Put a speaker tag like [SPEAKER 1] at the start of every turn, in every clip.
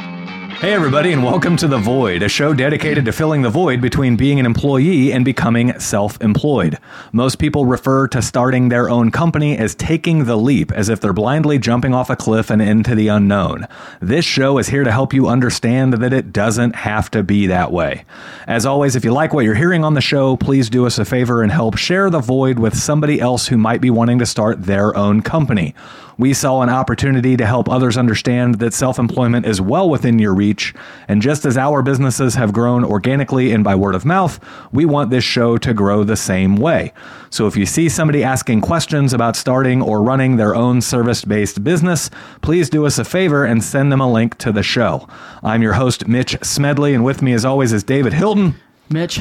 [SPEAKER 1] Hey, everybody, and welcome to The Void, a show dedicated to filling the void between being an employee and becoming self employed. Most people refer to starting their own company as taking the leap, as if they're blindly jumping off a cliff and into the unknown. This show is here to help you understand that it doesn't have to be that way. As always, if you like what you're hearing on the show, please do us a favor and help share The Void with somebody else who might be wanting to start their own company. We saw an opportunity to help others understand that self employment is well within your reach. And just as our businesses have grown organically and by word of mouth, we want this show to grow the same way. So if you see somebody asking questions about starting or running their own service based business, please do us a favor and send them a link to the show. I'm your host, Mitch Smedley, and with me as always is David Hilton.
[SPEAKER 2] Mitch,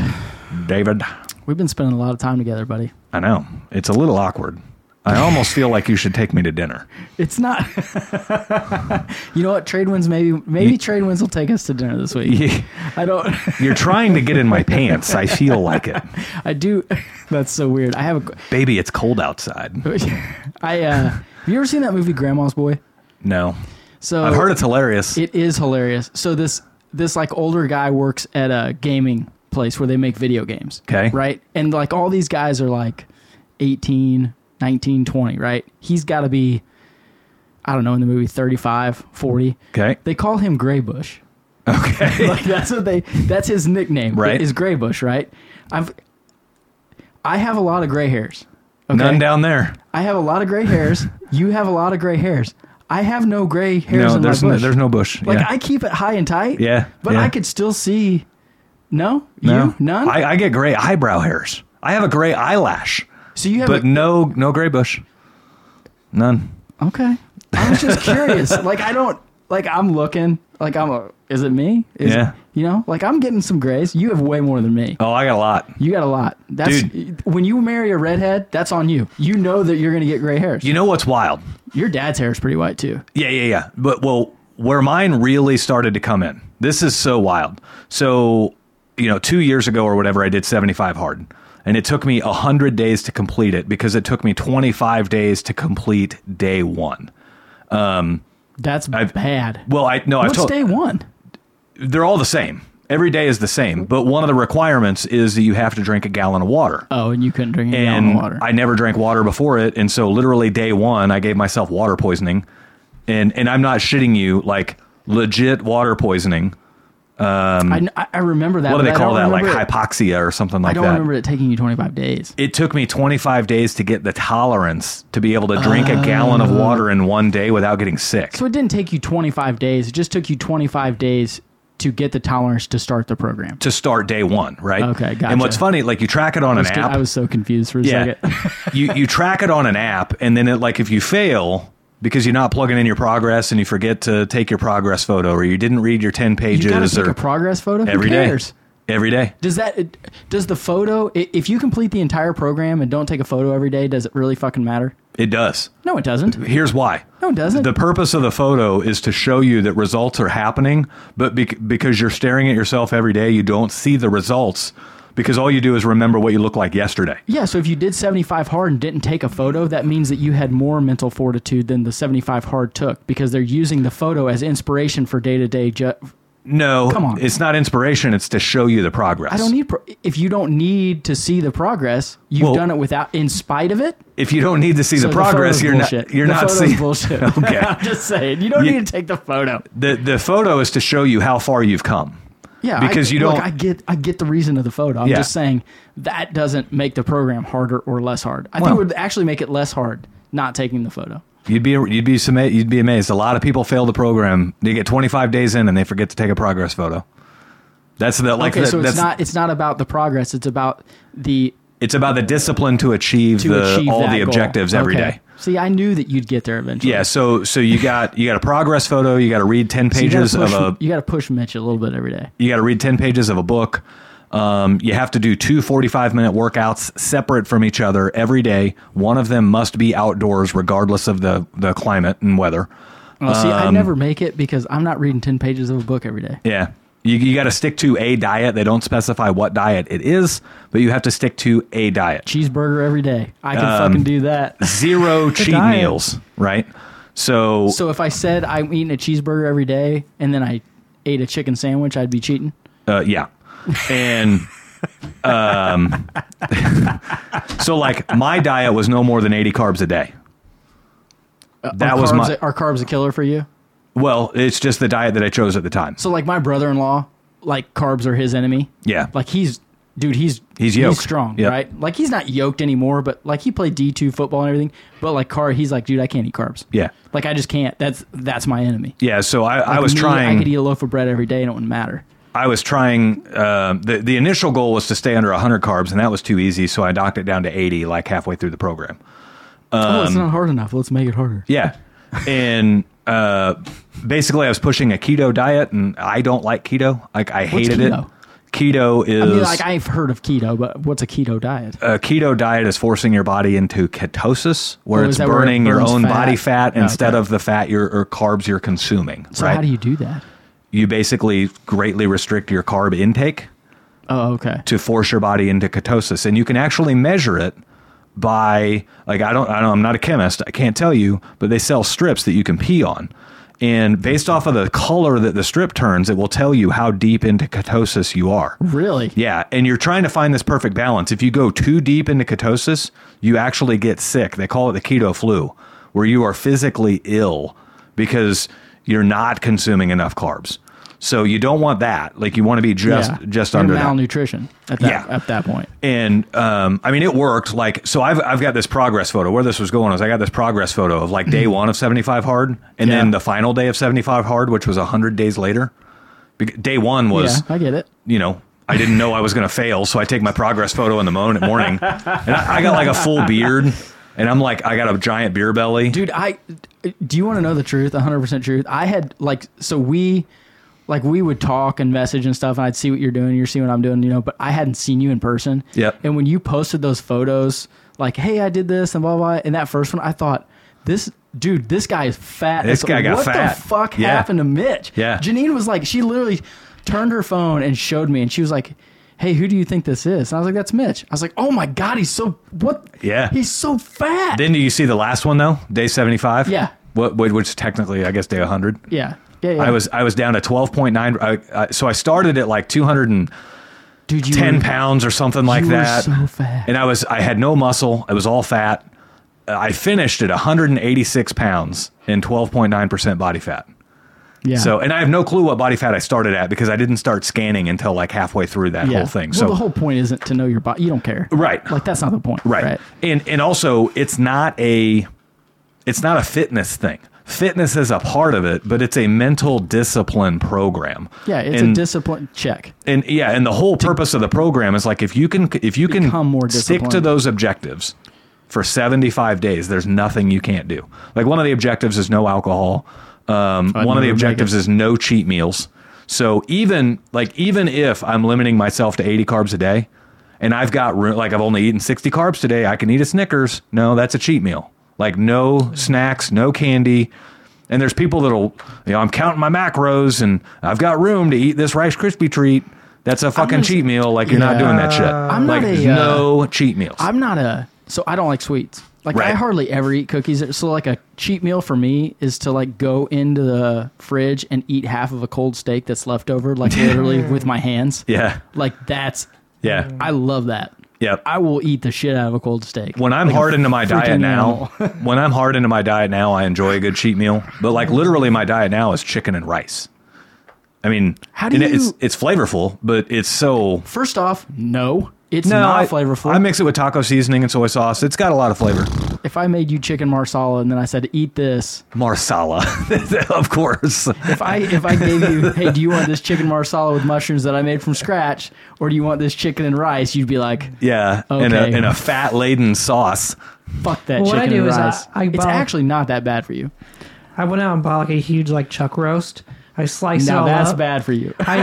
[SPEAKER 1] David,
[SPEAKER 2] we've been spending a lot of time together, buddy.
[SPEAKER 1] I know, it's a little awkward. I almost feel like you should take me to dinner.
[SPEAKER 2] It's not. you know what? Trade winds maybe maybe trade winds will take us to dinner this week. I don't.
[SPEAKER 1] You're trying to get in my pants. I feel like it.
[SPEAKER 2] I do. That's so weird. I have a.
[SPEAKER 1] Baby, it's cold outside.
[SPEAKER 2] I uh, have you ever seen that movie Grandma's Boy?
[SPEAKER 1] No.
[SPEAKER 2] So
[SPEAKER 1] I've heard it's hilarious.
[SPEAKER 2] It is hilarious. So this this like older guy works at a gaming place where they make video games.
[SPEAKER 1] Okay.
[SPEAKER 2] Right? And like all these guys are like 18, 19, 20, right? He's got to be I don't know in the movie 35, 40.
[SPEAKER 1] Okay.
[SPEAKER 2] They call him Graybush. Okay. like that's what they that's his nickname.
[SPEAKER 1] Right.
[SPEAKER 2] Is Graybush, right? I've I have a lot of gray hairs. Okay?
[SPEAKER 1] None down there.
[SPEAKER 2] I have a lot of gray hairs. You have a lot of gray hairs. I have no gray hairs
[SPEAKER 1] no,
[SPEAKER 2] in
[SPEAKER 1] there's
[SPEAKER 2] my
[SPEAKER 1] no,
[SPEAKER 2] bush.
[SPEAKER 1] there's no bush.
[SPEAKER 2] like
[SPEAKER 1] yeah.
[SPEAKER 2] I keep it high and tight.
[SPEAKER 1] Yeah,
[SPEAKER 2] but
[SPEAKER 1] yeah.
[SPEAKER 2] I could still see. No,
[SPEAKER 1] no.
[SPEAKER 2] you none.
[SPEAKER 1] I, I get gray eyebrow hairs. I have a gray eyelash,
[SPEAKER 2] so you have
[SPEAKER 1] but
[SPEAKER 2] a,
[SPEAKER 1] no no gray bush. None.
[SPEAKER 2] okay. I was just curious. like I don't like I'm looking. Like I'm a. Is it me? Is
[SPEAKER 1] Yeah.
[SPEAKER 2] you know, like I'm getting some grays. You have way more than me.
[SPEAKER 1] Oh, I got a lot.
[SPEAKER 2] You got a lot. That's when you marry a redhead. That's on you. You know that you're gonna get gray hairs.
[SPEAKER 1] You know what's wild?
[SPEAKER 2] Your dad's hair is pretty white too.
[SPEAKER 1] Yeah, yeah, yeah. But well, where mine really started to come in. This is so wild. So, you know, two years ago or whatever, I did 75 hard. And it took me 100 days to complete it because it took me 25 days to complete day one.
[SPEAKER 2] That's bad.
[SPEAKER 1] Well, I no, I've
[SPEAKER 2] What's
[SPEAKER 1] told
[SPEAKER 2] day one?
[SPEAKER 1] they're all the same. Every day is the same, but one of the requirements is that you have to drink a gallon of water.
[SPEAKER 2] Oh, and you couldn't drink any
[SPEAKER 1] and
[SPEAKER 2] gallon of water.
[SPEAKER 1] I never drank water before it, and so literally day one, I gave myself water poisoning, and and I'm not shitting you, like legit water poisoning.
[SPEAKER 2] I, I, I remember that.
[SPEAKER 1] What do
[SPEAKER 2] but
[SPEAKER 1] they
[SPEAKER 2] I
[SPEAKER 1] call
[SPEAKER 2] don't
[SPEAKER 1] that? Like
[SPEAKER 2] remember it-
[SPEAKER 1] hypoxia or something like
[SPEAKER 2] I don't
[SPEAKER 1] that.
[SPEAKER 2] remember it taking you 25 days.
[SPEAKER 1] It took me 25 days to get the tolerance to be able to drink a gallon of water in one day without getting sick.
[SPEAKER 2] Oh. So it didn't take you 25 days. It just took you 25 days to get the tolerance to start the program.
[SPEAKER 1] to start day one, right?
[SPEAKER 2] Okay, gotcha.
[SPEAKER 1] And what's funny, like you track it on an app.
[SPEAKER 2] I was so confused for a
[SPEAKER 1] Yeah.
[SPEAKER 2] second.
[SPEAKER 1] you you track it on an app, and then it like if you fail because you're not plugging in your progress and you forget to take your progress photo or you didn't read your ten
[SPEAKER 2] You got to
[SPEAKER 1] pages
[SPEAKER 2] take
[SPEAKER 1] or
[SPEAKER 2] a progress photo.
[SPEAKER 1] every
[SPEAKER 2] Who
[SPEAKER 1] day,
[SPEAKER 2] cares?
[SPEAKER 1] every day.
[SPEAKER 2] Does that it- does the photo i- if you complete the entire program and don't take a photo every day, does it really fucking matter?
[SPEAKER 1] It does.
[SPEAKER 2] No, it doesn't.
[SPEAKER 1] Here's why.
[SPEAKER 2] No, it doesn't.
[SPEAKER 1] The purpose of the photo is to show you that results are happening, but bec- because you're staring at yourself every day, you don't see the results because all you do is remember what you looked like yesterday.
[SPEAKER 2] yeah, so if you did 75 hard and didn't take a photo, that means that you had more mental fortitude than the 75 hard took because they're using the photo as inspiration for day-to-day ju-
[SPEAKER 1] No,
[SPEAKER 2] Come on.
[SPEAKER 1] it's not inspiration, it's to show you the progress.
[SPEAKER 2] I don't need pro- if you don't need to see the progress, you've
[SPEAKER 1] Well-
[SPEAKER 2] done it without in spite of it.
[SPEAKER 1] if you don't need to see
[SPEAKER 2] So
[SPEAKER 1] the progress,
[SPEAKER 2] photo's
[SPEAKER 1] you're
[SPEAKER 2] bullshit.
[SPEAKER 1] not you're
[SPEAKER 2] the
[SPEAKER 1] not
[SPEAKER 2] photo's
[SPEAKER 1] seeing
[SPEAKER 2] bullshit.
[SPEAKER 1] Okay.
[SPEAKER 2] I'm just saying, you don't
[SPEAKER 1] You-
[SPEAKER 2] need to take the photo.
[SPEAKER 1] the the photo is to show you how far you've come.
[SPEAKER 2] Yeah,
[SPEAKER 1] Because
[SPEAKER 2] I,
[SPEAKER 1] you
[SPEAKER 2] look,
[SPEAKER 1] don't-
[SPEAKER 2] I get I get the reason of the photo. I'm
[SPEAKER 1] Yeah.
[SPEAKER 2] just saying that doesn't make the program harder or less hard. I think
[SPEAKER 1] Well-
[SPEAKER 2] it would actually make it less hard not taking the photo.
[SPEAKER 1] You'd be you'd be suma- you'd be amazed. A lot of people fail the program. They get 25 days in and they forget to take a progress photo. That's the like
[SPEAKER 2] Okay,
[SPEAKER 1] the-
[SPEAKER 2] so it's
[SPEAKER 1] that's
[SPEAKER 2] not it's not about the progress. It's about the
[SPEAKER 1] it's about the discipline to achieve
[SPEAKER 2] to
[SPEAKER 1] the
[SPEAKER 2] achieve
[SPEAKER 1] all
[SPEAKER 2] that
[SPEAKER 1] the
[SPEAKER 2] goal.
[SPEAKER 1] objectives every day.
[SPEAKER 2] Okay. See, I knew that you'd get there eventually.
[SPEAKER 1] Yeah, so so you got you got a progress photo, you got to read 10
[SPEAKER 2] So you gotta
[SPEAKER 1] pages of
[SPEAKER 2] push-
[SPEAKER 1] a
[SPEAKER 2] you got to push Mitch a little bit every day.
[SPEAKER 1] you got to read 10 pages of a book. Um, you have to do two 45 minute workouts separate from each other every day. One of them must be outdoors regardless of the the climate and weather.
[SPEAKER 2] Well, see, I
[SPEAKER 1] Um,
[SPEAKER 2] never make it because I'm not reading 10 pages of a book every day.
[SPEAKER 1] Yeah. You, you got to stick to a diet. They don't specify what diet it is, but you have to stick to a diet.
[SPEAKER 2] Cheeseburger every day. I
[SPEAKER 1] Um,
[SPEAKER 2] can fucking do that.
[SPEAKER 1] Zero cheat
[SPEAKER 2] diet.
[SPEAKER 1] meals, right? So,
[SPEAKER 2] So if I said I'm eating a cheeseburger every day and then I ate a chicken sandwich, I'd be cheating.
[SPEAKER 1] Uh, yeah. And um, so, like, my diet was no more than 80 carbs a day. That
[SPEAKER 2] Are
[SPEAKER 1] was
[SPEAKER 2] Uh, carbs
[SPEAKER 1] my.
[SPEAKER 2] a- are carbs a killer for you?
[SPEAKER 1] Well, it's just the diet that I chose at the time.
[SPEAKER 2] So like my brother-in-law, like carbs are his enemy.
[SPEAKER 1] Yeah.
[SPEAKER 2] Like he's dude, he's
[SPEAKER 1] He's yoked.
[SPEAKER 2] strong,
[SPEAKER 1] Yeah.
[SPEAKER 2] right? Like he's not yoked anymore, but like he played D two football and everything. But like car, he's like, dude, I can't eat carbs.
[SPEAKER 1] Yeah.
[SPEAKER 2] Like I just can't. That's that's my enemy.
[SPEAKER 1] Yeah. So I, I
[SPEAKER 2] Like,
[SPEAKER 1] was
[SPEAKER 2] me,
[SPEAKER 1] trying.
[SPEAKER 2] I could eat a loaf of bread every day and it wouldn't matter.
[SPEAKER 1] I was trying. Uh, the the initial goal was to stay under 100 carbs, and that was too easy. So I knocked it down to 80, like halfway through the program. Um,
[SPEAKER 2] oh, it's not hard enough. Let's make it harder.
[SPEAKER 1] Yeah, and uh, basically, I was pushing a keto diet, and I don't like keto. Like I hated
[SPEAKER 2] keto?
[SPEAKER 1] it. Keto is
[SPEAKER 2] I mean, like I've heard of keto, but what's a keto diet?
[SPEAKER 1] a keto diet is forcing your body into ketosis, where
[SPEAKER 2] Oh, is
[SPEAKER 1] it's
[SPEAKER 2] that where it
[SPEAKER 1] burning your
[SPEAKER 2] burns
[SPEAKER 1] own
[SPEAKER 2] fat?
[SPEAKER 1] body fat
[SPEAKER 2] Oh,
[SPEAKER 1] instead
[SPEAKER 2] okay.
[SPEAKER 1] of the fat you're, or carbs you're consuming.
[SPEAKER 2] So
[SPEAKER 1] right?
[SPEAKER 2] how do you do that?
[SPEAKER 1] you basically greatly restrict your carb intake.
[SPEAKER 2] Oh, okay.
[SPEAKER 1] to force your body into ketosis and you can actually measure it by like I don't I don't I'm not a chemist I can't tell you but they sell strips that you can pee on and based off of the color that the strip turns it will tell you how deep into ketosis you are
[SPEAKER 2] Really?
[SPEAKER 1] yeah and you're trying to find this perfect balance if you go too deep into ketosis you actually get sick they call it the keto flu where you are physically ill because you're not consuming enough carbs so you don't want that like you want to be just
[SPEAKER 2] Yeah.
[SPEAKER 1] just
[SPEAKER 2] You're
[SPEAKER 1] under that
[SPEAKER 2] malnutrition at that
[SPEAKER 1] Yeah.
[SPEAKER 2] at that point.
[SPEAKER 1] and um, I mean, it worked. Like, so I've I've got this progress photo. Where this was going is I got this progress photo of like day one of seventy five hard, and
[SPEAKER 2] Mm-hmm. Yeah.
[SPEAKER 1] then the final day of seventy five hard, which was hundred days later. Bec- Day one was,
[SPEAKER 2] yeah, I get it.
[SPEAKER 1] you know, I didn't know I was going to fail, so I take my progress photo in the morning, morning and I, I got like a full beard, and I'm like, I got a giant beer belly.
[SPEAKER 2] dude i do you want to know the truth 100% truth i had like so we like we would talk and message and stuff and i'd see what you're doing you're seeing what i'm doing you know but i hadn't seen you in person
[SPEAKER 1] Yep.
[SPEAKER 2] and when you posted those photos like hey i did this and blah blah and that first one i thought this dude this guy is fat
[SPEAKER 1] This
[SPEAKER 2] It's-
[SPEAKER 1] guy got
[SPEAKER 2] what
[SPEAKER 1] fat.
[SPEAKER 2] the fuck
[SPEAKER 1] Yeah.
[SPEAKER 2] happened to mitch
[SPEAKER 1] Yeah.
[SPEAKER 2] janine was like she literally turned her phone and showed me and she was like Hey, who do you think this is? And I was like, "That's Mitch." I was like, "Oh my god, he's so what?
[SPEAKER 1] Yeah.
[SPEAKER 2] he's so fat."
[SPEAKER 1] Then do you see the last one though? Day seventy five.
[SPEAKER 2] Yeah.
[SPEAKER 1] What, what- which technically I guess day hundred.
[SPEAKER 2] yeah, yeah, yeah.
[SPEAKER 1] I was I was down to twelve point nine. So I started at like two hundred and
[SPEAKER 2] dude, you
[SPEAKER 1] 10
[SPEAKER 2] were-
[SPEAKER 1] pounds or something like
[SPEAKER 2] You were
[SPEAKER 1] that.
[SPEAKER 2] so fat.
[SPEAKER 1] And I was, I had no muscle. I was all fat. Uh, I finished at 186 pounds and 12.9% body fat.
[SPEAKER 2] Yeah.
[SPEAKER 1] So, and I have no clue what body fat I started at because I didn't start scanning until like halfway through that
[SPEAKER 2] yeah.
[SPEAKER 1] whole thing.
[SPEAKER 2] Well,
[SPEAKER 1] so,
[SPEAKER 2] the whole point isn't to know your body. You don't care.
[SPEAKER 1] Right.
[SPEAKER 2] Like that's not the point.
[SPEAKER 1] right. And, and also it's not a, it's not a fitness thing. Fitness is a part of it, but it's a mental discipline program.
[SPEAKER 2] Yeah. It's
[SPEAKER 1] And-
[SPEAKER 2] a discipline check.
[SPEAKER 1] and yeah, and the whole purpose of the program is like if you can if you can
[SPEAKER 2] Become more
[SPEAKER 1] stick to
[SPEAKER 2] disciplined.
[SPEAKER 1] those objectives for 75 days, there's nothing you can't do. Like one of the objectives is no alcohol. Um, one of
[SPEAKER 2] never
[SPEAKER 1] the
[SPEAKER 2] make
[SPEAKER 1] objectives is no cheat meals. So even like even if I'm limiting myself to 80 carbs a day, and I've got room, like I've only eaten 60 carbs today, I can eat a Snickers. No, that's a cheat meal. Like no snacks, no candy. And there's people that'll, you know, I'm counting my macros and I've got room to eat this Rice Krispie treat. That's a fucking
[SPEAKER 2] not-
[SPEAKER 1] cheat meal. Like you're not doing that shit.
[SPEAKER 2] I'm
[SPEAKER 1] like
[SPEAKER 2] not a, uh,
[SPEAKER 1] no cheat meals.
[SPEAKER 2] I'm not a so I don't like sweets. Like I
[SPEAKER 1] Right.
[SPEAKER 2] hardly ever eat cookies. So like a cheat meal for me is to like go into the fridge and eat half of a cold steak that's left over, like literally with my hands.
[SPEAKER 1] yeah,
[SPEAKER 2] Like that's
[SPEAKER 1] yeah,
[SPEAKER 2] I love that.
[SPEAKER 1] yeah.
[SPEAKER 2] I will eat the shit out of a cold steak.
[SPEAKER 1] when I'm
[SPEAKER 2] Like a
[SPEAKER 1] hard into my diet
[SPEAKER 2] freaking
[SPEAKER 1] now, when I'm hard into my diet now, I enjoy a good cheat meal. But like literally, my diet now is chicken and rice. I mean,
[SPEAKER 2] How do
[SPEAKER 1] and it's
[SPEAKER 2] you-
[SPEAKER 1] it's flavorful, but it's so
[SPEAKER 2] First off, no, it's not
[SPEAKER 1] I,
[SPEAKER 2] flavorful.
[SPEAKER 1] I mix it with taco seasoning and soy sauce. It's got a lot of flavor.
[SPEAKER 2] if I made you chicken marsala and then I said eat this,
[SPEAKER 1] Marsala, of course.
[SPEAKER 2] if I if I gave you, hey, do you want this chicken marsala with mushrooms that I made from scratch, or do you want this chicken and rice? You'd be like,
[SPEAKER 1] Yeah, in a
[SPEAKER 2] Okay.
[SPEAKER 1] in a fat laden sauce.
[SPEAKER 2] fuck that
[SPEAKER 3] Well, what I
[SPEAKER 2] chicken
[SPEAKER 3] do
[SPEAKER 2] and
[SPEAKER 3] is I-
[SPEAKER 2] rice.
[SPEAKER 3] I
[SPEAKER 2] it's
[SPEAKER 3] buy-
[SPEAKER 2] actually not that bad for you.
[SPEAKER 3] I went out and bought like a huge like chuck roast. I sliced it
[SPEAKER 2] Now
[SPEAKER 3] all
[SPEAKER 2] that's
[SPEAKER 3] up.
[SPEAKER 2] bad for you.
[SPEAKER 3] I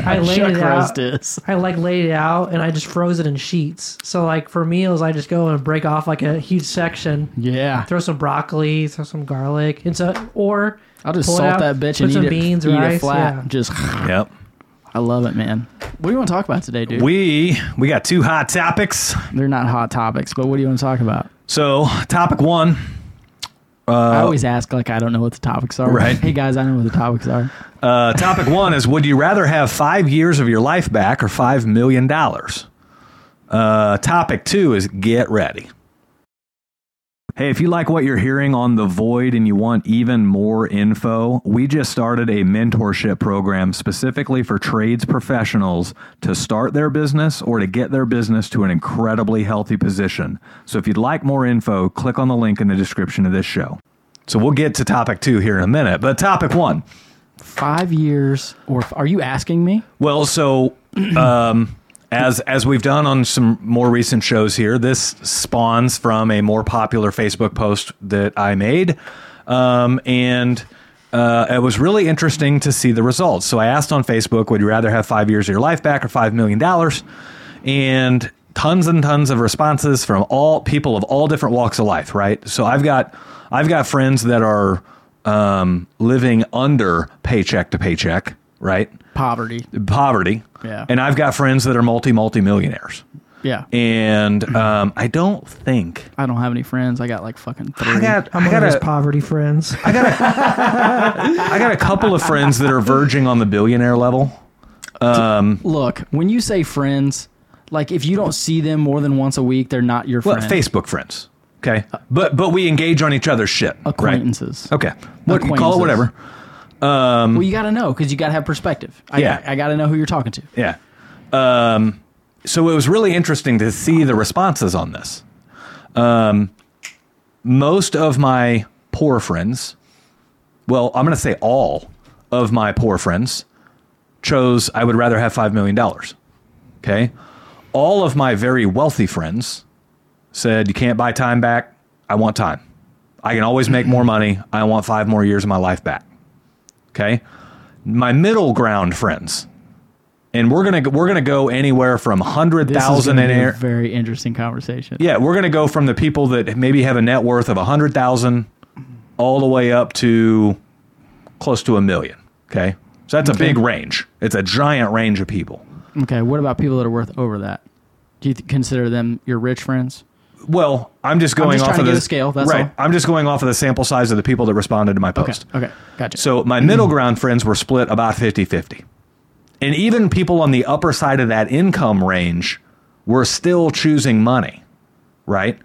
[SPEAKER 3] I laid
[SPEAKER 2] Chuck
[SPEAKER 3] uh, it
[SPEAKER 2] roast
[SPEAKER 3] out.
[SPEAKER 2] is.
[SPEAKER 3] I like laid it out and I just froze it in sheets. So like for meals, I just go and break off like a huge section.
[SPEAKER 2] Yeah,
[SPEAKER 3] Throw some broccoli, throw some garlic, and so or
[SPEAKER 2] I'll just
[SPEAKER 3] pull it
[SPEAKER 2] salt
[SPEAKER 3] out,
[SPEAKER 2] that bitch
[SPEAKER 3] put
[SPEAKER 2] and
[SPEAKER 3] some
[SPEAKER 2] eat
[SPEAKER 3] beans,
[SPEAKER 2] it.
[SPEAKER 3] rice,
[SPEAKER 2] eat it flat.
[SPEAKER 3] yeah.
[SPEAKER 2] Just,
[SPEAKER 1] Yep.
[SPEAKER 2] I love it, man. What do you want to talk about today, dude?
[SPEAKER 1] We we got two hot topics.
[SPEAKER 2] They're not hot topics, but what do you want to talk about?
[SPEAKER 1] So topic one,
[SPEAKER 2] I always ask like I don't know what the topics are.
[SPEAKER 1] Uh, Right.
[SPEAKER 2] Hey guys, I don't know what the topics are.
[SPEAKER 1] Uh, topic one is Would you rather have five years of your life back or $5 million? Uh, topic two is Get ready. Hey, if you like what you're hearing on The Void and you want even more info, we just started a mentorship program specifically for trades professionals to start their business or to get their business to an incredibly healthy position. So if you'd like more info, click on the link in the description of this show. So we'll get to topic two here in a minute, but topic one.
[SPEAKER 2] Five years or f- are you asking me?
[SPEAKER 1] Well, so um, as as we've done on some more recent shows here, this spawns from a more popular Facebook post that I made, um, and uh, it was really interesting to see the results. So I asked on Facebook, "Would you rather have five years of your life back or five million dollars?" And tons and tons of responses from all people of all different walks of life. Right. So I've got I've got friends that are um, living under paycheck to paycheck. Right
[SPEAKER 2] Poverty.
[SPEAKER 1] poverty.
[SPEAKER 2] Yeah.
[SPEAKER 1] And I've got friends that are multi multi millionaires.
[SPEAKER 2] Yeah.
[SPEAKER 1] And um, I don't think
[SPEAKER 2] I don't have any friends. I got like fucking three.
[SPEAKER 1] I got
[SPEAKER 3] I'm
[SPEAKER 1] I
[SPEAKER 3] one
[SPEAKER 1] got
[SPEAKER 3] of his
[SPEAKER 1] a,
[SPEAKER 3] poverty friends.
[SPEAKER 1] I got a couple of friends that are verging on the billionaire level.
[SPEAKER 2] Look, when you say friends, like if you don't see them more than once a week, they're not your
[SPEAKER 1] Well,
[SPEAKER 2] friend.
[SPEAKER 1] Facebook friends. Uh, Okay. But but we engage on each other's shit. right?
[SPEAKER 2] acquaintances.
[SPEAKER 1] Okay. What you call it
[SPEAKER 2] Acquaintances.
[SPEAKER 1] whatever.
[SPEAKER 2] Well, you got to know because you got to have perspective. I,
[SPEAKER 1] Um, Yeah.
[SPEAKER 2] I, got to know who you're talking to.
[SPEAKER 1] Yeah. Um, so it was really interesting to see the responses on this. Um, most of my poor friends, well, I'm going to say all of my poor friends chose I would rather have $5 million. Okay. All of my very wealthy friends said, You can't buy time back. I want time. I can always make more money. I want five more years of my life back. Okay. My middle ground friends, and we're gonna we're gonna go anywhere from hundred
[SPEAKER 2] This is
[SPEAKER 1] thousand
[SPEAKER 2] gonna
[SPEAKER 1] in
[SPEAKER 2] be a
[SPEAKER 1] air.
[SPEAKER 2] Very interesting conversation.
[SPEAKER 1] Yeah, we're going to go from the people that maybe have a net worth of 100,000 all the way up to close to a million, okay? So that's a big range. It's a giant range of people.
[SPEAKER 2] Okay. What about people that are worth over that? Do you th- consider them your rich friends?
[SPEAKER 1] Well, I'm just going
[SPEAKER 2] just
[SPEAKER 1] off
[SPEAKER 2] trying
[SPEAKER 1] of
[SPEAKER 2] to
[SPEAKER 1] the
[SPEAKER 2] get a scale, that's
[SPEAKER 1] right.
[SPEAKER 2] all.
[SPEAKER 1] I'm just going off of the sample size of the people that responded to my
[SPEAKER 2] Okay.
[SPEAKER 1] post.
[SPEAKER 2] Okay. Gotcha.
[SPEAKER 1] So my middle ground friends were split about 50-50. And even people on the upper side of that income range were still choosing money, right?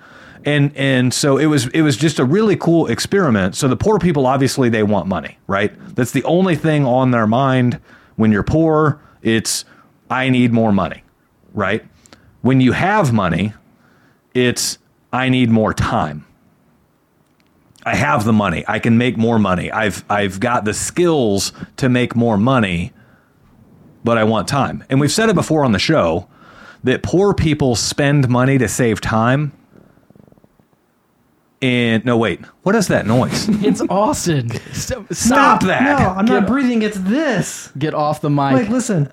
[SPEAKER 1] And and so it was it was just a really cool experiment. So the poor people obviously they want money, right? That's the only thing on their mind when you're poor, it's I need more money, right? When you have money, it's I need more time. I have the money. I can make more money. I've I've got the skills to make more money, but I want time. And we've said it before on the show that poor people spend money to save time. And no, wait, what is that noise?
[SPEAKER 2] it's Austin. So-
[SPEAKER 1] Stop
[SPEAKER 2] no,
[SPEAKER 1] that!
[SPEAKER 3] No, I'm
[SPEAKER 2] Get-
[SPEAKER 3] not breathing. It's this.
[SPEAKER 2] Get off the mic.
[SPEAKER 3] Like, listen.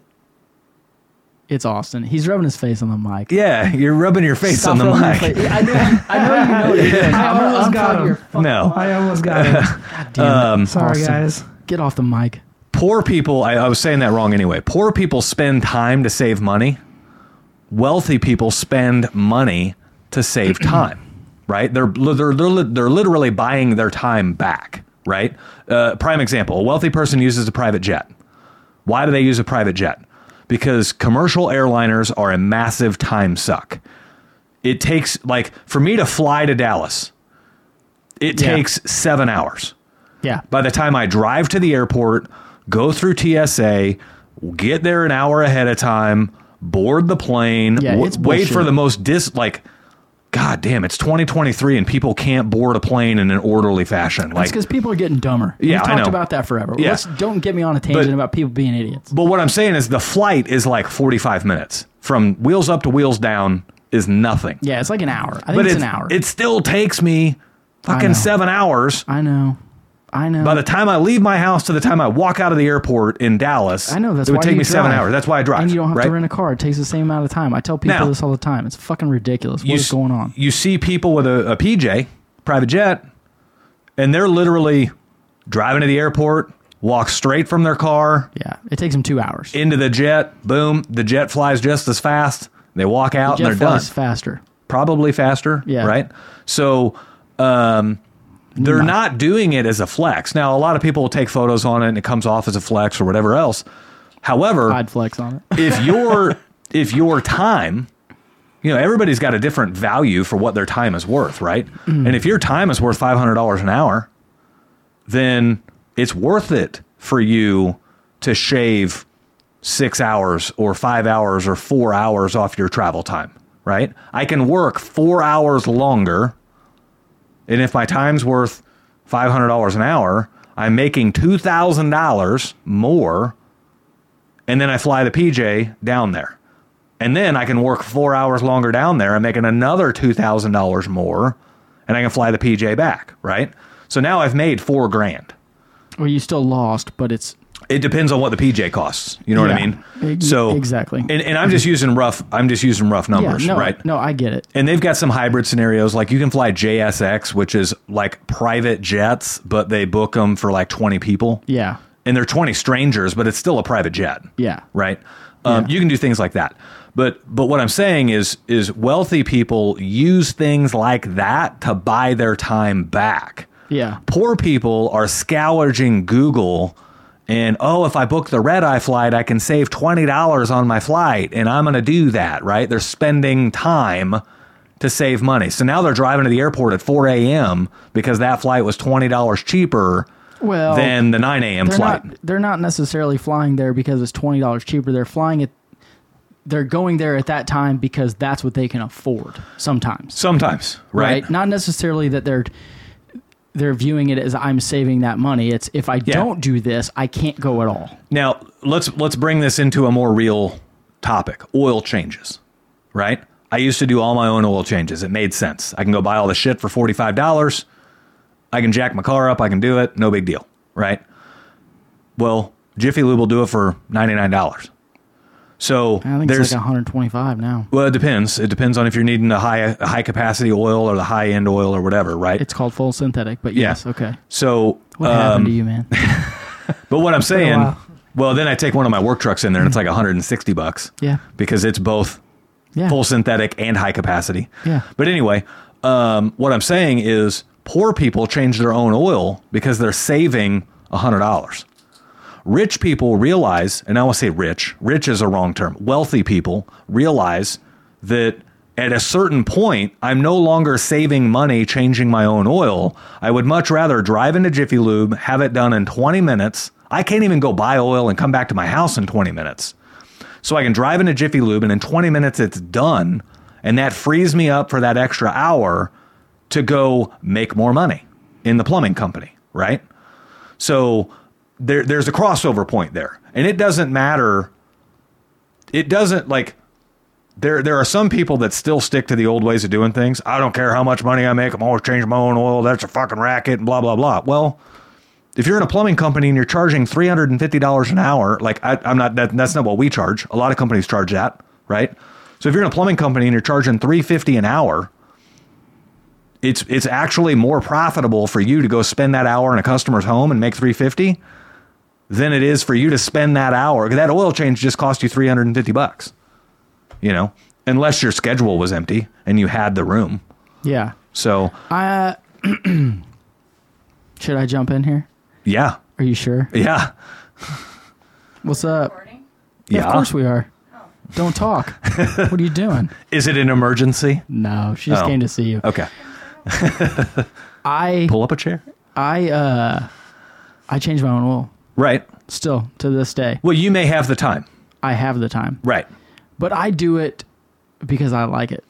[SPEAKER 2] it's Austin. He's rubbing his face on the mic.
[SPEAKER 1] Yeah, you're rubbing your face
[SPEAKER 2] Stop
[SPEAKER 1] on the
[SPEAKER 2] rubbing your
[SPEAKER 1] mic.
[SPEAKER 2] face. I know. I know you know what you're doing.
[SPEAKER 3] I
[SPEAKER 2] I'm gonna
[SPEAKER 3] almost got
[SPEAKER 2] unplug
[SPEAKER 3] him.
[SPEAKER 2] your fucking
[SPEAKER 1] No.
[SPEAKER 3] I almost got it.
[SPEAKER 1] Um,
[SPEAKER 2] damn it.
[SPEAKER 3] Sorry,
[SPEAKER 2] Austin,
[SPEAKER 3] guys.
[SPEAKER 2] Get off the mic.
[SPEAKER 1] poor people I, I was saying that wrong anyway poor people spend time to save money wealthy people spend money to save time right they're, they're, they're, they're literally buying their time back right uh, prime example a wealthy person uses a private jet why do they use a private jet because commercial airliners are a massive time suck it takes like for me to fly to dallas it
[SPEAKER 2] Yeah.
[SPEAKER 1] takes seven hours
[SPEAKER 2] Yeah.
[SPEAKER 1] by the time I drive to the airport, go through TSA, get there an hour ahead of time, board the plane,
[SPEAKER 2] Yeah, it's
[SPEAKER 1] wait for
[SPEAKER 2] bullshit.
[SPEAKER 1] the most dis like God damn, it's 2023 and people can't board a plane in an orderly fashion. Like,
[SPEAKER 2] It's because people are getting dumber.
[SPEAKER 1] Yeah,
[SPEAKER 2] We've
[SPEAKER 1] I
[SPEAKER 2] talked
[SPEAKER 1] know.
[SPEAKER 2] about that forever.
[SPEAKER 1] Yeah.
[SPEAKER 2] Let's don't get me on a tangent
[SPEAKER 1] But-
[SPEAKER 2] about people being idiots.
[SPEAKER 1] but what I'm saying is the flight is like 45 minutes from wheels up to wheels down is nothing.
[SPEAKER 2] Yeah, it's like an hour. I think
[SPEAKER 1] but
[SPEAKER 2] it's
[SPEAKER 1] it's-
[SPEAKER 2] an hour.
[SPEAKER 1] It still takes me
[SPEAKER 2] know.
[SPEAKER 1] fucking seven hours.
[SPEAKER 2] I know. I know.
[SPEAKER 1] By the time I leave my house to the time I walk out of the airport in Dallas,
[SPEAKER 2] I know that's
[SPEAKER 1] it would
[SPEAKER 2] why
[SPEAKER 1] take
[SPEAKER 2] you
[SPEAKER 1] me seven
[SPEAKER 2] drive.
[SPEAKER 1] hours. That's why I drive.
[SPEAKER 2] and you don't have
[SPEAKER 1] uh, right?
[SPEAKER 2] to rent a car. It takes the same amount of time. I tell people
[SPEAKER 1] Now-
[SPEAKER 2] this all the time. It's fucking ridiculous. What is
[SPEAKER 1] s-
[SPEAKER 2] going on?
[SPEAKER 1] You see people with a, a PJ, private jet, and they're literally driving to the airport, walk straight from their car
[SPEAKER 2] Yeah, it takes them two hours.
[SPEAKER 1] into the jet. Boom, the jet flies just as fast. They walk out
[SPEAKER 2] Jet
[SPEAKER 1] and they're done.
[SPEAKER 2] flies faster.
[SPEAKER 1] Probably faster,
[SPEAKER 2] Yeah.
[SPEAKER 1] right? So, um, They're not doing it as a flex. Now, a lot of people will take photos on it and it comes off as a flex or whatever else. However,
[SPEAKER 2] I'd flex on it.
[SPEAKER 1] if your if your time you know everybody's got a different value for what their time is worth right and if your time is worth $500 an hour then it's worth it for you to shave six hours or five hours or four hours off your travel time right i can work four hours longer and if my time's worth $500 an hour i'm making $2000 more and then I fly the PJ down there. And then I can work four hours longer down there. I'm making another $2,000 more, and I can fly the PJ back, right? So now I've made four grand.
[SPEAKER 2] Well, you still lost, but it's
[SPEAKER 1] It depends on what the PJ costs. You know
[SPEAKER 2] Yeah.
[SPEAKER 1] what I mean?
[SPEAKER 2] Ex-
[SPEAKER 1] So
[SPEAKER 2] exactly.
[SPEAKER 1] And, and I'm just using rough. I'm just using rough
[SPEAKER 2] yeah,
[SPEAKER 1] numbers,
[SPEAKER 2] no,
[SPEAKER 1] right?
[SPEAKER 2] no, I get it.
[SPEAKER 1] And they've got some hybrid scenarios. Like you can fly JSX, which is like private jets, but they book them for like 20 people.
[SPEAKER 2] Yeah,
[SPEAKER 1] and they're 20 strangers, but it's still a private jet.
[SPEAKER 2] Yeah.
[SPEAKER 1] Right. Um, You can do things like that. But but what I'm saying is is wealthy people use things like that to buy their time back.
[SPEAKER 2] yeah,
[SPEAKER 1] Poor people are scourging Google and oh, if I book the red eye flight, I can save twenty dollars on my flight, and I'm gonna do that, right? They're spending time to save money. So now they're driving to the airport at four AM because that flight was twenty dollars cheaper
[SPEAKER 2] Well,
[SPEAKER 1] than the nine AM
[SPEAKER 2] they're
[SPEAKER 1] flight.
[SPEAKER 2] not they're not necessarily flying there because it's twenty dollars cheaper. They're flying it. They're going there at that time because that's what they can afford. Sometimes,
[SPEAKER 1] Sometimes, right?
[SPEAKER 2] right? Not necessarily that they're they're viewing it as I'm saving that money. It's if I don't do this, I can't go at all.
[SPEAKER 1] Now let's let's bring this into a more real topic: oil changes, right? I used to do all my own oil changes. It made sense. I can go buy all the shit for forty five dollars. I can jack my car up. I can do it. No big deal, right? Well, Jiffy Lube will do it for ninety nine dollars. So
[SPEAKER 2] I think
[SPEAKER 1] there's
[SPEAKER 2] it's like 125 now.
[SPEAKER 1] well, it depends. It depends on if you're needing the high high capacity oil or the high end oil or whatever, right?
[SPEAKER 2] It's called full synthetic, but
[SPEAKER 1] Yeah. Um,
[SPEAKER 2] yes, okay.
[SPEAKER 1] so uh,
[SPEAKER 2] What happened to you, man?
[SPEAKER 1] But what I'm saying,
[SPEAKER 3] while.
[SPEAKER 1] well, then I take one of my work trucks in there and it's like 160 bucks.
[SPEAKER 2] Yeah.
[SPEAKER 1] Because it's both
[SPEAKER 2] Yeah.
[SPEAKER 1] full synthetic and high capacity.
[SPEAKER 2] Yeah.
[SPEAKER 1] But anyway, um, what I'm saying is poor people change their own oil because they're saving $100. Rich people realize, and I will say rich, rich is a wrong term. Wealthy people realize that at a certain point, I'm no longer saving money changing my own oil. I would much rather drive into Jiffy Lube, have it done in 20 minutes. I can't even go buy oil and come back to my house in 20 minutes. So I can drive into Jiffy Lube and in 20 minutes it's done. And that frees me up for that extra hour to go make more money in the plumbing company, right? So there, there's a crossover point there. And it doesn't matter. It doesn't like there there are some people that still stick to the old ways of doing things. I don't care how much money I make, I'm always changing my own oil, that's a fucking racket, and blah, blah, blah. Well, if you're in a plumbing company and you're charging three hundred and fifty dollars an hour, like I, I'm not that, that's not what we charge. A lot of companies charge that, right? So if you're in a plumbing company and you're charging three fifty an hour, it's it's actually more profitable for you to go spend that hour in a customer's home and make three fifty than it is for you to spend that hour. 'Cause That oil change just cost you three hundred and fifty bucks, you know, unless your schedule was empty and you had the room.
[SPEAKER 2] yeah.
[SPEAKER 1] So
[SPEAKER 2] I should I jump in here?
[SPEAKER 1] yeah,
[SPEAKER 2] Are you sure?
[SPEAKER 1] yeah,
[SPEAKER 2] What's up?
[SPEAKER 4] recording?
[SPEAKER 1] yeah.
[SPEAKER 2] Of course we are. Don't talk. what are you doing?
[SPEAKER 1] is it an emergency?
[SPEAKER 2] No, she just
[SPEAKER 1] Oh.
[SPEAKER 2] came to see you.
[SPEAKER 1] Okay,
[SPEAKER 2] I
[SPEAKER 1] pull up a chair.
[SPEAKER 2] I uh I changed my own oil.
[SPEAKER 1] Right.
[SPEAKER 2] Still to this day,
[SPEAKER 1] Well, you may have the time.
[SPEAKER 2] I have the time,
[SPEAKER 1] Right.
[SPEAKER 2] but I do it because I like it.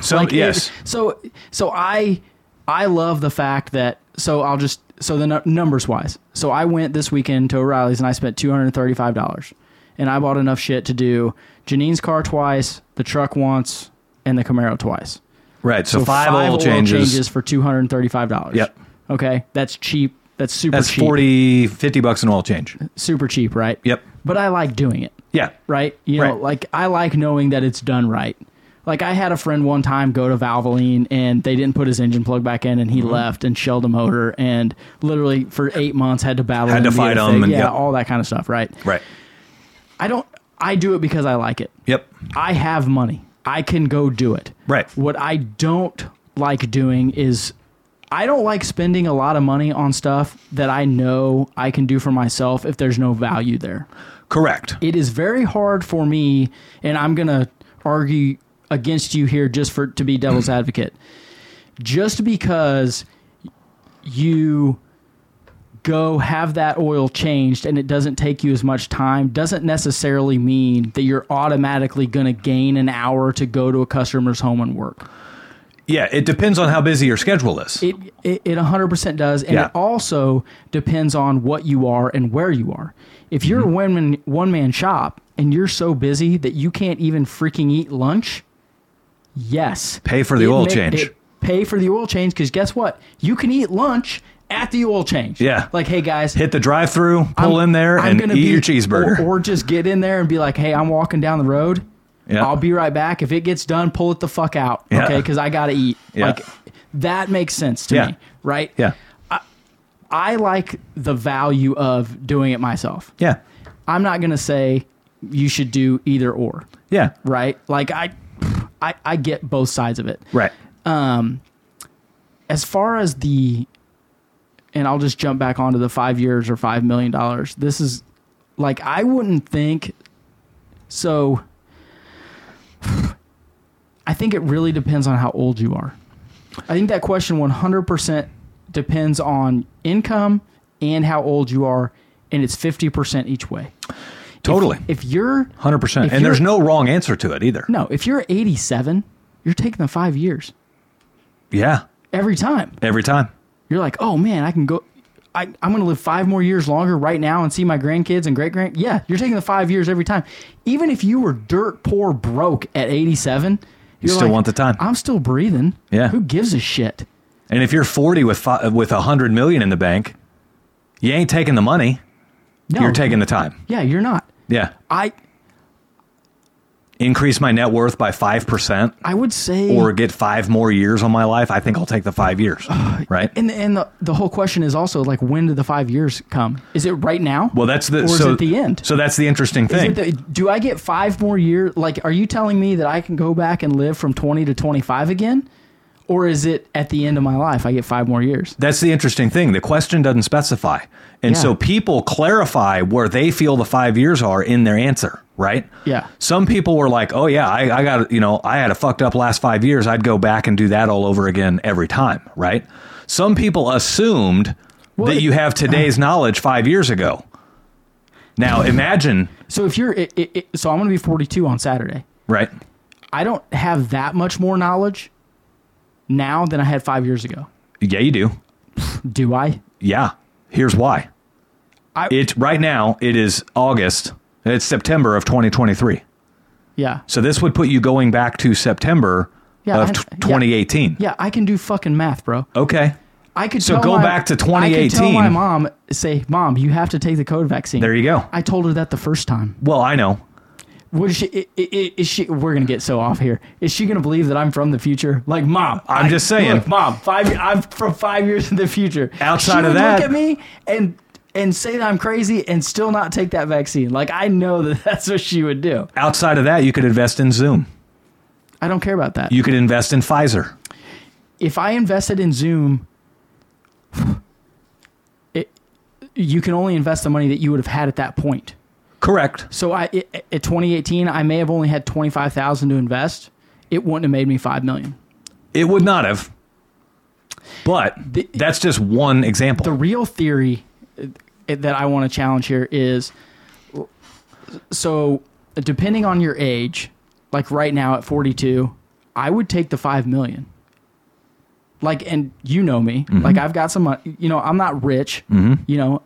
[SPEAKER 1] So
[SPEAKER 2] Like, it-
[SPEAKER 1] Oh, yes.
[SPEAKER 2] so so I I love the fact that so I'll just so the nu- numbers wise. So I went this weekend to O'Reilly's and I spent two hundred thirty five dollars, and I bought enough shit to do Janine's car twice, the truck once, and the Camaro twice.
[SPEAKER 1] right. So, five, oil changes.
[SPEAKER 2] for two hundred thirty five dollars.
[SPEAKER 1] Yep.
[SPEAKER 2] Okay, that's cheap. That's super
[SPEAKER 1] That's
[SPEAKER 2] cheap.
[SPEAKER 1] forty, fifty 40, 50 bucks an oil change.
[SPEAKER 2] Super cheap, right?
[SPEAKER 1] Yep.
[SPEAKER 2] But I like doing it
[SPEAKER 1] Yeah.
[SPEAKER 2] right? You know,
[SPEAKER 1] Right.
[SPEAKER 2] like I like knowing that it's done right. Like I had a friend one time go to Valvoline and they didn't put his engine plug back in and
[SPEAKER 1] Mm-hmm.
[SPEAKER 2] he left and shelled a motor and literally for eight months had to battle
[SPEAKER 1] Had
[SPEAKER 2] him
[SPEAKER 1] to
[SPEAKER 2] get
[SPEAKER 1] fight
[SPEAKER 2] a
[SPEAKER 1] him
[SPEAKER 2] thing.
[SPEAKER 1] and-
[SPEAKER 2] yeah,
[SPEAKER 1] yep.
[SPEAKER 2] all that kind of stuff, right?
[SPEAKER 1] Right.
[SPEAKER 2] I don't. I do it because I like it.
[SPEAKER 1] Yep.
[SPEAKER 2] I have money. I can go do it.
[SPEAKER 1] Right.
[SPEAKER 2] What I don't like doing is I don't like spending a lot of money on stuff that I know I can do for myself if there's no value there.
[SPEAKER 1] Correct.
[SPEAKER 2] It is very hard for me, and I'm gonna argue against you here just for to be devil's advocate. Just because you go have that oil changed and it doesn't take you as much time doesn't necessarily mean that you're automatically going to gain an hour to go to a customer's home and work.
[SPEAKER 1] Yeah, it depends on how busy your schedule is.
[SPEAKER 2] It it, it 100% does and
[SPEAKER 1] Yeah.
[SPEAKER 2] it also depends on what you are and where you are. If
[SPEAKER 1] Mm-hmm.
[SPEAKER 2] you're a one man, one man shop and you're so busy that you can't even freaking eat lunch, yes.
[SPEAKER 1] Pay for the
[SPEAKER 2] It
[SPEAKER 1] oil
[SPEAKER 2] ma-
[SPEAKER 1] change.
[SPEAKER 2] it- pay for the oil change cuz guess what? You can eat lunch at the oil change.
[SPEAKER 1] Yeah.
[SPEAKER 2] Like hey guys,
[SPEAKER 1] Hit the drive-through, pull
[SPEAKER 2] I'm-
[SPEAKER 1] in there,
[SPEAKER 2] I'm
[SPEAKER 1] and
[SPEAKER 2] gonna
[SPEAKER 1] eat
[SPEAKER 2] be-
[SPEAKER 1] your cheeseburger.
[SPEAKER 2] Or, or just get in there and be like, hey, I'm walking down the road.
[SPEAKER 1] Yeah.
[SPEAKER 2] I'll be right back. If it gets done, pull it the fuck out.
[SPEAKER 1] Yeah.
[SPEAKER 2] Okay. Cause I got to eat.
[SPEAKER 1] Yeah.
[SPEAKER 2] Like that makes sense to
[SPEAKER 1] Yeah.
[SPEAKER 2] me. Right.
[SPEAKER 1] yeah,
[SPEAKER 2] I like the value of doing it myself.
[SPEAKER 1] yeah,
[SPEAKER 2] I'm not going to say you should do either or.
[SPEAKER 1] yeah.
[SPEAKER 2] Right. Like I, I, I get both sides of it.
[SPEAKER 1] Right.
[SPEAKER 2] as far as the and I'll just jump back onto the five years or five million dollars. This is like I wouldn't think so I think it really depends on how old you are. I think that question one hundred percent depends on income and how old you are, and it's fifty percent each way.
[SPEAKER 1] Totally.
[SPEAKER 2] If you're
[SPEAKER 1] Hundred percent.
[SPEAKER 2] if
[SPEAKER 1] And
[SPEAKER 2] you're-
[SPEAKER 1] there's no wrong answer to it either.
[SPEAKER 2] no, if you're eighty seven, you're taking the five years
[SPEAKER 1] Yeah.
[SPEAKER 2] every time.
[SPEAKER 1] Every time.
[SPEAKER 2] you're like, oh man, I can go. I, I'm going to live five more years longer right now and see my grandkids and great grand. Yeah, you're taking the five years every time. Even if you were dirt poor broke at 87, you
[SPEAKER 1] still want the time.
[SPEAKER 2] I'm still breathing.
[SPEAKER 1] Yeah.
[SPEAKER 2] Who gives a shit?
[SPEAKER 1] And if you're 40 with fi- with 100 million in the bank, you ain't taking the money.
[SPEAKER 2] No.
[SPEAKER 1] You're taking the time.
[SPEAKER 2] Yeah, you're not.
[SPEAKER 1] Yeah.
[SPEAKER 2] I
[SPEAKER 1] Increase my net worth by 5%
[SPEAKER 2] I would say.
[SPEAKER 1] or get 5 more years on my life. I think I'll take the 5 years. Right?
[SPEAKER 2] and the, and the, the whole question is also like, when do the five years come? Is it right now?
[SPEAKER 1] Well, that's the
[SPEAKER 2] or
[SPEAKER 1] so
[SPEAKER 2] is it the end?
[SPEAKER 1] So that's the interesting
[SPEAKER 2] Is
[SPEAKER 1] thing.
[SPEAKER 2] it the, do I get five more years? Like, are you telling me that I can go back and live from 20 to 25 again? Or is it at the end of my life, I get five more years?
[SPEAKER 1] That's the interesting thing. The question doesn't specify. And
[SPEAKER 2] Yeah.
[SPEAKER 1] so people clarify where they feel the five years are in their answer, right?
[SPEAKER 2] Yeah.
[SPEAKER 1] Some people were like, oh, yeah, I, I got, you know, I had a fucked up last five years. I'd go back and do that all over again every time, right? Some people assumed that
[SPEAKER 2] it-
[SPEAKER 1] you have today's knowledge five years ago. Now imagine,
[SPEAKER 2] So if you're, it, it, it, so I'm going to be 42 on Saturday.
[SPEAKER 1] right?
[SPEAKER 2] I don't have that much more knowledge now than I had five years ago.
[SPEAKER 1] Yeah, you do.
[SPEAKER 2] Do I?
[SPEAKER 1] Yeah. Here's why.
[SPEAKER 2] I-
[SPEAKER 1] it's right now, it is August, it's September of 2023.
[SPEAKER 2] Yeah.
[SPEAKER 1] So this would put you going back to September
[SPEAKER 2] Yeah,
[SPEAKER 1] of
[SPEAKER 2] I-
[SPEAKER 1] t-
[SPEAKER 2] yeah.
[SPEAKER 1] 2018.
[SPEAKER 2] Yeah, I can do fucking math, bro.
[SPEAKER 1] Okay.
[SPEAKER 2] I could
[SPEAKER 1] So
[SPEAKER 2] tell
[SPEAKER 1] go
[SPEAKER 2] my-
[SPEAKER 1] back to
[SPEAKER 2] I could tell
[SPEAKER 1] 2018.
[SPEAKER 2] my mom, say, Mom, you have to take the COVID vaccine.
[SPEAKER 1] There you go.
[SPEAKER 2] I told her that the first time.
[SPEAKER 1] Well, I know.
[SPEAKER 2] Was she, i- i- i- is she? We're gonna get so off here. Is she gonna believe that I'm from the future? Like, mom,
[SPEAKER 1] I'm
[SPEAKER 2] I-
[SPEAKER 1] just saying.
[SPEAKER 2] look, mom, five. I'm from five years in the future.
[SPEAKER 1] Outside
[SPEAKER 2] She
[SPEAKER 1] of
[SPEAKER 2] would
[SPEAKER 1] that-
[SPEAKER 2] look at me and and say that I'm crazy and still not take that vaccine. Like, I know that that's what she would do.
[SPEAKER 1] Outside of that, you could invest in Zoom.
[SPEAKER 2] I don't care about that.
[SPEAKER 1] You could invest in Pfizer.
[SPEAKER 2] if I invested in Zoom, it, you can only invest the money that you would have had at that point.
[SPEAKER 1] Correct.
[SPEAKER 2] So I i- at 2018, I may have only had 25,000 to invest. It wouldn't have made me five million.
[SPEAKER 1] It would not have. But
[SPEAKER 2] The-
[SPEAKER 1] that's just one example.
[SPEAKER 2] the real theory uh, that I want to challenge here is so depending on your age, like right now at 42, I would take the 5 million. Like and you know me, like I've got some money, you know, I'm not rich, you know,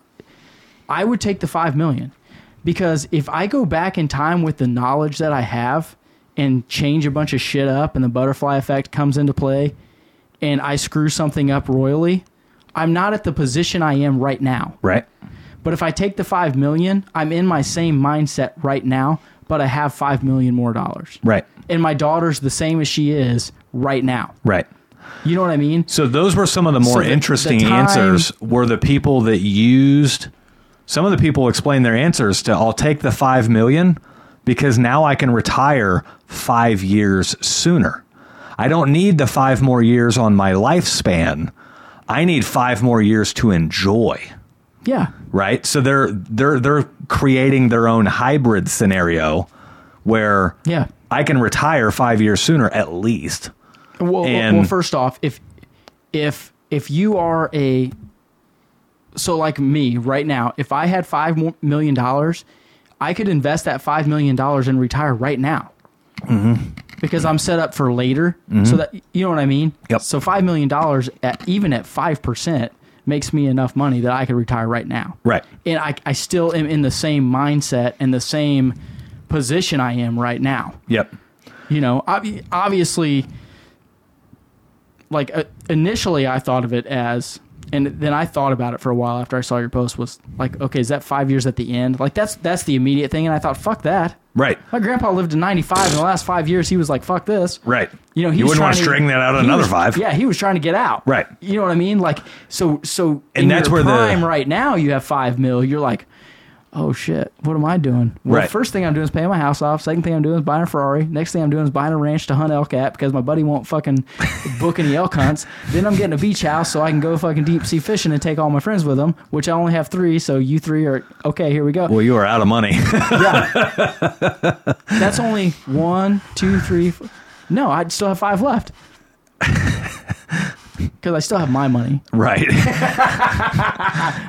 [SPEAKER 2] I would take the 5 million because if I go back in time with the knowledge that I have and change a bunch of shit up and the butterfly effect comes into play and I screw something up royally, I'm not at the position I am right now.
[SPEAKER 1] right.
[SPEAKER 2] But if I take the 5 million, I'm in my same mindset right now, but I have 5 million more dollars.
[SPEAKER 1] Right.
[SPEAKER 2] And my daughter's the same as she is right now.
[SPEAKER 1] Right.
[SPEAKER 2] You know what I mean?
[SPEAKER 1] So those were some of the more
[SPEAKER 2] the- the
[SPEAKER 1] interesting
[SPEAKER 2] time-
[SPEAKER 1] answers were the people that used some of the people explained their answers to I'll take the 5 million because now I can retire 5 years sooner. I don't need the 5 more years on my lifespan. I need five more years to enjoy
[SPEAKER 2] Yeah.
[SPEAKER 1] right? So they're they're they're creating their own hybrid scenario where
[SPEAKER 2] Yeah.
[SPEAKER 1] I can retire 5 years sooner at least.
[SPEAKER 2] Well,
[SPEAKER 1] And-
[SPEAKER 2] well, first off, if if if you are a so like me right now, if I had five mo- million dollars, I could invest that five million dollars and retire right now.
[SPEAKER 1] Mm-hmm.
[SPEAKER 2] Because I'm set up for later, so that you know what I mean.
[SPEAKER 1] Yep.
[SPEAKER 2] So five million dollars, at, even at five percent, makes me enough money that I could retire right now.
[SPEAKER 1] Right.
[SPEAKER 2] And I, I still am in the same mindset and the same position I am right now
[SPEAKER 1] Yep.
[SPEAKER 2] you know ob- obviously like uh, initially i thought of it as and then i thought about it for a while after i saw your post was like okay is that five years at the end like that's that's the immediate thing and i thought fuck that
[SPEAKER 1] Right.
[SPEAKER 2] my grandpa lived to 95 in the last five years he was like fuck this
[SPEAKER 1] Right.
[SPEAKER 2] you know he
[SPEAKER 1] you
[SPEAKER 2] was
[SPEAKER 1] wouldn't want to
[SPEAKER 2] trying
[SPEAKER 1] string that out
[SPEAKER 2] he
[SPEAKER 1] another
[SPEAKER 2] was-
[SPEAKER 1] 5.
[SPEAKER 2] yeah he was trying to get out
[SPEAKER 1] Right.
[SPEAKER 2] you know what i mean like so so
[SPEAKER 1] And
[SPEAKER 2] in
[SPEAKER 1] that's
[SPEAKER 2] your
[SPEAKER 1] where the-
[SPEAKER 2] prime right now you have five mil you're like oh shit, what am I doing? Well,
[SPEAKER 1] Right.
[SPEAKER 2] first thing I'm doing is paying my house off. Second thing I'm doing is buying a Ferrari. Next thing I'm doing is buying a ranch to hunt elk at because my buddy won't fucking book any elk hunts. Then I'm getting a beach house so I can go fucking deep sea fishing and take all my friends with them, which I only have three. So you three are okay. Here we go.
[SPEAKER 1] Well, you are out of money.
[SPEAKER 2] Yeah. That's only one, two, three. Four. No, I still have five left. Because I still have my money.
[SPEAKER 1] right. You're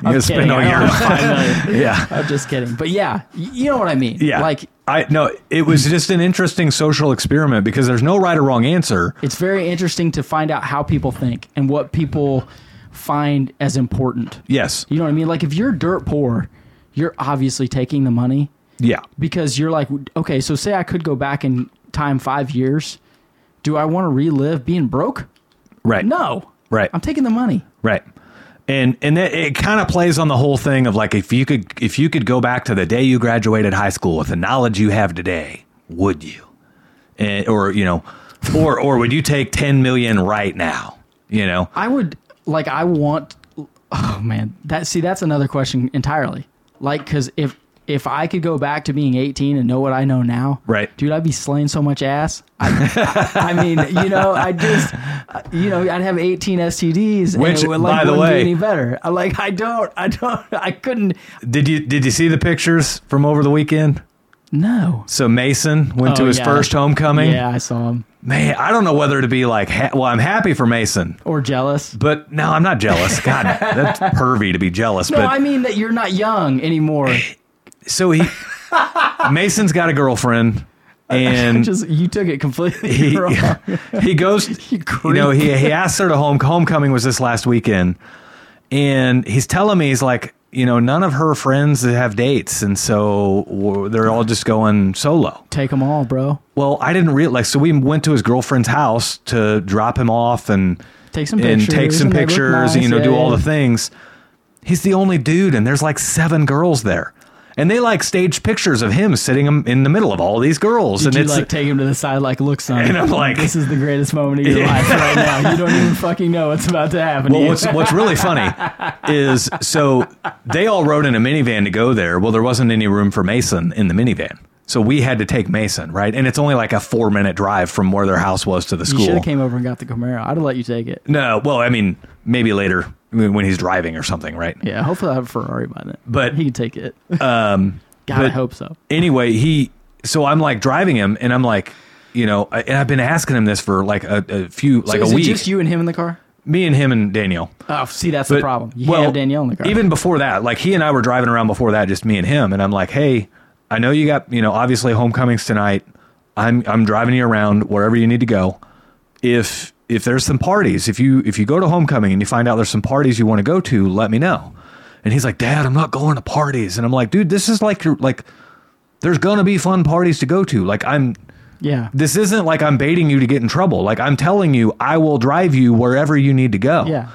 [SPEAKER 1] gonna spend
[SPEAKER 2] Kidding,
[SPEAKER 1] all
[SPEAKER 2] I don't
[SPEAKER 1] your
[SPEAKER 2] have five million.
[SPEAKER 1] yeah.
[SPEAKER 2] I'm just kidding. But yeah, y- you know what I mean.
[SPEAKER 1] Yeah.
[SPEAKER 2] Like,
[SPEAKER 1] I no, it was just an interesting social experiment because there's no right or wrong answer.
[SPEAKER 2] it's very interesting to find out how people think and what people find as important.
[SPEAKER 1] Yes.
[SPEAKER 2] You know what I mean? Like if you're dirt poor, you're obviously taking the money
[SPEAKER 1] Yeah.
[SPEAKER 2] because you're like, okay, so say I could go back in time 5 years, do I want to relive being broke?
[SPEAKER 1] Right.
[SPEAKER 2] No.
[SPEAKER 1] Right.
[SPEAKER 2] I'm taking the money.
[SPEAKER 1] Right. And and that, it kind of plays on the whole thing of like if you could if you could go back to the day you graduated high school with the knowledge you have today, would you? And, or you know, or or would you take 10 million right now? You know.
[SPEAKER 2] I would like I want oh man, that see that's another question entirely. Like cuz if if I could go back to being 18 and know what I know now,
[SPEAKER 1] Right.
[SPEAKER 2] dude, I'd be slaying so much ass. I, I, I mean, you know, I just, you know, I'd have 18 STDs.
[SPEAKER 1] Which,
[SPEAKER 2] and it would, like,
[SPEAKER 1] by the
[SPEAKER 2] wouldn't
[SPEAKER 1] way-
[SPEAKER 2] be any better. I like, I don't, I don't, I couldn't.
[SPEAKER 1] Did you did you see the pictures from over the weekend?
[SPEAKER 2] No.
[SPEAKER 1] So Mason went to
[SPEAKER 2] Oh,
[SPEAKER 1] his
[SPEAKER 2] yeah.
[SPEAKER 1] first homecoming.
[SPEAKER 2] Yeah, I saw him.
[SPEAKER 1] Man, I don't know whether to be like, ha- well, I'm happy for Mason,
[SPEAKER 2] Or jealous.
[SPEAKER 1] but no, I'm not jealous. God, that's pervy to be jealous.
[SPEAKER 2] No,
[SPEAKER 1] but
[SPEAKER 2] I mean that you're not young anymore.
[SPEAKER 1] so he Mason's got a girlfriend and
[SPEAKER 2] Just you took it completely
[SPEAKER 1] he,
[SPEAKER 2] wrong.
[SPEAKER 1] he goes you, know he, he asked her to home homecoming was this last weekend and he's telling me he's like you know none of her friends have dates and so w- they're all just going solo
[SPEAKER 2] Take them all, bro.
[SPEAKER 1] well i didn't realize so we went to his girlfriend's house to drop him off and
[SPEAKER 2] Take some
[SPEAKER 1] and
[SPEAKER 2] pictures.
[SPEAKER 1] take some
[SPEAKER 2] and they look
[SPEAKER 1] pictures and
[SPEAKER 2] nice,
[SPEAKER 1] you know
[SPEAKER 2] yeah,
[SPEAKER 1] do all
[SPEAKER 2] yeah.
[SPEAKER 1] the things he's the only dude and there's like seven girls there and they like staged pictures of him sitting in the middle of all these girls
[SPEAKER 2] Did
[SPEAKER 1] and
[SPEAKER 2] you
[SPEAKER 1] it's
[SPEAKER 2] like take him to the side, like, look, son.
[SPEAKER 1] And I'm like-
[SPEAKER 2] this is the greatest moment of your life right now. You don't even fucking know what's about to happen. to
[SPEAKER 1] Well,
[SPEAKER 2] you.
[SPEAKER 1] what's what's really funny is so they all rode in a minivan to go there. Well, there wasn't any room for Mason in the minivan, so we had to take Mason right. And it's only like a four minute drive from where their house was to the
[SPEAKER 2] You should
[SPEAKER 1] school.
[SPEAKER 2] have came over and got the Camaro. I'd have let you take it.
[SPEAKER 1] no, well, I mean maybe later when when he's driving or something, right?
[SPEAKER 2] Yeah, hopefully I have a Ferrari by then.
[SPEAKER 1] But-
[SPEAKER 2] he can take it. Um, God, I
[SPEAKER 1] but-
[SPEAKER 2] hope so.
[SPEAKER 1] Anyway, he so I'm like driving him, and I'm like, you know, I- and I've been asking him this for like a, a few like
[SPEAKER 2] so
[SPEAKER 1] a
[SPEAKER 2] is it
[SPEAKER 1] week.
[SPEAKER 2] just you and him in the car?
[SPEAKER 1] Me and him and Daniel.
[SPEAKER 2] Oh, see, that's the
[SPEAKER 1] But-
[SPEAKER 2] problem. You can't have Danielle in the car.
[SPEAKER 1] Even before that, like he and I were driving around before that, just me and him, and I'm like, hey, I know you got you know obviously homecomings tonight. I'm I'm driving you around wherever you need to go. If if there's some parties, if you if you go to homecoming and you find out there's some parties you want to go to, let me know. And he's like, Dad, I'm not going to parties. And I'm like, dude, this is like your like there's gonna be fun parties to go to. Like I'm
[SPEAKER 2] yeah,
[SPEAKER 1] this isn't like I'm baiting you to get in trouble. Like I'm telling you, I will drive you wherever you need to go.
[SPEAKER 2] yeah.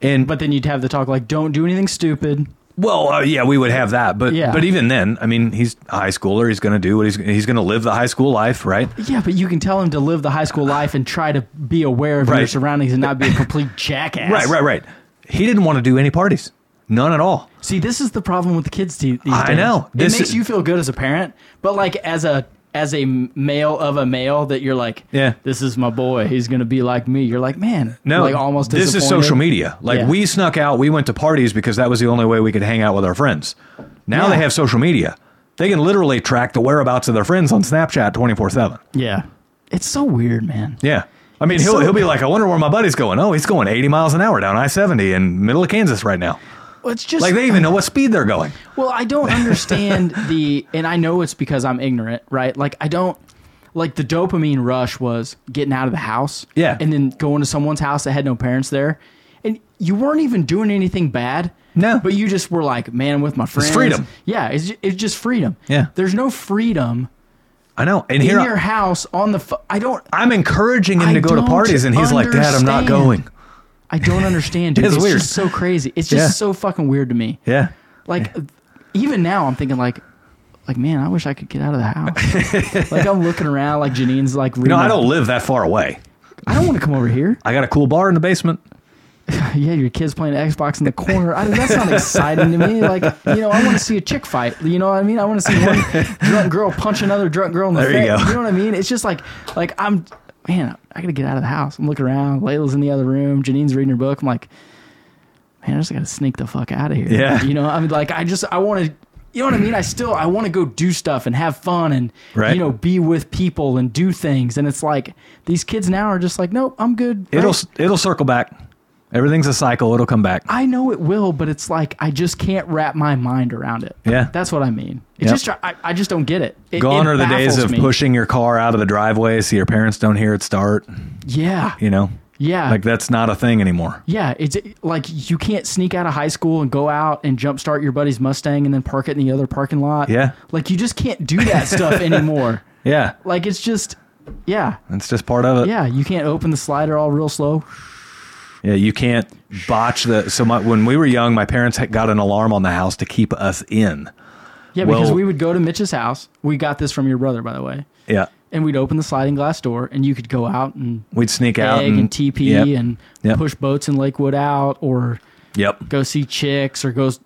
[SPEAKER 1] And
[SPEAKER 2] But then you'd have the talk like, "Don't do anything stupid."
[SPEAKER 1] well, uh, yeah, we would have that, but
[SPEAKER 2] Yeah.
[SPEAKER 1] but even then, I mean, he's a high schooler. He's going to do what he's he's going to live the high school life, right?
[SPEAKER 2] Yeah, but you can tell him to live the high school life and try to be aware of your
[SPEAKER 1] Right.
[SPEAKER 2] surroundings and not be a complete jackass.
[SPEAKER 1] Right, right, right. He didn't want to do any parties, none at all.
[SPEAKER 2] See, this is the problem with the kids the- these days.
[SPEAKER 1] I know.
[SPEAKER 2] It
[SPEAKER 1] This
[SPEAKER 2] makes
[SPEAKER 1] is-
[SPEAKER 2] you feel good as a parent, but like as a as a male of a male that you're like,
[SPEAKER 1] Yeah.
[SPEAKER 2] this is my boy. He's gonna be like me. You're like, man,
[SPEAKER 1] No,
[SPEAKER 2] like almost.
[SPEAKER 1] This is
[SPEAKER 2] disappointed.
[SPEAKER 1] social media. Like
[SPEAKER 2] Yeah.
[SPEAKER 1] we snuck out, we went to parties because that was the only way we could hang out with our friends. Now they
[SPEAKER 2] Yeah.
[SPEAKER 1] have social media. They can literally track the whereabouts of their friends on Snapchat twenty four seven.
[SPEAKER 2] Yeah, it's so weird, man.
[SPEAKER 1] Yeah. I mean,
[SPEAKER 2] It's
[SPEAKER 1] he'll,
[SPEAKER 2] so-
[SPEAKER 1] he'll be like, I wonder where my buddy's going. Oh, he's going 80 miles an hour down I 70 in middle of Kansas right now.
[SPEAKER 2] Well, it's just
[SPEAKER 1] Like, they even know what speed they're going.
[SPEAKER 2] Well, I don't understand the, and I know it's because I'm ignorant, right? Like I don't like the dopamine rush was getting out of the house,
[SPEAKER 1] Yeah.
[SPEAKER 2] and then going to someone's house that had no parents there, and you weren't even doing anything bad,
[SPEAKER 1] No.
[SPEAKER 2] but you just were like, man, I'm with my friends,
[SPEAKER 1] freedom.
[SPEAKER 2] yeah, it's ju- it's just freedom,
[SPEAKER 1] Yeah.
[SPEAKER 2] There's no freedom
[SPEAKER 1] I know. And
[SPEAKER 2] in
[SPEAKER 1] here,
[SPEAKER 2] your house on the. F- I don't.
[SPEAKER 1] I'm encouraging him
[SPEAKER 2] I
[SPEAKER 1] to go to
[SPEAKER 2] don't
[SPEAKER 1] parties, and he's like, Dad, I'm not
[SPEAKER 2] understand."
[SPEAKER 1] going.
[SPEAKER 2] I don't understand. Dude.
[SPEAKER 1] It's
[SPEAKER 2] It's,
[SPEAKER 1] weird.
[SPEAKER 2] just so crazy. It's just
[SPEAKER 1] Yeah.
[SPEAKER 2] so fucking weird to me.
[SPEAKER 1] Yeah.
[SPEAKER 2] Like even now, I'm thinking like, like man, I wish I could get out of the house. like I'm looking around, like Janine's like,
[SPEAKER 1] You know, I don't live that far away.
[SPEAKER 2] I don't want to come over here.
[SPEAKER 1] I got a cool bar in the basement.
[SPEAKER 2] yeah, your kids playing Xbox in the corner. I, that's not exciting to me. Like you know, I want to see a chick fight. You know what I mean? I want to see one drunk girl punch another drunk girl in the
[SPEAKER 1] There you
[SPEAKER 2] face.
[SPEAKER 1] go.
[SPEAKER 2] You know what I mean? It's just like, like I'm, man, I gotta get out of the house. I'm looking around. Layla's in the other room. Janine's reading her book. I'm like, man, I just gotta sneak the fuck out of here.
[SPEAKER 1] Yeah.
[SPEAKER 2] You know, I mean, like I just I want to. You know what I mean? I still I want to go do stuff and have fun and
[SPEAKER 1] Right.
[SPEAKER 2] you know be with people and do things and it's like these kids now are just like nope I'm good
[SPEAKER 1] It'll,
[SPEAKER 2] Right?
[SPEAKER 1] it'll circle back. Everything's a cycle. It'll come back.
[SPEAKER 2] I know it will, but it's like I just can't wrap my mind around it.
[SPEAKER 1] Yeah.
[SPEAKER 2] that's what I mean. It
[SPEAKER 1] Yep.
[SPEAKER 2] just I, I just don't get it. It-
[SPEAKER 1] Gone
[SPEAKER 2] it
[SPEAKER 1] are the days
[SPEAKER 2] baffles
[SPEAKER 1] of
[SPEAKER 2] me.
[SPEAKER 1] pushing your car out of the driveway so your parents don't hear it start.
[SPEAKER 2] Yeah,
[SPEAKER 1] You know,
[SPEAKER 2] yeah,
[SPEAKER 1] like that's not a thing anymore.
[SPEAKER 2] yeah. It's like you can't sneak out of high school and go out and jumpstart your buddy's Mustang and then park it in the other parking lot.
[SPEAKER 1] Yeah.
[SPEAKER 2] like you just can't do that stuff anymore.
[SPEAKER 1] Yeah.
[SPEAKER 2] Like it's just, yeah,
[SPEAKER 1] That's just part of it.
[SPEAKER 2] yeah. You can't open the slider all real slow.
[SPEAKER 1] Yeah, you can't botch the. So my, when we were young, my parents had got an alarm on the house to keep us in.
[SPEAKER 2] Yeah, because
[SPEAKER 1] Well-
[SPEAKER 2] we would go to Mitch's house. We got this from your brother, by the way.
[SPEAKER 1] Yeah,
[SPEAKER 2] And we'd open the sliding glass door, and you could go out and
[SPEAKER 1] we'd sneak out
[SPEAKER 2] egg and, TP
[SPEAKER 1] yep,
[SPEAKER 2] and
[SPEAKER 1] Yep.
[SPEAKER 2] push boats in Lakewood out or
[SPEAKER 1] Yep.
[SPEAKER 2] go see chicks or go s-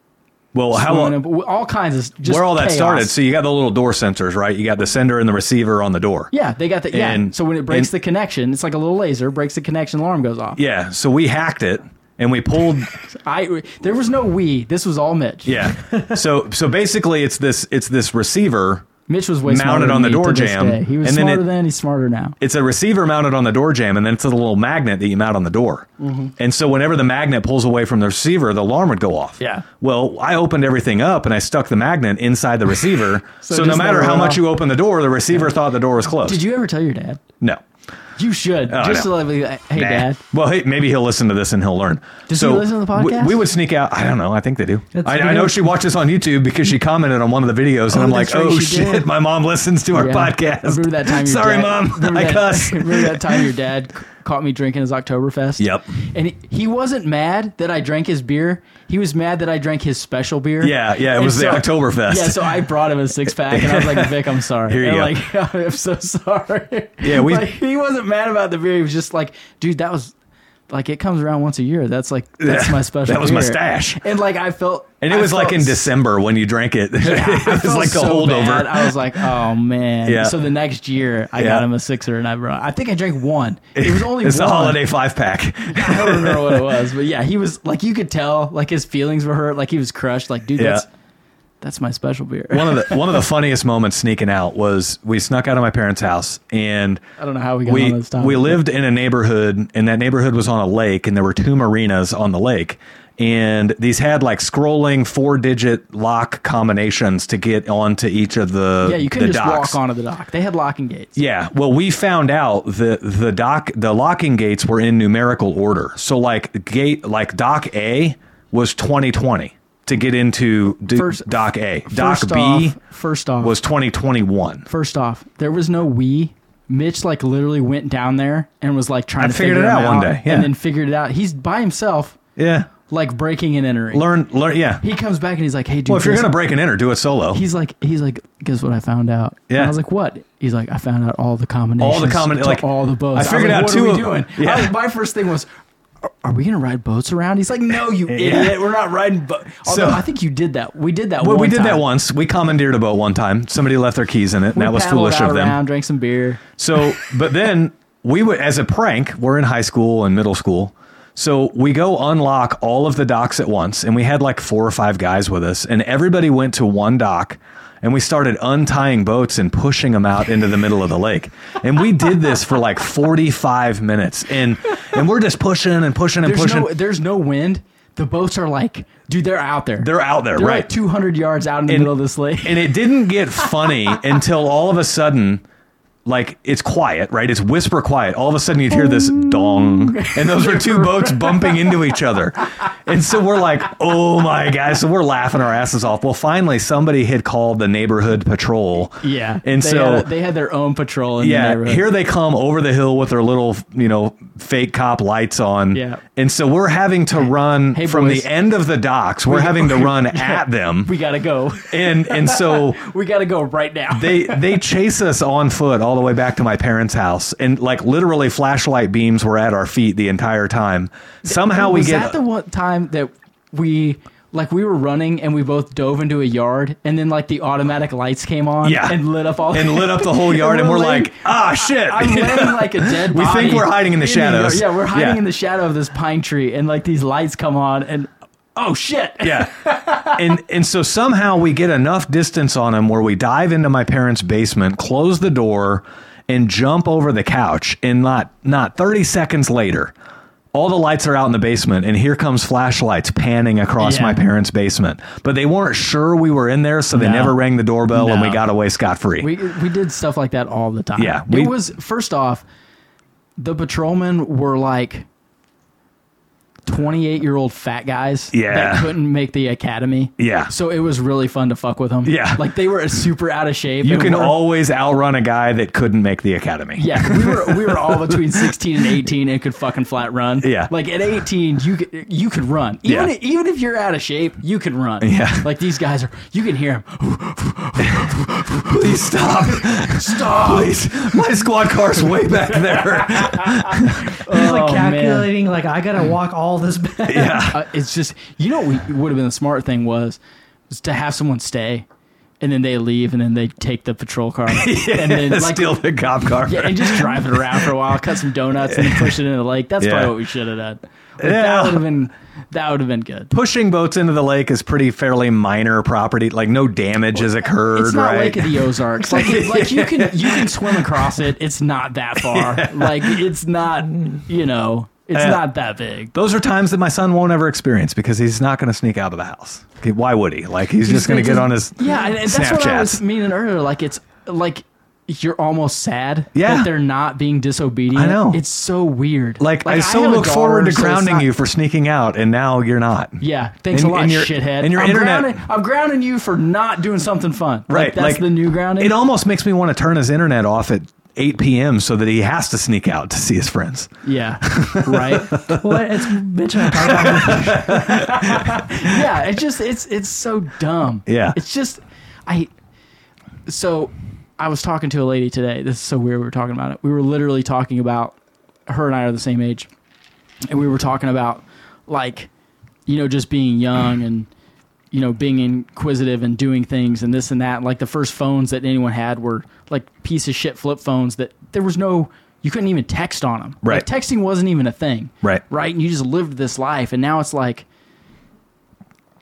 [SPEAKER 1] Well, how
[SPEAKER 2] swimming in- all kinds of just
[SPEAKER 1] where all that
[SPEAKER 2] chaos.
[SPEAKER 1] started? So you got the little door sensors, right? You got the sender and the receiver on the door.
[SPEAKER 2] yeah, they got that. Yeah,
[SPEAKER 1] And-
[SPEAKER 2] so when it breaks
[SPEAKER 1] and-
[SPEAKER 2] the connection, it's like a little laser breaks the connection, alarm goes off.
[SPEAKER 1] Yeah. So we hacked it and we pulled.
[SPEAKER 2] I there was no we. This was all Mitch.
[SPEAKER 1] yeah. So so basically, it's this it's this receiver.
[SPEAKER 2] Mitch was way
[SPEAKER 1] Mounted
[SPEAKER 2] smarter
[SPEAKER 1] on
[SPEAKER 2] than
[SPEAKER 1] the
[SPEAKER 2] me
[SPEAKER 1] door
[SPEAKER 2] to this
[SPEAKER 1] jamb,
[SPEAKER 2] day. He was
[SPEAKER 1] and then
[SPEAKER 2] smarter
[SPEAKER 1] it-
[SPEAKER 2] then. He's smarter now.
[SPEAKER 1] It's a receiver mounted on the door jamb, and then it's a little magnet that you mount on the door.
[SPEAKER 2] Mm-hmm.
[SPEAKER 1] And so, whenever the magnet pulls away from the receiver, the alarm would go off.
[SPEAKER 2] Yeah.
[SPEAKER 1] Well, I opened everything up and I stuck the magnet inside the receiver. so,
[SPEAKER 2] So
[SPEAKER 1] no
[SPEAKER 2] just
[SPEAKER 1] matter
[SPEAKER 2] never
[SPEAKER 1] how
[SPEAKER 2] went
[SPEAKER 1] much
[SPEAKER 2] off.
[SPEAKER 1] you open the door, the receiver thought the door was closed.
[SPEAKER 2] Did you ever tell your dad?
[SPEAKER 1] No.
[SPEAKER 2] You should just
[SPEAKER 1] Oh, no.
[SPEAKER 2] to let me, uh, hey
[SPEAKER 1] Nah.
[SPEAKER 2] dad.
[SPEAKER 1] Well, hey, maybe he'll listen to this and he'll learn.
[SPEAKER 2] Does he listen to the
[SPEAKER 1] we-
[SPEAKER 2] podcast?
[SPEAKER 1] We, would sneak out. I don't know. I think they do.
[SPEAKER 3] That's
[SPEAKER 1] I, I
[SPEAKER 3] weird.
[SPEAKER 1] know she watched this on YouTube because she commented on one of the videos, and
[SPEAKER 2] Oh,
[SPEAKER 1] I'm like,
[SPEAKER 2] that's right,
[SPEAKER 1] oh
[SPEAKER 2] she
[SPEAKER 1] shit,
[SPEAKER 2] did.
[SPEAKER 1] my mom listens to our
[SPEAKER 2] Yeah.
[SPEAKER 1] podcast.
[SPEAKER 2] Remember that time? Your
[SPEAKER 1] Sorry,
[SPEAKER 2] dad-
[SPEAKER 1] mom.
[SPEAKER 2] remember
[SPEAKER 1] I
[SPEAKER 2] that-
[SPEAKER 1] cuss.
[SPEAKER 2] Remember that time your dad c- caught me drinking his Oktoberfest?
[SPEAKER 1] Yep.
[SPEAKER 2] And he, he wasn't mad that I drank his beer. He was mad that I drank his special beer.
[SPEAKER 1] Yeah, yeah, it
[SPEAKER 2] And
[SPEAKER 1] was the Oktoberfest.
[SPEAKER 2] Yeah, so I brought him a six pack, and I was like, "Vic, I'm sorry."
[SPEAKER 1] Here you
[SPEAKER 2] And I'm
[SPEAKER 1] go.
[SPEAKER 2] Like, I'm so sorry.
[SPEAKER 1] Yeah, we-
[SPEAKER 2] Like, he wasn't mad about the beer. He was just like, "Dude, that was." Like it comes around once a year. That's like that's
[SPEAKER 1] Yeah,
[SPEAKER 2] my special.
[SPEAKER 1] that was my
[SPEAKER 2] beer."
[SPEAKER 1] stash.
[SPEAKER 2] And like I felt,
[SPEAKER 1] And it
[SPEAKER 2] I
[SPEAKER 1] was like
[SPEAKER 2] felt
[SPEAKER 1] in December when you drank it. it
[SPEAKER 2] I
[SPEAKER 1] was
[SPEAKER 2] felt
[SPEAKER 1] like the
[SPEAKER 2] so
[SPEAKER 1] holdover.
[SPEAKER 2] bad. I was like, oh man.
[SPEAKER 1] Yeah.
[SPEAKER 2] So the next year, I
[SPEAKER 1] Yeah.
[SPEAKER 2] got him a sixer, and I brought. I think I drank one. It was only
[SPEAKER 1] it's
[SPEAKER 2] one.
[SPEAKER 1] the holiday five pack.
[SPEAKER 2] I don't remember what it was, but yeah, he was like you could tell, like his feelings were hurt, like he was crushed. Like, dude,
[SPEAKER 1] Yeah.
[SPEAKER 2] that's that's my special beer.
[SPEAKER 1] one of the one of the funniest moments sneaking out was we snuck out of my parents' house and
[SPEAKER 2] I don't know how we got
[SPEAKER 1] we
[SPEAKER 2] on this topic.
[SPEAKER 1] we lived in a neighborhood and that neighborhood was on a lake and there were two marinas on the lake and these had like scrolling four digit lock combinations to get onto each of the
[SPEAKER 2] yeah, you couldn't
[SPEAKER 1] the
[SPEAKER 2] just
[SPEAKER 1] docks.
[SPEAKER 2] walk onto the dock. They had locking gates.
[SPEAKER 1] Yeah. Well, we found out that the dock, the locking gates were in numerical order. So like gate, like dock A was 2020 to get into d-
[SPEAKER 2] First-
[SPEAKER 1] dock A. Dock
[SPEAKER 2] first
[SPEAKER 1] B
[SPEAKER 2] off, first off,
[SPEAKER 1] was 2021.
[SPEAKER 2] first off, there was no we. Mitch like literally went down there and was like trying
[SPEAKER 1] I
[SPEAKER 2] to
[SPEAKER 1] figured
[SPEAKER 2] figure
[SPEAKER 1] it
[SPEAKER 2] him
[SPEAKER 1] out one day, yeah.
[SPEAKER 2] and then figured it out. He's by himself,
[SPEAKER 1] Yeah.
[SPEAKER 2] like breaking and entering.
[SPEAKER 1] Learn, learn. Yeah.
[SPEAKER 2] he comes back and he's like, "Hey, dude,
[SPEAKER 1] Well, if you're
[SPEAKER 2] guess-
[SPEAKER 1] gonna break and enter, do it solo.
[SPEAKER 2] he's like he's like guess what I found out?
[SPEAKER 1] Yeah.
[SPEAKER 2] And I was like, what? He's like, I found out all the combinations,
[SPEAKER 1] combina-
[SPEAKER 2] to
[SPEAKER 1] like,
[SPEAKER 2] all the boats.
[SPEAKER 1] I figured
[SPEAKER 2] was
[SPEAKER 1] out
[SPEAKER 2] like, what
[SPEAKER 1] two
[SPEAKER 2] are we
[SPEAKER 1] of-
[SPEAKER 2] doing.
[SPEAKER 1] yeah.
[SPEAKER 2] I was- my first thing was, "Are- "Are we gonna ride boats around?" He's like, "No, you idiot! We're not riding boats." Although
[SPEAKER 1] So-
[SPEAKER 2] I think you did that. We did that.
[SPEAKER 1] Well,
[SPEAKER 2] one
[SPEAKER 1] we did that
[SPEAKER 2] time.
[SPEAKER 1] once. We commandeered a boat one time. Somebody left their keys in it, and that was
[SPEAKER 2] paddled
[SPEAKER 1] foolish
[SPEAKER 2] out
[SPEAKER 1] of them.
[SPEAKER 2] Around, drank some beer.
[SPEAKER 1] So, but then we would, as a prank, we're in high school and middle school. So we go unlock all of the docks at once, and we had like four or five guys with us, and everybody went to one dock, and we started untying boats and pushing them out into the middle of the lake, and we did this for like forty five minutes, and and we're just pushing and pushing and
[SPEAKER 2] There's
[SPEAKER 1] pushing.
[SPEAKER 2] no there's no wind. The boats are like, dude, they're out there.
[SPEAKER 1] They're out there,
[SPEAKER 2] They're
[SPEAKER 1] right?
[SPEAKER 2] Like 200 yards out in the middle of this lake.
[SPEAKER 1] and it didn't get funny until all of a sudden like it's quiet right it's whisper quiet all of a sudden you'd hear this dong and those were two boats bumping into each other and so we're like oh my god so we're laughing our asses off well finally somebody had called the neighborhood patrol
[SPEAKER 2] yeah.
[SPEAKER 1] and
[SPEAKER 2] they
[SPEAKER 1] so
[SPEAKER 2] had, they had their own patrol in the
[SPEAKER 1] yeah,
[SPEAKER 2] neighborhood.
[SPEAKER 1] here they come over the hill with their little, you know, fake cop lights on.
[SPEAKER 2] Yeah.
[SPEAKER 1] And so we're having to run
[SPEAKER 2] Hey,
[SPEAKER 1] from
[SPEAKER 2] boys.
[SPEAKER 1] the end of the docks. We're having to run at them.
[SPEAKER 2] we gotta go.
[SPEAKER 1] And and so
[SPEAKER 2] we gotta go right now.
[SPEAKER 1] they they chase us on foot all the way back to my parents' house, and like literally flashlight beams were at our feet the entire time. Somehow we
[SPEAKER 2] was
[SPEAKER 1] get
[SPEAKER 2] that the one time that we like we were running and we both dove into a yard and then like the automatic lights came on
[SPEAKER 1] Yeah.
[SPEAKER 2] and lit up all
[SPEAKER 1] and lit up the whole yard, and we're,
[SPEAKER 2] laying-
[SPEAKER 1] like, ah, shit.
[SPEAKER 2] I'm laying like a dead
[SPEAKER 1] We
[SPEAKER 2] body
[SPEAKER 1] think we're hiding in the shadows.
[SPEAKER 2] yard. yeah, we're hiding
[SPEAKER 1] Yeah.
[SPEAKER 2] in the shadow of this pine tree and like these lights come on and oh shit.
[SPEAKER 1] yeah. And and so somehow we get enough distance on him where we dive into my parents' basement, close the door, and jump over the couch. And not not 30 seconds later, all the lights are out in the basement, and here comes flashlights panning across
[SPEAKER 2] Yeah.
[SPEAKER 1] my parents' basement. But they weren't sure we were in there, so they
[SPEAKER 2] No.
[SPEAKER 1] never rang the doorbell, and we
[SPEAKER 2] No.
[SPEAKER 1] got away scot free.
[SPEAKER 2] We we did stuff like that all the time.
[SPEAKER 1] Yeah, we-
[SPEAKER 2] it was first off, the patrolmen were like twenty eight year old fat guys
[SPEAKER 1] Yeah.
[SPEAKER 2] that couldn't make the academy.
[SPEAKER 1] Yeah.
[SPEAKER 2] so it was really fun to fuck with them.
[SPEAKER 1] Yeah.
[SPEAKER 2] like they were super out of shape.
[SPEAKER 1] you
[SPEAKER 2] and
[SPEAKER 1] can
[SPEAKER 2] we're-
[SPEAKER 1] always outrun a guy that couldn't make the academy.
[SPEAKER 2] Yeah, we were we were all between sixteen and eighteen and could fucking flat run.
[SPEAKER 1] Yeah.
[SPEAKER 2] like at eighteen, you could you could run. Even
[SPEAKER 1] Yeah.
[SPEAKER 2] even if you're out of shape, you could run.
[SPEAKER 1] Yeah.
[SPEAKER 2] like these guys are. You can hear them.
[SPEAKER 1] Please stop.
[SPEAKER 2] Stop.
[SPEAKER 1] Please. My squad car's way back there.
[SPEAKER 3] He's like
[SPEAKER 2] Oh, man.
[SPEAKER 3] calculating, like I gotta walk all this back.
[SPEAKER 1] Yeah.
[SPEAKER 2] Uh, it's just you know what would have been the smart thing was, was to have someone stay, and then they leave, and then they take the patrol car and then like
[SPEAKER 1] Steal the cop car.
[SPEAKER 2] yeah, and just drive it around for a while, cut some donuts, and then push it into the lake. That's
[SPEAKER 1] Yeah.
[SPEAKER 2] probably what we should have done. Like,
[SPEAKER 1] Yeah.
[SPEAKER 2] That would have been that would have been good.
[SPEAKER 1] pushing boats into the lake is pretty fairly minor property. Like no damage has occurred,
[SPEAKER 2] It's not
[SPEAKER 1] right?
[SPEAKER 2] Lake of the Ozarks. Like, like you can you can swim across it. It's not that far. Like it's not you know it's
[SPEAKER 1] Yeah.
[SPEAKER 2] not that big.
[SPEAKER 1] Those are times that my son won't ever experience because he's not going to sneak out of the house. Okay, Why would he? Like he's, just going to get on his
[SPEAKER 2] yeah, and, and that's what I was
[SPEAKER 1] Snapchats.
[SPEAKER 2] meaning earlier. Like it's like you're almost sad
[SPEAKER 1] Yeah.
[SPEAKER 2] that they're not being disobedient.
[SPEAKER 1] I know.
[SPEAKER 2] It's so weird.
[SPEAKER 1] Like, I so
[SPEAKER 2] have a
[SPEAKER 1] look forward
[SPEAKER 2] daughter,
[SPEAKER 1] to
[SPEAKER 2] so it's
[SPEAKER 1] grounding
[SPEAKER 2] not-
[SPEAKER 1] you for sneaking out, and now you're not.
[SPEAKER 2] Yeah, thanks
[SPEAKER 1] And-
[SPEAKER 2] a lot,
[SPEAKER 1] and your-
[SPEAKER 2] shithead.
[SPEAKER 1] and your
[SPEAKER 2] I'm
[SPEAKER 1] internet-
[SPEAKER 2] Grounding, I'm grounding you for not doing something fun.
[SPEAKER 1] Right,
[SPEAKER 2] Like, that's
[SPEAKER 1] like,
[SPEAKER 2] the new grounding.
[SPEAKER 1] It almost makes me want to turn his internet off at 8 p.m. so that he has to sneak out to see his friends.
[SPEAKER 2] yeah, right.
[SPEAKER 3] Well, it's bitch and I talk about it.
[SPEAKER 2] yeah, it's just it's it's so dumb.
[SPEAKER 1] Yeah.
[SPEAKER 2] it's just I. So, I was talking to a lady today. This is so weird. We were talking about it. We were literally talking about her and I are the same age, and we were talking about like, you know, just being young and you know being inquisitive and doing things and this and that. Like the first phones that anyone had were like piece of shit flip phones that there was no. You couldn't even text on them.
[SPEAKER 1] Right.
[SPEAKER 2] Like, texting wasn't even a thing
[SPEAKER 1] Right.
[SPEAKER 2] right? And you just lived this life, and now it's like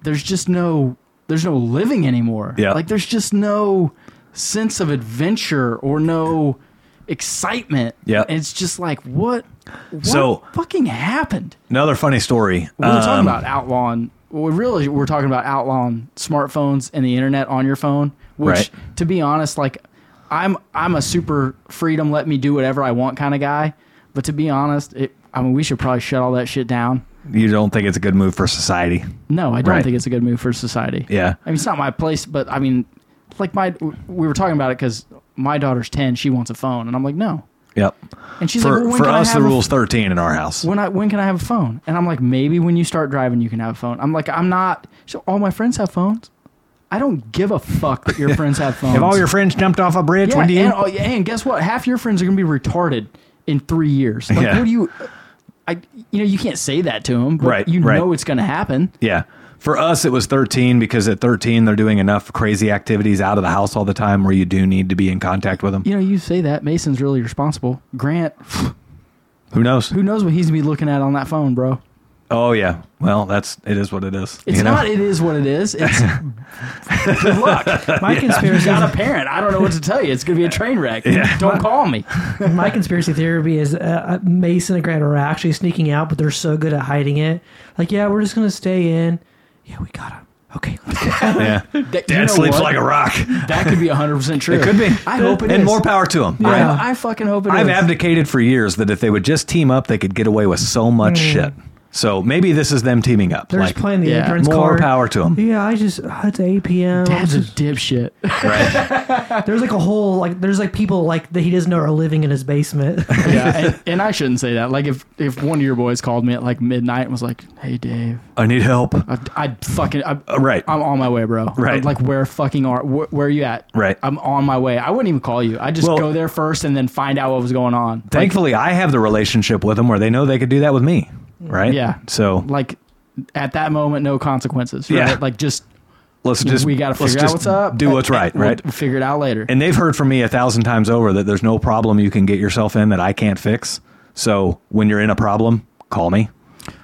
[SPEAKER 2] there's just no there's no living anymore.
[SPEAKER 1] Yeah.
[SPEAKER 2] like there's just no sense of adventure or no excitement.
[SPEAKER 1] Yeah.
[SPEAKER 2] it's just like what, what
[SPEAKER 1] So-
[SPEAKER 2] fucking happened.
[SPEAKER 1] Another funny story.
[SPEAKER 2] We were talking
[SPEAKER 1] um,
[SPEAKER 2] about outlawing. We really we're talking about outlawing smartphones and the internet on your phone. Which,
[SPEAKER 1] Right.
[SPEAKER 2] to be honest, like I'm I'm a super freedom, let me do whatever I want kind of guy. But to be honest, it, I mean, we should probably shut all that shit down.
[SPEAKER 1] You don't think it's a good move for society?
[SPEAKER 2] No, I don't
[SPEAKER 1] Right.
[SPEAKER 2] think it's a good move for society.
[SPEAKER 1] Yeah.
[SPEAKER 2] I mean, it's not my place, but I mean, like my we were talking about it because my daughter's ten, she wants a phone, and I'm like, no.
[SPEAKER 1] Yep.
[SPEAKER 2] And she's
[SPEAKER 1] for
[SPEAKER 2] like, well, when
[SPEAKER 1] for
[SPEAKER 2] can I
[SPEAKER 1] us, the
[SPEAKER 2] have a-
[SPEAKER 1] rule's 13 in our house.
[SPEAKER 2] when I when can I have a phone? And I'm like, maybe when you start driving, you can have a phone. I'm like, I'm not. So all my friends have phones. I don't give a fuck that your friends have phones.
[SPEAKER 1] If all your friends jumped off a bridge,
[SPEAKER 2] yeah,
[SPEAKER 1] when do you?
[SPEAKER 2] And, oh, yeah, and guess what? Half your friends are gonna be retarded in three years. Like,
[SPEAKER 1] Yeah.
[SPEAKER 2] what do you? I you know you can't say that to him, but
[SPEAKER 1] Right,
[SPEAKER 2] you
[SPEAKER 1] right.
[SPEAKER 2] know it's going to happen.
[SPEAKER 1] Yeah. For us, it was 13 because at 13, they're doing enough crazy activities out of the house all the time where you do need to be in contact with them.
[SPEAKER 2] You know, you say that Mason's really responsible. Grant,
[SPEAKER 1] Who knows?
[SPEAKER 2] who knows what he's gonna be looking at on that phone, bro?
[SPEAKER 1] Oh, yeah. Well, that's it is what it is.
[SPEAKER 2] It's
[SPEAKER 1] you know?
[SPEAKER 2] not. It is what it is. It's good luck.
[SPEAKER 3] My conspiracy,
[SPEAKER 2] Not a parent. I don't know what to tell you. It's gonna be a train wreck. Don't call me.
[SPEAKER 3] my conspiracy theory is uh, Mason and Grant are actually sneaking out, but they're so good at hiding it. Like, yeah, we're just gonna stay in. Yeah, we got him. Okay, let's go.
[SPEAKER 1] Yeah.
[SPEAKER 2] That, you
[SPEAKER 1] Dad
[SPEAKER 2] know
[SPEAKER 1] sleeps
[SPEAKER 2] what?
[SPEAKER 1] like a rock.
[SPEAKER 2] That could be hundred percent true.
[SPEAKER 1] It could be.
[SPEAKER 2] I hope it is.
[SPEAKER 1] and more power to him.
[SPEAKER 3] Yeah.
[SPEAKER 2] I, I fucking hope it
[SPEAKER 1] I've
[SPEAKER 2] is.
[SPEAKER 1] advocated for years that if they would just team up, they could get away with so much
[SPEAKER 2] Mm.
[SPEAKER 1] shit. So maybe this is them teaming up.
[SPEAKER 3] They're just playing the
[SPEAKER 2] yeah,
[SPEAKER 3] ignorance
[SPEAKER 1] more
[SPEAKER 3] card.
[SPEAKER 1] power to them.
[SPEAKER 3] Yeah, I just uh, it's eight p.m.
[SPEAKER 2] Dad's a dipshit.
[SPEAKER 1] Right.
[SPEAKER 3] There's like a whole like there's like people like that he doesn't know are living in his basement.
[SPEAKER 2] yeah, and, and I shouldn't say that. Like if if one of your boys called me at like midnight and was like, "Hey, Dave,
[SPEAKER 1] I need help.
[SPEAKER 2] I, I fucking I,
[SPEAKER 1] Uh, right.
[SPEAKER 2] I'm on my way, bro.
[SPEAKER 1] Right.
[SPEAKER 2] I'm like where fucking are where, where are you at?
[SPEAKER 1] Right.
[SPEAKER 2] I'm on my way. I wouldn't even call you. I just
[SPEAKER 1] Well-
[SPEAKER 2] go there first and then find out what was going on.
[SPEAKER 1] Thankfully, I have the relationship with them where they know they could do that with me. Right.
[SPEAKER 2] Yeah.
[SPEAKER 1] So
[SPEAKER 2] Like, like at that moment, no consequences.
[SPEAKER 1] Yeah.
[SPEAKER 2] right? Like just,
[SPEAKER 1] let's
[SPEAKER 2] you know,
[SPEAKER 1] just
[SPEAKER 2] we got to
[SPEAKER 1] let's
[SPEAKER 2] figure out
[SPEAKER 1] just
[SPEAKER 2] what's up.
[SPEAKER 1] Do what's
[SPEAKER 2] and-
[SPEAKER 1] right.
[SPEAKER 2] and
[SPEAKER 1] Right.
[SPEAKER 2] We'll figure it out later.
[SPEAKER 1] And they've heard from me a thousand times over that there's no problem you can get yourself in that I can't fix. So when you're in a problem, call me.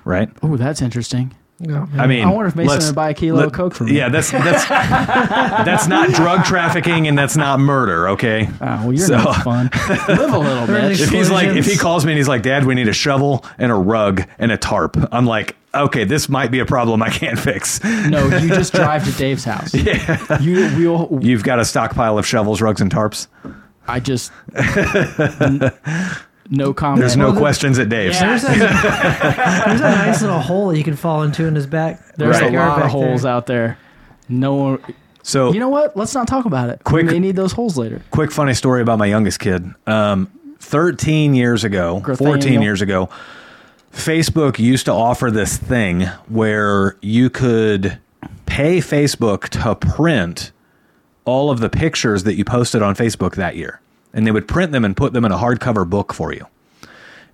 [SPEAKER 1] Right.
[SPEAKER 2] oh, that's interesting.
[SPEAKER 3] No,
[SPEAKER 1] I mean,
[SPEAKER 2] I wonder if Mason
[SPEAKER 1] let's-
[SPEAKER 2] would buy a kilo of coke for me.
[SPEAKER 1] Yeah, that's that's that's not drug trafficking and that's not murder. Okay.
[SPEAKER 2] Oh, well, you're
[SPEAKER 1] So-
[SPEAKER 2] not fun. Live a little bit.
[SPEAKER 1] if he's like, if he
[SPEAKER 3] Explosions.
[SPEAKER 1] calls me and he's like, "Dad, we need a shovel and a rug and a tarp," I'm like, "Okay, this might be a problem I can't fix."
[SPEAKER 2] No, you just drive to Dave's house. Yeah. You will.
[SPEAKER 1] You've got a stockpile of shovels, rugs, and tarps.
[SPEAKER 2] I just. n- no comment.
[SPEAKER 1] There's no
[SPEAKER 3] the-
[SPEAKER 1] questions at Dave's.
[SPEAKER 2] Yeah.
[SPEAKER 3] there's that, there's that nice little hole that you can fall into in his back.
[SPEAKER 2] There's
[SPEAKER 1] Right.
[SPEAKER 2] a
[SPEAKER 3] backyard
[SPEAKER 2] lot of
[SPEAKER 3] back there.
[SPEAKER 2] holes out there. No one.
[SPEAKER 1] So
[SPEAKER 2] You know what? Let's not talk about it.
[SPEAKER 1] Quick-
[SPEAKER 2] They need those holes later.
[SPEAKER 1] quick funny story about my youngest kid. Um, 13 years ago,
[SPEAKER 2] Nathaniel.
[SPEAKER 1] 14 years ago, Facebook used to offer this thing where you could pay Facebook to print all of the pictures that you posted on Facebook that year. And they would print them and put them in a hardcover book for you.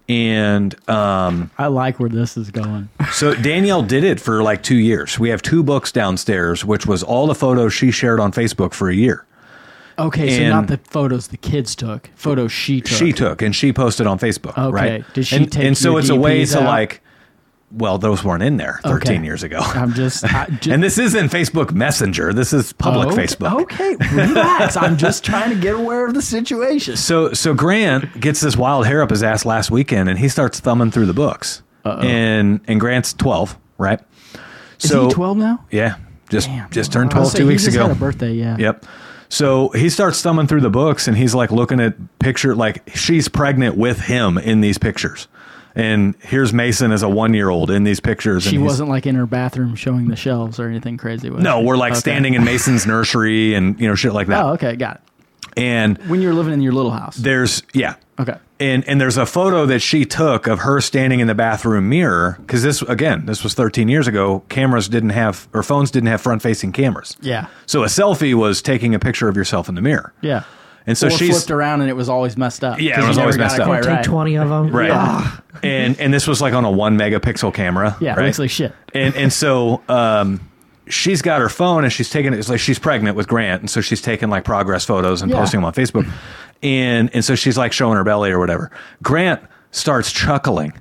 [SPEAKER 1] And um,
[SPEAKER 2] I like where this is going.
[SPEAKER 1] so Danielle did it for like two years. We have two books downstairs, which was all the photos she shared on Facebook for a year.
[SPEAKER 2] Okay, so
[SPEAKER 1] And-
[SPEAKER 2] not the photos the kids took. Photos she took.
[SPEAKER 1] She took and she posted on Facebook.
[SPEAKER 2] Okay.
[SPEAKER 1] Right?
[SPEAKER 2] Did she
[SPEAKER 1] and,
[SPEAKER 2] take
[SPEAKER 1] And so
[SPEAKER 2] your
[SPEAKER 1] it's a way
[SPEAKER 2] DPs
[SPEAKER 1] to
[SPEAKER 2] out?
[SPEAKER 1] like, well, those weren't in there 13
[SPEAKER 2] Okay.
[SPEAKER 1] years ago.
[SPEAKER 2] I'm just. I, ju-
[SPEAKER 1] and this isn't Facebook Messenger. This is public
[SPEAKER 2] Oh, okay-
[SPEAKER 1] Facebook.
[SPEAKER 2] Okay, relax. I'm just trying to get aware of the situation.
[SPEAKER 1] So so Grant gets this wild hair up his ass last weekend, and he starts thumbing through the books. And and Grant's 12, right?
[SPEAKER 2] Is he 12 now?
[SPEAKER 1] Yeah, just
[SPEAKER 2] Damn.
[SPEAKER 1] just turned
[SPEAKER 2] I was
[SPEAKER 1] 12
[SPEAKER 2] gonna
[SPEAKER 1] two
[SPEAKER 2] say,
[SPEAKER 1] weeks
[SPEAKER 2] he just
[SPEAKER 1] ago.
[SPEAKER 2] Had a birthday, yeah.
[SPEAKER 1] Yep. So he starts thumbing through the books and he's like looking at picture like she's pregnant with him in these pictures. And here's Mason as a one year old in these pictures.
[SPEAKER 2] She
[SPEAKER 1] and he's-
[SPEAKER 2] wasn't like in her bathroom showing the shelves or anything crazy. Was
[SPEAKER 1] No,
[SPEAKER 2] she?
[SPEAKER 1] we're like
[SPEAKER 2] Okay.
[SPEAKER 1] standing in Mason's nursery and you know shit like that.
[SPEAKER 2] Oh, okay, got it.
[SPEAKER 1] And
[SPEAKER 2] When you were living in your little house.
[SPEAKER 1] there's yeah.
[SPEAKER 2] okay.
[SPEAKER 1] And and there's a photo that she took of her standing in the bathroom mirror because this again this was 13 years ago. Cameras didn't have or phones didn't have front facing cameras.
[SPEAKER 2] Yeah.
[SPEAKER 1] So a selfie was taking a picture of yourself in the mirror.
[SPEAKER 2] Yeah.
[SPEAKER 1] And so
[SPEAKER 2] or
[SPEAKER 1] she's
[SPEAKER 2] flipped around and it was always messed up.
[SPEAKER 1] Yeah, it
[SPEAKER 2] 'Cause you
[SPEAKER 1] was
[SPEAKER 2] never
[SPEAKER 1] always
[SPEAKER 2] got
[SPEAKER 1] messed
[SPEAKER 2] it
[SPEAKER 1] up.
[SPEAKER 2] quite
[SPEAKER 3] Take
[SPEAKER 2] right.
[SPEAKER 3] twenty of them.
[SPEAKER 1] right and and this was like on a one megapixel camera
[SPEAKER 2] Yeah, it
[SPEAKER 1] right?
[SPEAKER 2] looks like shit.
[SPEAKER 1] and and so um she's got her phone and she's taking it's like she's pregnant with grant and so she's taking like progress photos and
[SPEAKER 2] Yeah.
[SPEAKER 1] posting them on facebook and and so she's like showing her belly or whatever grant starts chuckling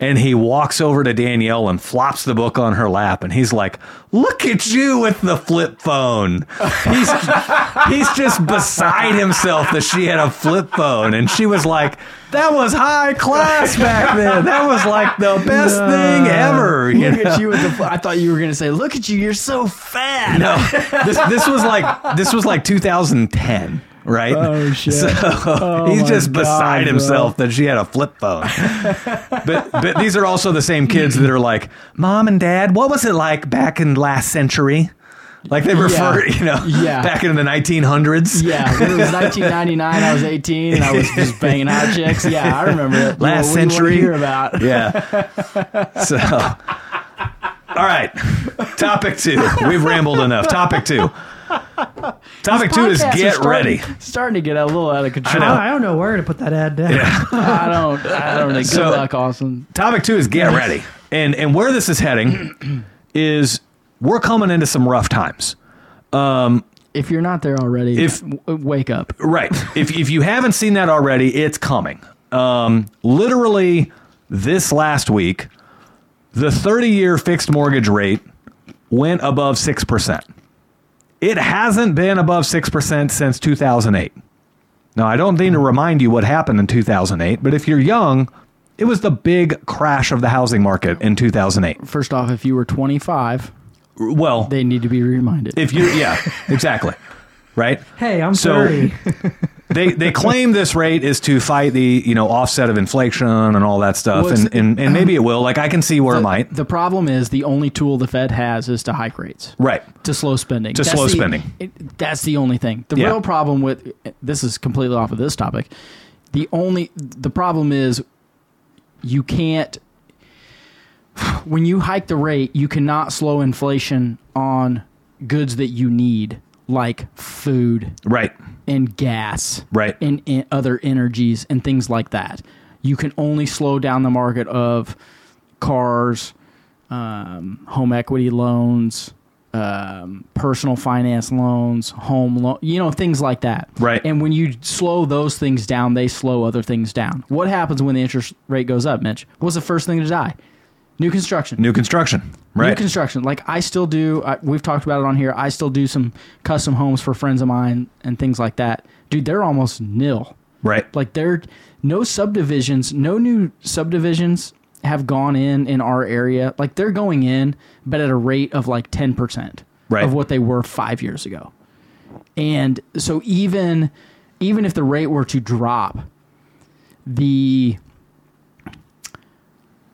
[SPEAKER 1] and he walks over to danielle and flops the book on her lap and he's like look at you with the flip phone he's he's just beside himself that she had a flip phone and she was like that was high class back then that was like the best thing ever you
[SPEAKER 2] Look at you with the. fl- I thought you were gonna say, "Look at you, you're so fat."
[SPEAKER 1] no, this this was like this was like 2010, right?
[SPEAKER 2] Oh, shit.
[SPEAKER 1] So
[SPEAKER 2] Oh,
[SPEAKER 1] he's
[SPEAKER 2] my
[SPEAKER 1] just beside
[SPEAKER 2] God,
[SPEAKER 1] himself that she had a flip phone. but but these are also the same kids that are like, "Mom and Dad, what was it like back in last century?" Like they refer, you know,
[SPEAKER 2] Yeah.
[SPEAKER 1] back in the 1900s.
[SPEAKER 2] Yeah, when it was 1999. I was 18 and I was just banging out chicks. Yeah, I remember it.
[SPEAKER 1] Last
[SPEAKER 2] What do you wanna
[SPEAKER 1] century.
[SPEAKER 2] Hear about
[SPEAKER 1] Yeah. So, all right. Topic two. We've rambled enough. Topic two. Topic two is
[SPEAKER 2] Podcasts are
[SPEAKER 1] get
[SPEAKER 2] starting-
[SPEAKER 1] ready.
[SPEAKER 2] Starting to get a little out of control.
[SPEAKER 1] know.
[SPEAKER 3] I don't know where to put that ad down.
[SPEAKER 2] I don't. I don't think. Good
[SPEAKER 1] So-
[SPEAKER 2] luck, Austin.
[SPEAKER 1] Topic two is get ready. And and where this is heading is we're coming into some rough times.
[SPEAKER 2] If you're not there already,
[SPEAKER 1] If-
[SPEAKER 2] w- wake up.
[SPEAKER 1] Right. if if you haven't seen that already, it's coming. Um, literally this last week, the 30-year fixed mortgage rate went above 6%. It hasn't been above 6% since 2008. Now, I don't need to remind you what happened in 2008, but if you're young, it was the big crash of the housing market in 2008.
[SPEAKER 2] First off, if you were 25,
[SPEAKER 1] Well,
[SPEAKER 2] they need to be reminded.
[SPEAKER 1] if you yeah, exactly. Right?
[SPEAKER 3] Hey, I'm
[SPEAKER 1] So-
[SPEAKER 3] sorry.
[SPEAKER 1] they they claim this rate is to fight the you know offset of inflation and all that stuff,
[SPEAKER 2] Well, it's-
[SPEAKER 1] and, and and maybe it will. Like I can see where
[SPEAKER 2] the,
[SPEAKER 1] it might.
[SPEAKER 2] the problem is the only tool the Fed has is to hike rates.
[SPEAKER 1] Right.
[SPEAKER 2] to slow spending.
[SPEAKER 1] To slow
[SPEAKER 2] the,
[SPEAKER 1] spending.
[SPEAKER 2] it- that's the only thing. The
[SPEAKER 1] Yeah.
[SPEAKER 2] real problem with this is completely off of this topic. The only the problem is you can't when you hike the rate, you cannot slow inflation on goods that you need like food
[SPEAKER 1] Right.
[SPEAKER 2] and gas
[SPEAKER 1] Right.
[SPEAKER 2] and, and other energies and things like that. You can only slow down the market of cars, um, home equity loans, um, personal finance loans, home loan, you know, things like that.
[SPEAKER 1] Right.
[SPEAKER 2] And when you slow those things down, they slow other things down. What happens when the interest rate goes up, Mitch? What's the first thing to die? New construction.
[SPEAKER 1] New construction.
[SPEAKER 2] New
[SPEAKER 1] Right.
[SPEAKER 2] construction. Like I still do. I, we've talked about it on here. I still do some custom homes for friends of mine and things like that. Dude, they're almost nil.
[SPEAKER 1] right.
[SPEAKER 2] Like there, no subdivisions, no new subdivisions have gone in in our area. Like they're going in, but at a rate of like ten percent
[SPEAKER 1] Right.
[SPEAKER 2] of what they were five years ago. And so even even if the rate were to drop, the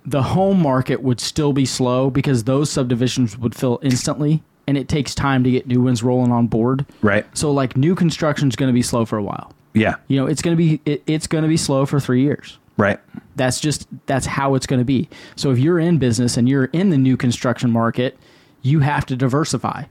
[SPEAKER 2] the home market would still be slow because those subdivisions would fill instantly and it takes time to get new ones rolling on board.
[SPEAKER 1] Right.
[SPEAKER 2] So like new construction's going to be slow for a while
[SPEAKER 1] Yeah.
[SPEAKER 2] you know it's going to be it, it's going to be slow for three years
[SPEAKER 1] Right.
[SPEAKER 2] that's just that's how it's going to be so if you're in business and you're in the new construction market you have to diversify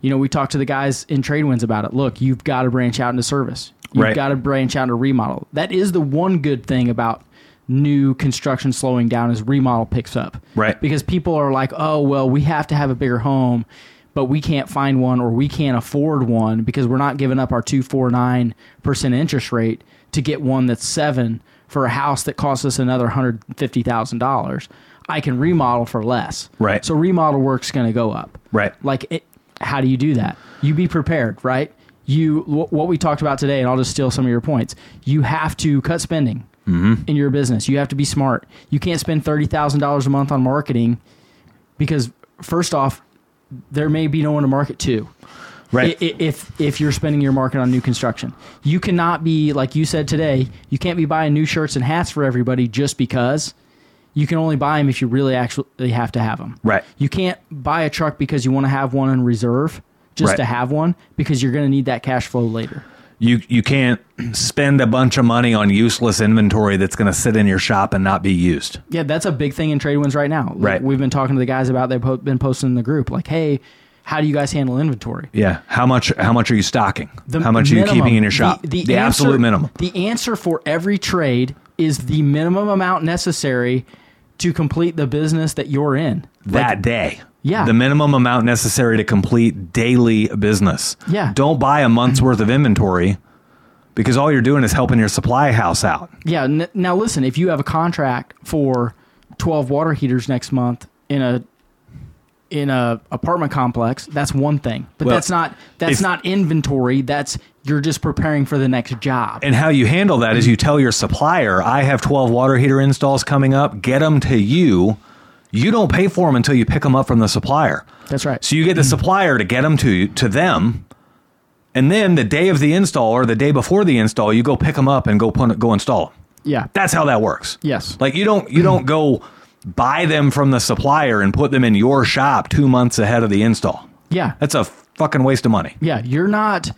[SPEAKER 2] you know we talked to the guys in tradewinds about it look you've got to branch out into service you've
[SPEAKER 1] Right.
[SPEAKER 2] got to branch out into remodel that is the one good thing about new construction slowing down is remodel picks up
[SPEAKER 1] Right.
[SPEAKER 2] because people are like oh well we have to have a bigger home but we can't find one or we can't afford one because we're not giving up our 249% interest rate to get one that's 7 for a house that costs us another $150,000 i can remodel for less
[SPEAKER 1] Right.
[SPEAKER 2] so remodel work's going to go up
[SPEAKER 1] Right.
[SPEAKER 2] like it, how do you do that you be prepared right you wh- what we talked about today and i'll just steal some of your points you have to cut spending in your business you have to be smart you can't spend $30000 a month on marketing because first off there may be no one to market to
[SPEAKER 1] Right.
[SPEAKER 2] i- i- if if you're spending your market on new construction you cannot be like you said today you can't be buying new shirts and hats for everybody just because you can only buy them if you really actually have to have them
[SPEAKER 1] Right.
[SPEAKER 2] you can't buy a truck because you want to have one in reserve just
[SPEAKER 1] Right.
[SPEAKER 2] to have one because you're going to need that cash flow later
[SPEAKER 1] you you can't spend a bunch of money on useless inventory that's going to sit in your shop and not be used.
[SPEAKER 2] Yeah, that's a big thing in trade wins right now. Like,
[SPEAKER 1] Right.
[SPEAKER 2] We've been talking to the guys about they've po- been posting in the group like, hey, how do you guys handle inventory?
[SPEAKER 1] Yeah. How much how much are you stocking?
[SPEAKER 2] The
[SPEAKER 1] how much are you
[SPEAKER 2] minimum-
[SPEAKER 1] keeping in your shop?
[SPEAKER 2] The,
[SPEAKER 1] The,
[SPEAKER 2] the answer-
[SPEAKER 1] absolute minimum.
[SPEAKER 2] The answer for every trade is the minimum amount necessary to complete the business that you're in.
[SPEAKER 1] that day.
[SPEAKER 2] Yeah.
[SPEAKER 1] The minimum amount necessary to complete daily business.
[SPEAKER 2] Yeah.
[SPEAKER 1] Don't buy a month's worth of inventory because all you're doing is helping your supply house out.
[SPEAKER 2] Yeah. N- now listen, if you have a contract for 12 water heaters next month in a in a apartment complex, that's one thing. But
[SPEAKER 1] Well,
[SPEAKER 2] that's not that's
[SPEAKER 1] if-
[SPEAKER 2] not inventory. That's you're just preparing for the next job.
[SPEAKER 1] And how you handle that is you tell your supplier, I have 12 water heater installs coming up, get them to you. You don't pay for them until you pick them up from the supplier.
[SPEAKER 2] That's right.
[SPEAKER 1] So you get the supplier to get them to you, to them. And then the day of the install or the day before the install, you go pick them up and go put, go install 'em.
[SPEAKER 2] yeah.
[SPEAKER 1] That's how that works.
[SPEAKER 2] Yes.
[SPEAKER 1] Like you don't you don't go buy them from the supplier and put them in your shop 2 months ahead of the install.
[SPEAKER 2] yeah.
[SPEAKER 1] That's a fucking waste of money.
[SPEAKER 2] Yeah, you're not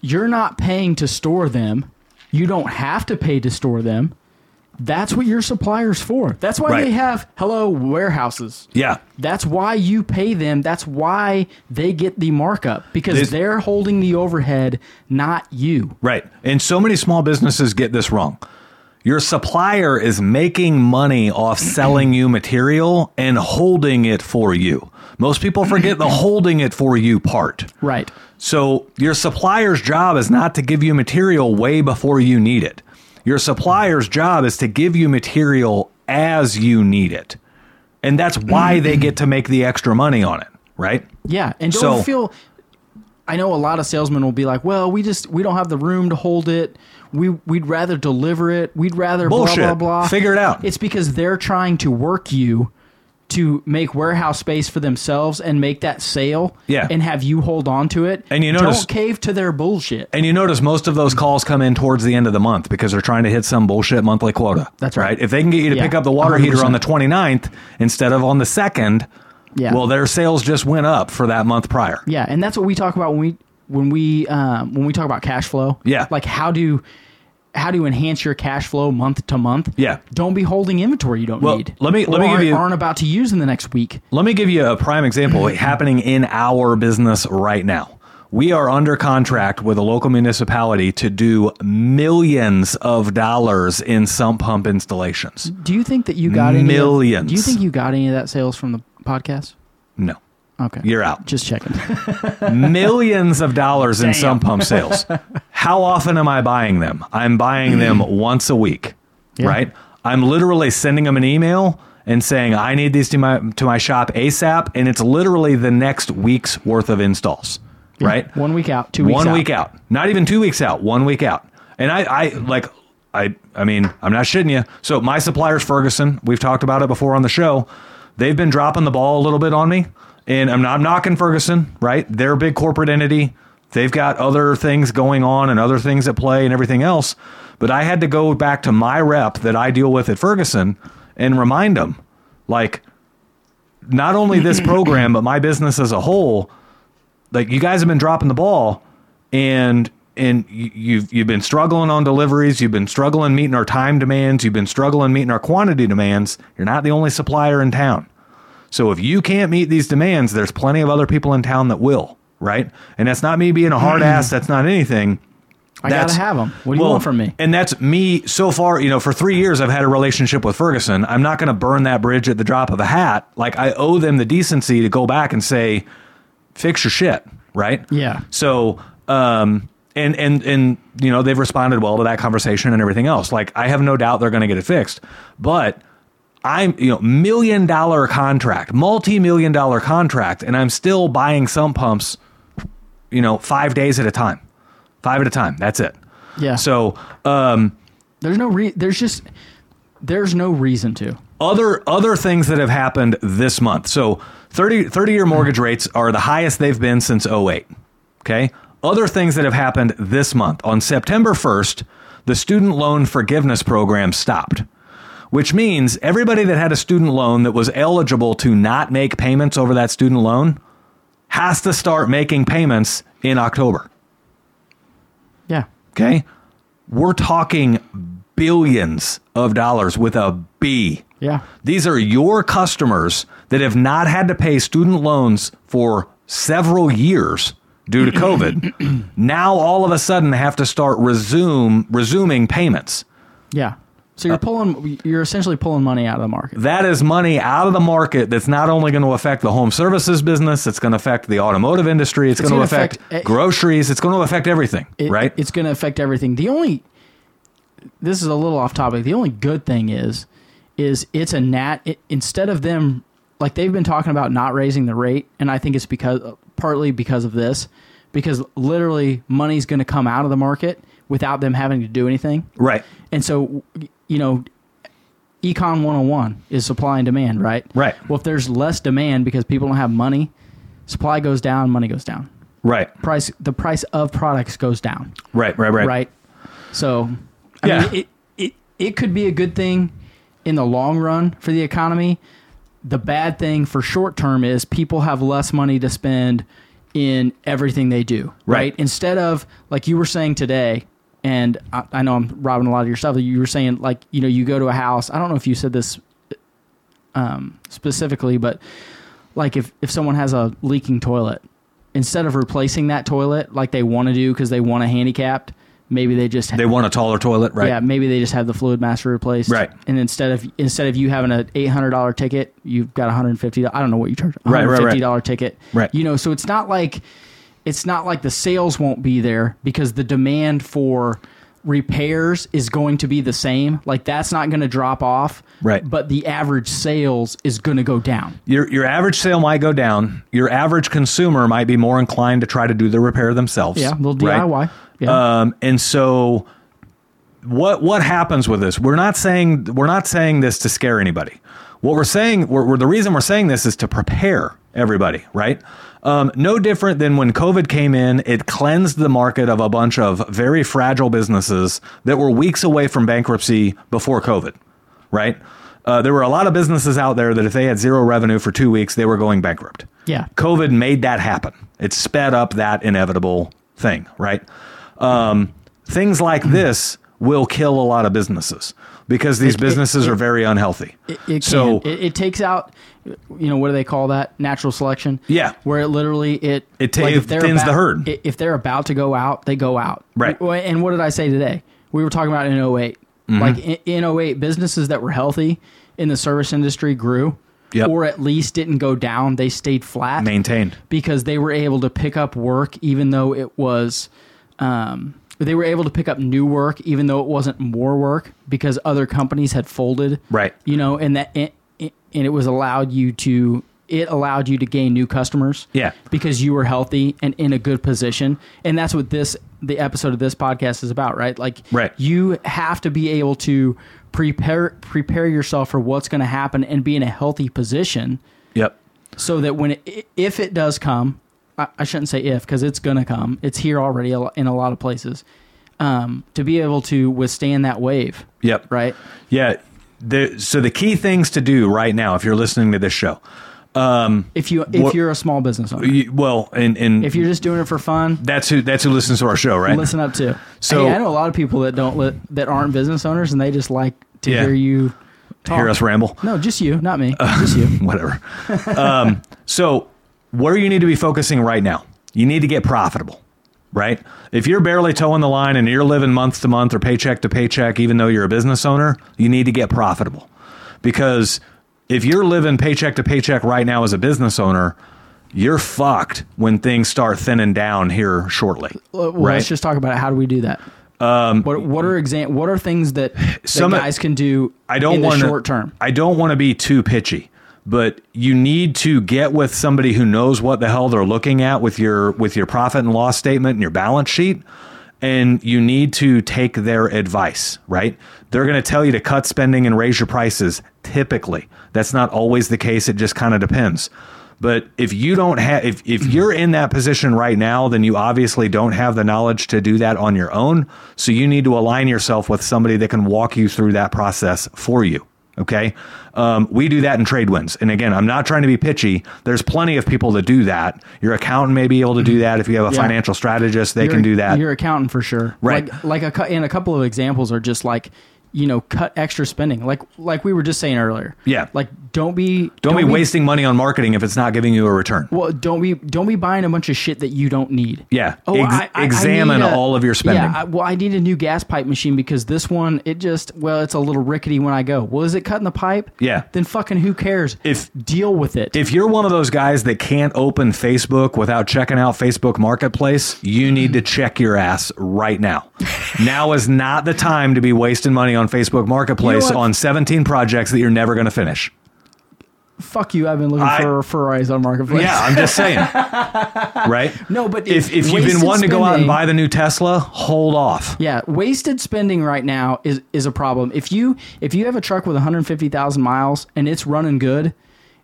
[SPEAKER 2] you're not paying to store them. You don't have to pay to store them. That's what your supplier's for. That's why
[SPEAKER 1] Right.
[SPEAKER 2] they have hello warehouses.
[SPEAKER 1] Yeah.
[SPEAKER 2] That's why you pay them. That's why they get the markup because
[SPEAKER 1] This-
[SPEAKER 2] they're holding the overhead, not you.
[SPEAKER 1] Right. And so many small businesses get this wrong. Your supplier is making money off selling you material and holding it for you. Most people forget the holding it for you part.
[SPEAKER 2] Right.
[SPEAKER 1] So, your supplier's job is not to give you material way before you need it. Your supplier's job is to give you material as you need it. And that's why they get to make the extra money on it, right?
[SPEAKER 2] Yeah, and don't
[SPEAKER 1] So-
[SPEAKER 2] feel. I know a lot of salesmen will be like, "Well, we just we don't have the room to hold it. We we'd rather deliver it. We'd rather
[SPEAKER 1] Bullshit.
[SPEAKER 2] blah blah blah.
[SPEAKER 1] Figure it out.
[SPEAKER 2] It's because they're trying to work you to make warehouse space for themselves and make that sale.
[SPEAKER 1] Yeah.
[SPEAKER 2] and have you hold on to it.
[SPEAKER 1] And you notice-
[SPEAKER 2] don't cave to their bullshit.
[SPEAKER 1] And you notice most of those calls come in towards the end of the month because they're trying to hit some bullshit monthly quota.
[SPEAKER 2] That's right.
[SPEAKER 1] If they can get you to
[SPEAKER 2] Yeah,
[SPEAKER 1] pick up the water heater on the 29th instead of on the 2nd,
[SPEAKER 2] Yeah.
[SPEAKER 1] well, their sales just went up for that month prior.
[SPEAKER 2] Yeah, and that's what we talk about when we when we um, when we talk about cash flow.
[SPEAKER 1] Yeah.
[SPEAKER 2] like how do how to enhance your cash flow month to month.
[SPEAKER 1] Yeah.
[SPEAKER 2] don't be holding inventory you don't
[SPEAKER 1] Well,
[SPEAKER 2] need.
[SPEAKER 1] let me- let me
[SPEAKER 2] or
[SPEAKER 1] give you-
[SPEAKER 2] aren't about to use in the next week.
[SPEAKER 1] Let me give you a prime example of it happening in our business right now. We are under contract with a local municipality to do millions of dollars in sump pump installations.
[SPEAKER 2] Do you think that you got any of-
[SPEAKER 1] Millions.
[SPEAKER 2] do you think you got any of that sales from the podcast?
[SPEAKER 1] No,
[SPEAKER 2] Okay,
[SPEAKER 1] you're out.
[SPEAKER 2] just checking.
[SPEAKER 1] millions of dollars in
[SPEAKER 2] Damn.
[SPEAKER 1] sump pump sales. How often am I buying them? I'm buying them once a week,
[SPEAKER 2] Yeah.
[SPEAKER 1] right? I'm literally sending them an email and saying I need these to my to my shop ASAP, and it's literally the next week's worth of installs, right?
[SPEAKER 2] One week out, two weeks
[SPEAKER 1] one
[SPEAKER 2] out.
[SPEAKER 1] week out, not even two weeks out, one week out. And I, I like, I, I mean, I'm not shitting you. So my supplier's Ferguson. We've talked about it before on the show. They've been dropping the ball a little bit on me, and I'm not knocking Ferguson. Right, they're a big corporate entity. They've got other things going on and other things at play and everything else. But I had to go back to my rep that I deal with at Ferguson and remind them, like, not only this program but my business as a whole like you guys have been dropping the ball and and you- you've you've been struggling on deliveries you've been struggling meeting our time demands you've been struggling meeting our quantity demands you're not the only supplier in town so if you can't meet these demands there's plenty of other people in town that will right and that's not me being a hard ass that's not anything
[SPEAKER 2] I gotta
[SPEAKER 1] that's-
[SPEAKER 2] have them. Hmm. What do you
[SPEAKER 1] well,
[SPEAKER 2] want from me?
[SPEAKER 1] And that's me so far, you know, for three years, I've had a relationship with Ferguson. I'm not going to burn that bridge at the drop of a hat. Like, I owe them the decency to go back and say, fix your shit, right?
[SPEAKER 2] Yeah.
[SPEAKER 1] So, um, and, and, and, you know, they've responded well to that conversation and everything else. Like, I have no doubt they're going to get it fixed. But I'm, you know, million dollar contract, multi million dollar contract, and I'm still buying sump pumps, you know, five days at a time. Five at a time. That's it.
[SPEAKER 2] Yeah.
[SPEAKER 1] So um,
[SPEAKER 2] there's no re- there's just there's no reason to.
[SPEAKER 1] other other things that have happened this month. So 30 30 year mortgage rates are the highest they've been since 08. Okay? Other things that have happened this month. On September 1st, the student loan forgiveness program stopped. Which means everybody that had a student loan that was eligible to not make payments over that student loan has to start making payments in October.
[SPEAKER 2] Yeah.
[SPEAKER 1] Okay? We're talking billions of dollars with a B.
[SPEAKER 2] Yeah.
[SPEAKER 1] These are your customers that have not had to pay student loans for several years due to COVID. now all of a sudden have to start resume resuming payments.
[SPEAKER 2] Yeah.
[SPEAKER 1] Uh,
[SPEAKER 2] So you're pulling you're essentially pulling money out of the market.
[SPEAKER 1] That is money out of the market that's not only going to affect the home services business, it's going to affect the automotive industry, it's, going to
[SPEAKER 2] gonna
[SPEAKER 1] affect,
[SPEAKER 2] affect-
[SPEAKER 1] groceries, it's going to affect everything,
[SPEAKER 2] it-
[SPEAKER 1] right?
[SPEAKER 2] It's going to affect everything. The only this is a little off topic. The only good thing is is it's a nat it, instead of them like they've been talking about not raising the rate, and I think it's because partly because of this, because literally money's going to come out of the market without them having to do anything,
[SPEAKER 1] right.
[SPEAKER 2] and so you know. Econ 101 is supply and demand, right?
[SPEAKER 1] Right.
[SPEAKER 2] Well, if there's less demand because people don't have money, supply goes down, money goes down.
[SPEAKER 1] Right.
[SPEAKER 2] Price the price of products goes down
[SPEAKER 1] Right, right, right.
[SPEAKER 2] right? So, I
[SPEAKER 1] Yeah.
[SPEAKER 2] mean, it, it it could be a good thing in the long run for the economy. The bad thing for short term is people have less money to spend in everything they do,
[SPEAKER 1] Right.
[SPEAKER 2] Instead of like you were saying today, and I, I know I'm robbing a lot of your stuff. You were saying like you know you go to a house. I don't know if you said this um, specifically, but like if if someone has a leaking toilet, instead of replacing that toilet like they want to do because they want a handicapped, maybe they just
[SPEAKER 1] They want a taller toilet, right?
[SPEAKER 2] yeah maybe they just have the fluid master replaced
[SPEAKER 1] Right.
[SPEAKER 2] and instead of instead of you having an eight hundred dollar ticket, you've got a hundred fifty. I don't know what you charge.
[SPEAKER 1] Right, right, right.
[SPEAKER 2] Fifty dollar ticket.
[SPEAKER 1] Right.
[SPEAKER 2] You know, so it's not like it's not like the sales won't be there because the demand for repairs is going to be the same. Like that's not going to drop off.
[SPEAKER 1] Right.
[SPEAKER 2] But the average sales is going to go down.
[SPEAKER 1] Your your average sale might go down. Your average consumer might be more inclined to try to do the repair themselves.
[SPEAKER 2] Yeah, a little
[SPEAKER 1] right?
[SPEAKER 2] DIY. Yeah.
[SPEAKER 1] Um, and so what what happens with this? We're not saying we're not saying this to scare anybody. What we're saying, we're, we're- the reason we're saying this is to prepare everybody, right? Um, no different than when COVID came in, it cleansed the market of a bunch of very fragile businesses that were weeks away from bankruptcy before COVID, right? Uh, there were a lot of businesses out there that if they had zero revenue for two weeks, they were going bankrupt.
[SPEAKER 2] yeah.
[SPEAKER 1] COVID made that happen. It sped up that inevitable thing, right? Um, things like
[SPEAKER 2] Mm-hmm.
[SPEAKER 1] this will kill a lot of businesses because these businesses are very unhealthy.
[SPEAKER 2] It, it
[SPEAKER 1] so
[SPEAKER 2] can. It, it takes out, you know, what do they call that? Natural selection.
[SPEAKER 1] Yeah.
[SPEAKER 2] where it literally it
[SPEAKER 1] It ta- it
[SPEAKER 2] they're
[SPEAKER 1] thins the
[SPEAKER 2] about-
[SPEAKER 1] herd.
[SPEAKER 2] i- If they're about to go out, they go out.
[SPEAKER 1] Right.
[SPEAKER 2] W- And what did I say today? We were talking about in 8
[SPEAKER 1] Mm-hmm.
[SPEAKER 2] Like in, in 08, businesses that were healthy in the service industry grew,
[SPEAKER 1] Yep.
[SPEAKER 2] or at least didn't go down. They stayed flat
[SPEAKER 1] maintained.
[SPEAKER 2] because they were able to pick up work even though it was um, they were able to pick up new work even though it wasn't more work because other companies had folded
[SPEAKER 1] Right.
[SPEAKER 2] you know and that and, and it was allowed you to it allowed you to gain new customers
[SPEAKER 1] Yeah.
[SPEAKER 2] because you were healthy and in a good position and that's what this the episode of this podcast is about right like
[SPEAKER 1] Right.
[SPEAKER 2] you have to be able to prepare prepare yourself for what's going to happen and be in a healthy position
[SPEAKER 1] Yep.
[SPEAKER 2] so that when it, if it does come, I, I shouldn't say if because it's gonna come. It's here already a lo- in a lot of places. Um, to be able to withstand that wave,
[SPEAKER 1] Yep.
[SPEAKER 2] right?
[SPEAKER 1] Yeah. The, so the key things to do right now, if you're listening to this show,
[SPEAKER 2] If you if
[SPEAKER 1] What-
[SPEAKER 2] you're a small business owner,
[SPEAKER 1] you, well, and, and
[SPEAKER 2] if you're just doing it for fun,
[SPEAKER 1] that's who that's who listens to our show, right?
[SPEAKER 2] listen up too.
[SPEAKER 1] So-
[SPEAKER 2] Hey, I know a lot of people that don't li- that aren't business owners and they just like to
[SPEAKER 1] Yeah.
[SPEAKER 2] hear you talk.
[SPEAKER 1] Hear us Uh, ramble.
[SPEAKER 2] No, just you, not me. just you.
[SPEAKER 1] whatever. um, so, where you need to be focusing right now, you need to get profitable, right? If you're barely towing the line and you're living month to month or paycheck to paycheck, even though you're a business owner, you need to get profitable because if you're living paycheck to paycheck right now as a business owner, you're fucked when things start thinning down here shortly.
[SPEAKER 2] Well,
[SPEAKER 1] right?
[SPEAKER 2] Let's just talk about it. How do we do that? Um, what what are exam what are things that, that
[SPEAKER 1] Some-
[SPEAKER 2] guys can do?
[SPEAKER 1] I don't
[SPEAKER 2] in the
[SPEAKER 1] want
[SPEAKER 2] short term.
[SPEAKER 1] I don't want to be too pitchy, but you need to get with somebody who knows what the hell they're looking at with your with your profit and loss statement and your balance sheet, and you need to take their advice. Right? They're going to tell you to cut spending and raise your prices. Typically, that's not always the case. It just kind of depends. But if you don't have, if, if you're in that position right now, then you obviously don't have the knowledge to do that on your own. So you need to align yourself with somebody that can walk you through that process for you. Okay. Um, we do that in trade wins. And again, I'm not trying to be pitchy. There's plenty of people that do that. Your accountant may be able to do that. If you have a
[SPEAKER 2] Yeah.
[SPEAKER 1] financial strategist, they
[SPEAKER 2] Your-
[SPEAKER 1] can do that.
[SPEAKER 2] Your accountant for sure,
[SPEAKER 1] Right.
[SPEAKER 2] Like, like a cou- and a couple of examples are just like you know cut extra spending, like like we were just saying earlier.
[SPEAKER 1] Yeah.
[SPEAKER 2] like don't be
[SPEAKER 1] Don't, be, wasting money on marketing if it's not giving you a return.
[SPEAKER 2] Well, don't be don't be buying a bunch of shit that you don't need.
[SPEAKER 1] Yeah.
[SPEAKER 2] Oh,
[SPEAKER 1] Ex-
[SPEAKER 2] I- I- I
[SPEAKER 1] examine
[SPEAKER 2] need a-
[SPEAKER 1] all of your spending.
[SPEAKER 2] Yeah. I, well, I need a new gas pipe machine because this one it just well it's a little rickety when I go. Well, is it cutting the pipe?
[SPEAKER 1] Yeah.
[SPEAKER 2] Then fucking who cares?
[SPEAKER 1] If-
[SPEAKER 2] deal with it.
[SPEAKER 1] if you're one of those guys that can't open Facebook without checking out Facebook Marketplace, you need to check your ass right now. now is not the time to be wasting money on Facebook Marketplace
[SPEAKER 2] You know what?
[SPEAKER 1] on 17 projects that you're never going to finish.
[SPEAKER 2] Fuck you. I've been looking
[SPEAKER 1] I-
[SPEAKER 2] for Ferraris on marketplace.
[SPEAKER 1] Yeah, I'm just saying. right?
[SPEAKER 2] No, but
[SPEAKER 1] If, if you've been
[SPEAKER 2] wasted
[SPEAKER 1] wanting to go out and
[SPEAKER 2] spending-
[SPEAKER 1] buy the new Tesla, hold off.
[SPEAKER 2] Yeah, wasted spending right now is is a problem. If you if you have a truck with 150,000 miles and it's running good,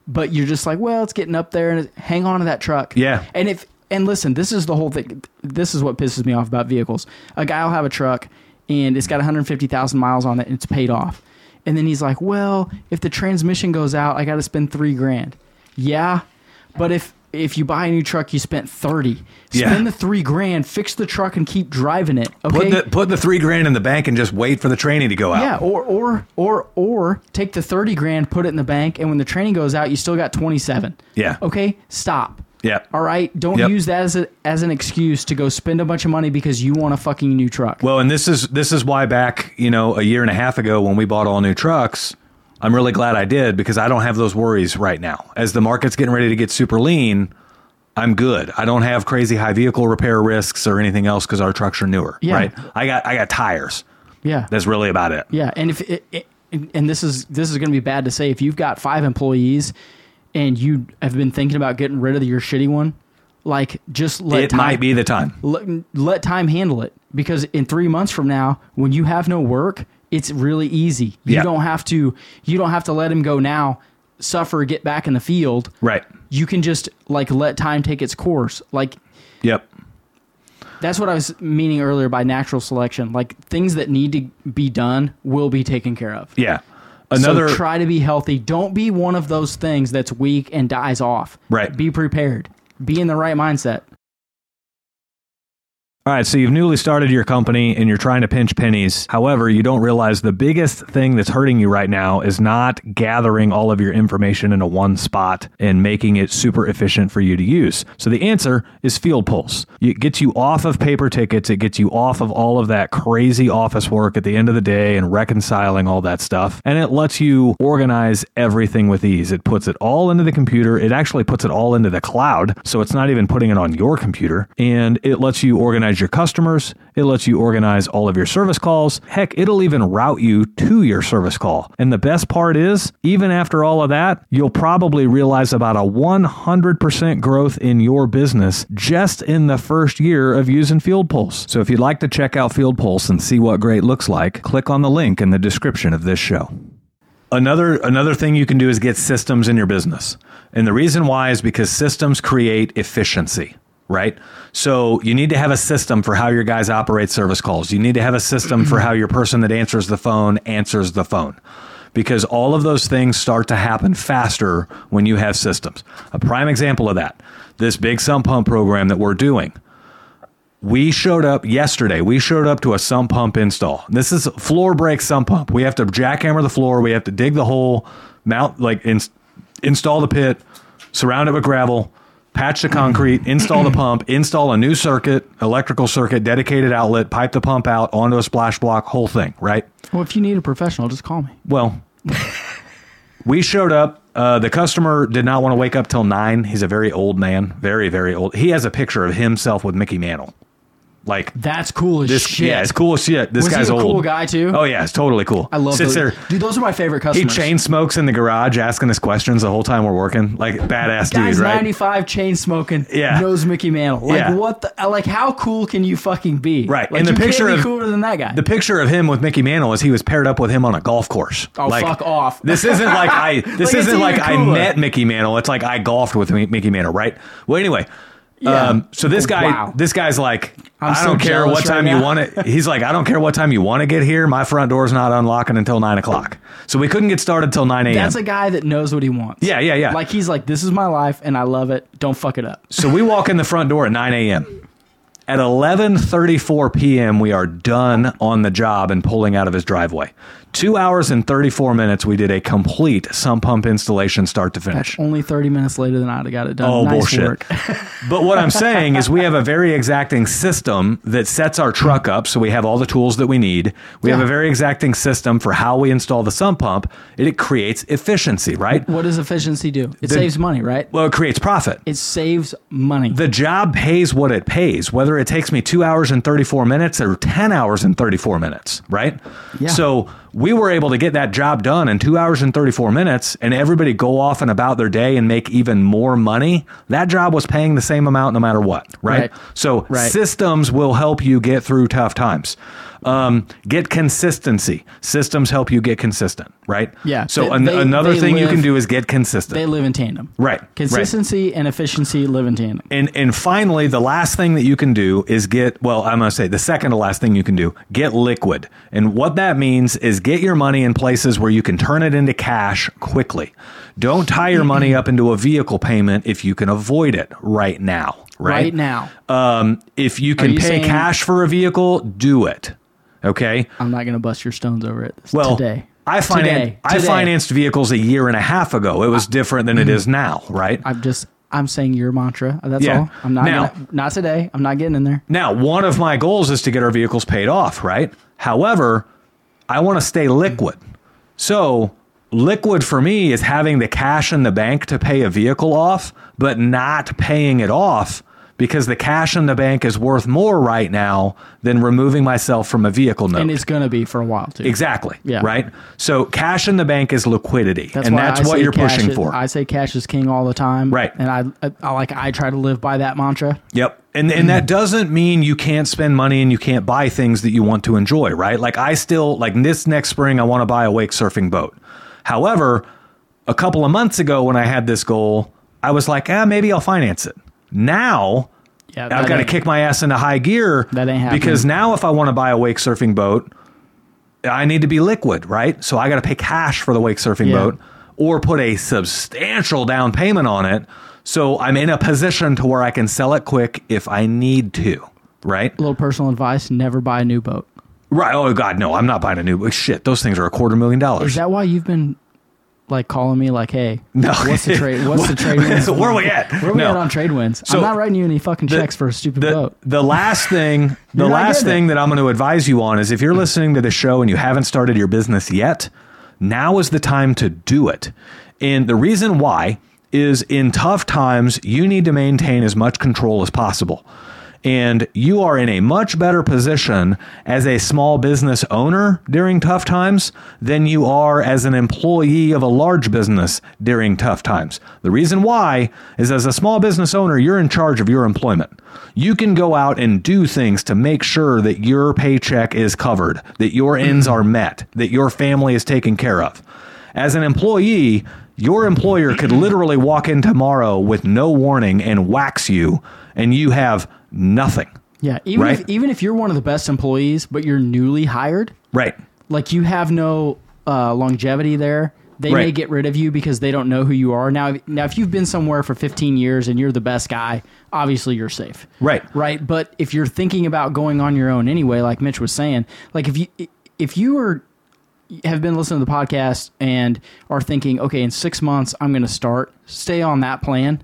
[SPEAKER 2] but you're just like, well, it's getting up there and it's, hang on to that truck.
[SPEAKER 1] Yeah.
[SPEAKER 2] And if and listen, this is the whole thing. This is what pisses me off about vehicles. A guy will have a truck and it's got 150,000 miles on it and it's paid off. And then he's like, well, if the transmission goes out, I got to spend 3 grand. Yeah. But if if you buy a new truck, you spent thirty.
[SPEAKER 1] Yeah.
[SPEAKER 2] Spend the three grand, fix the truck, and keep driving it.
[SPEAKER 1] Put
[SPEAKER 2] Okay.
[SPEAKER 1] the put the three grand in the bank and just wait for the training to go out.
[SPEAKER 2] yeah, or or or or take the thirty grand, put it in the bank, and when the training goes out, you still got twenty seven.
[SPEAKER 1] Yeah.
[SPEAKER 2] Okay. Stop.
[SPEAKER 1] Yeah.
[SPEAKER 2] All right. Don't
[SPEAKER 1] Yep.
[SPEAKER 2] use that as a, as an excuse to go spend a bunch of money because you want a fucking new truck.
[SPEAKER 1] Well, and this is this is why back you know a year and a half ago when we bought all new trucks, I'm really glad I did because I don't have those worries right now. As the market's getting ready to get super lean, I'm good. I don't have crazy high vehicle repair risks or anything else because our trucks are newer.
[SPEAKER 2] Yeah.
[SPEAKER 1] Right? I got I got tires.
[SPEAKER 2] yeah.
[SPEAKER 1] That's really about it.
[SPEAKER 2] Yeah, and if it, it, and this is this is going to be bad to say if you've got five employees and you have been thinking about getting rid of your shitty one, like just let
[SPEAKER 1] it
[SPEAKER 2] time,
[SPEAKER 1] might be the time.
[SPEAKER 2] let, let time handle it because in three months from now, when you have no work, it's really easy. You
[SPEAKER 1] Yeah.
[SPEAKER 2] don't have to you don't have to let him go now, suffer, get back in the field.
[SPEAKER 1] Right.
[SPEAKER 2] You can just like let time take its course. Like
[SPEAKER 1] Yep.
[SPEAKER 2] that's what I was meaning earlier by natural selection. Like things that need to be done will be taken care of.
[SPEAKER 1] Yeah. Another
[SPEAKER 2] so try to be healthy. Don't be one of those things that's weak and dies off.
[SPEAKER 1] Right.
[SPEAKER 2] Be prepared. Be in the right mindset.
[SPEAKER 1] All right, so you've newly started your company and you're trying to pinch pennies. However, you don't realize the biggest thing that's hurting you right now is not gathering all of your information into one spot and making it super efficient for you to use. So the answer is Field Pulse. It gets you off of paper tickets, it gets you off of all of that crazy office work at the end of the day and reconciling all that stuff. And it lets you organize everything with ease. It puts it all into the computer, it actually puts it all into the cloud. So it's not even putting it on your computer. And it lets you organize your customers. It lets you organize all of your service calls. Heck, it'll even route you to your service call. And the best part is, even after all of that, you'll probably realize about a 100% growth in your business just in the first year of using Field Pulse. So if you'd like to check out Field Pulse and see what great looks like, click on the link in the description of this show. Another another thing you can do is get systems in your business. And the reason why is because systems create efficiency, right? So you need to have a system for how your guys operate service calls. You need to have a system for how your person that answers the phone answers the phone. Because all of those things start to happen faster when you have systems. A prime example of that, this big sump pump program that we're doing we showed up yesterday. We showed up to a sump pump install. This is floor break sump pump. We have to jackhammer the floor. We have to dig the hole, mount like in, install the pit, surround it with gravel, patch the concrete, install the pump, install a new circuit, electrical circuit, dedicated outlet, pipe the pump out onto a splash block, whole thing, right?
[SPEAKER 2] Well, if you need a professional, just call me.
[SPEAKER 1] Well, we showed up. Uh, the customer did not want to wake up till nine. He's a very old man, very very old. He has a picture of himself with Mickey Mantle, like
[SPEAKER 2] That's cool as
[SPEAKER 1] this
[SPEAKER 2] shit.
[SPEAKER 1] yeah, it's cool as shit. This
[SPEAKER 2] Was he
[SPEAKER 1] guy's
[SPEAKER 2] a
[SPEAKER 1] old.
[SPEAKER 2] cool guy, too?
[SPEAKER 1] Oh yeah, it's totally cool.
[SPEAKER 2] I love
[SPEAKER 1] sits
[SPEAKER 2] those.
[SPEAKER 1] there.
[SPEAKER 2] Dude, those are my favorite
[SPEAKER 1] He
[SPEAKER 2] customers.
[SPEAKER 1] chain smokes in the garage, asking us questions the whole time we're working. Like badass
[SPEAKER 2] Guys,
[SPEAKER 1] dude, right?
[SPEAKER 2] 95 chain smoking,
[SPEAKER 1] Yeah.
[SPEAKER 2] knows Mickey Mantle. Like
[SPEAKER 1] Yeah.
[SPEAKER 2] what? The, uh, like how cool can you fucking be?
[SPEAKER 1] Right,
[SPEAKER 2] Like,
[SPEAKER 1] and the
[SPEAKER 2] you can't
[SPEAKER 1] picture
[SPEAKER 2] be
[SPEAKER 1] of-
[SPEAKER 2] cooler than that guy.
[SPEAKER 1] The picture of him with Mickey Mantle is he was paired up with him on a golf course.
[SPEAKER 2] Oh, fuck off.
[SPEAKER 1] This isn't like I. This
[SPEAKER 2] it's
[SPEAKER 1] isn't
[SPEAKER 2] even
[SPEAKER 1] like I
[SPEAKER 2] cooler.
[SPEAKER 1] met Mickey Mantle. It's like I golfed with Mi- Mickey Mantle, right? Well, anyway.
[SPEAKER 2] Yeah.
[SPEAKER 1] Um, so this
[SPEAKER 2] Oh,
[SPEAKER 1] guy,
[SPEAKER 2] wow.
[SPEAKER 1] this guy's like, I'm
[SPEAKER 2] I'm
[SPEAKER 1] I do
[SPEAKER 2] so
[SPEAKER 1] not care
[SPEAKER 2] jealous
[SPEAKER 1] what
[SPEAKER 2] right
[SPEAKER 1] time you
[SPEAKER 2] now.
[SPEAKER 1] want it. He's like, I don't care what time you want to get here. My front door's not unlocking until nine o'clock. So we couldn't get started till nine a.m.
[SPEAKER 2] That's a guy that knows what he wants.
[SPEAKER 1] Yeah, yeah, yeah.
[SPEAKER 2] Like he's like, this is my life and I love it. Don't fuck it up.
[SPEAKER 1] So we walk in the front door at 9 a.m. At 11:34 p.m., we are done on the job and pulling out of his driveway. Two hours and 34 minutes. We did a complete sump pump installation, start to finish.
[SPEAKER 2] Only 30 minutes later than I'd have got it done.
[SPEAKER 1] Oh
[SPEAKER 2] nice
[SPEAKER 1] bullshit!
[SPEAKER 2] work.
[SPEAKER 1] but what I'm saying is, we have a very exacting system that sets our truck up, so we have all the tools that we need. We have
[SPEAKER 2] Yeah.
[SPEAKER 1] a very exacting system for how we install the sump pump. It, it creates efficiency, right?
[SPEAKER 2] What does efficiency do? It saves money, right?
[SPEAKER 1] Well, it creates profit.
[SPEAKER 2] It saves money.
[SPEAKER 1] the job pays what it pays, whether it takes me two hours and 34 minutes or 10 hours and 34 minutes, right?
[SPEAKER 2] Yeah.
[SPEAKER 1] So we were able to get that job done in two hours and 34 minutes, and everybody go off and about their day and make even more money. That job was paying the same amount no matter what, right?
[SPEAKER 2] Right.
[SPEAKER 1] So
[SPEAKER 2] Right.
[SPEAKER 1] systems will help you get through tough times. Um, get consistency. Systems help you get consistent, right?
[SPEAKER 2] Yeah.
[SPEAKER 1] So
[SPEAKER 2] They-
[SPEAKER 1] an-
[SPEAKER 2] they-
[SPEAKER 1] another
[SPEAKER 2] they
[SPEAKER 1] thing you
[SPEAKER 2] live-
[SPEAKER 1] can do is get consistent.
[SPEAKER 2] They live in tandem.
[SPEAKER 1] Right, right.
[SPEAKER 2] Consistency and efficiency live in tandem.
[SPEAKER 1] and and finally the last thing that you can do is get well i'm going to say the second to last thing you can do get liquid and what that means is get your money in places where you can turn it into cash quickly don't tie your money up into a vehicle payment if you can avoid it right now right,
[SPEAKER 2] Right now.
[SPEAKER 1] um, if you can
[SPEAKER 2] you
[SPEAKER 1] pay
[SPEAKER 2] saying-
[SPEAKER 1] cash for a vehicle do it okay
[SPEAKER 2] I'm not going to bust your stones over it this-
[SPEAKER 1] well
[SPEAKER 2] today.
[SPEAKER 1] I, finan-
[SPEAKER 2] Today.
[SPEAKER 1] I
[SPEAKER 2] Today. Uh, mm-hmm.
[SPEAKER 1] financed vehicles a year and a half ago it was different than it is now right
[SPEAKER 2] I'm just I'm saying your mantra. That's
[SPEAKER 1] Yeah.
[SPEAKER 2] all. I'm not
[SPEAKER 1] Now-
[SPEAKER 2] gonna, not today. I'm not getting in there.
[SPEAKER 1] Now, one of my goals is to get our vehicles paid off, right? However, I want to stay liquid. So, liquid for me is having the cash in the bank to pay a vehicle off, but not paying it off because the cash in the bank is worth more right now than removing myself from a vehicle note.
[SPEAKER 2] And it's going to be for a while too.
[SPEAKER 1] exactly.
[SPEAKER 2] Yeah.
[SPEAKER 1] Right? So, cash in the bank is liquidity,
[SPEAKER 2] That's
[SPEAKER 1] and
[SPEAKER 2] why
[SPEAKER 1] that's
[SPEAKER 2] I
[SPEAKER 1] what
[SPEAKER 2] say
[SPEAKER 1] you're
[SPEAKER 2] cash
[SPEAKER 1] pushing
[SPEAKER 2] is-
[SPEAKER 1] for.
[SPEAKER 2] I say cash is king all the time.
[SPEAKER 1] Right.
[SPEAKER 2] And I, I, I like I try to live by that mantra.
[SPEAKER 1] Yep. And and that doesn't mean you can't spend money and you can't buy things that you want to enjoy, right? Like I still like this next spring I want to buy a wake surfing boat. However, a couple of months ago when I had this goal, I was like, "Ah, maybe I'll finance it." Now,
[SPEAKER 2] Yeah.
[SPEAKER 1] I've got to kick my ass into high gear
[SPEAKER 2] That ain't happening.
[SPEAKER 1] because now if I want to buy a wake surfing boat, I need to be liquid, right? So I got to pay cash for the wake surfing
[SPEAKER 2] Yeah.
[SPEAKER 1] boat or put a substantial down payment on it. So I'm in a position to where I can sell it quick if I need to, right?
[SPEAKER 2] a little personal advice. Never buy a new boat.
[SPEAKER 1] Right. Oh God, no, I'm not buying a new shit. Those things are a quarter million dollars.
[SPEAKER 2] Is that why you've been like calling me like, hey,
[SPEAKER 1] No.
[SPEAKER 2] what's the trade? What's the trade? Winds?
[SPEAKER 1] Where we at?
[SPEAKER 2] Where we
[SPEAKER 1] No.
[SPEAKER 2] at on trade wins?
[SPEAKER 1] So-
[SPEAKER 2] I'm not writing you any fucking
[SPEAKER 1] the-
[SPEAKER 2] checks for a stupid
[SPEAKER 1] the,
[SPEAKER 2] boat.
[SPEAKER 1] The last thing, the
[SPEAKER 2] You're not
[SPEAKER 1] last
[SPEAKER 2] getting
[SPEAKER 1] thing that I'm going to advise you on is if you're listening to the show and you haven't started your business yet, now is the time to do it. And the reason why is in tough times, you need to maintain as much control as possible. And you are in a much better position as a small business owner during tough times than you are as an employee of a large business during tough times. The reason why is as a small business owner, you're in charge of your employment. You can go out and do things to make sure that your paycheck is covered, that your ends are met, that your family is taken care of. As an employee, your employer could literally walk in tomorrow with no warning and wax you, and you have nothing.
[SPEAKER 2] Yeah. Even
[SPEAKER 1] Right.
[SPEAKER 2] if, even if you're one of the best employees, but you're newly hired,
[SPEAKER 1] Right.
[SPEAKER 2] like you have no uh, longevity there. They may
[SPEAKER 1] Right.
[SPEAKER 2] get rid of you because they don't know who you are now. Now, if you've been somewhere for 15 years and you're the best guy, obviously you're safe,
[SPEAKER 1] Right.
[SPEAKER 2] Right. But if you're thinking about going on your own anyway, like Mitch was saying, like if you if you were have been listening to the podcast and are thinking, okay, in six months I'm going to start. Stay on that plan.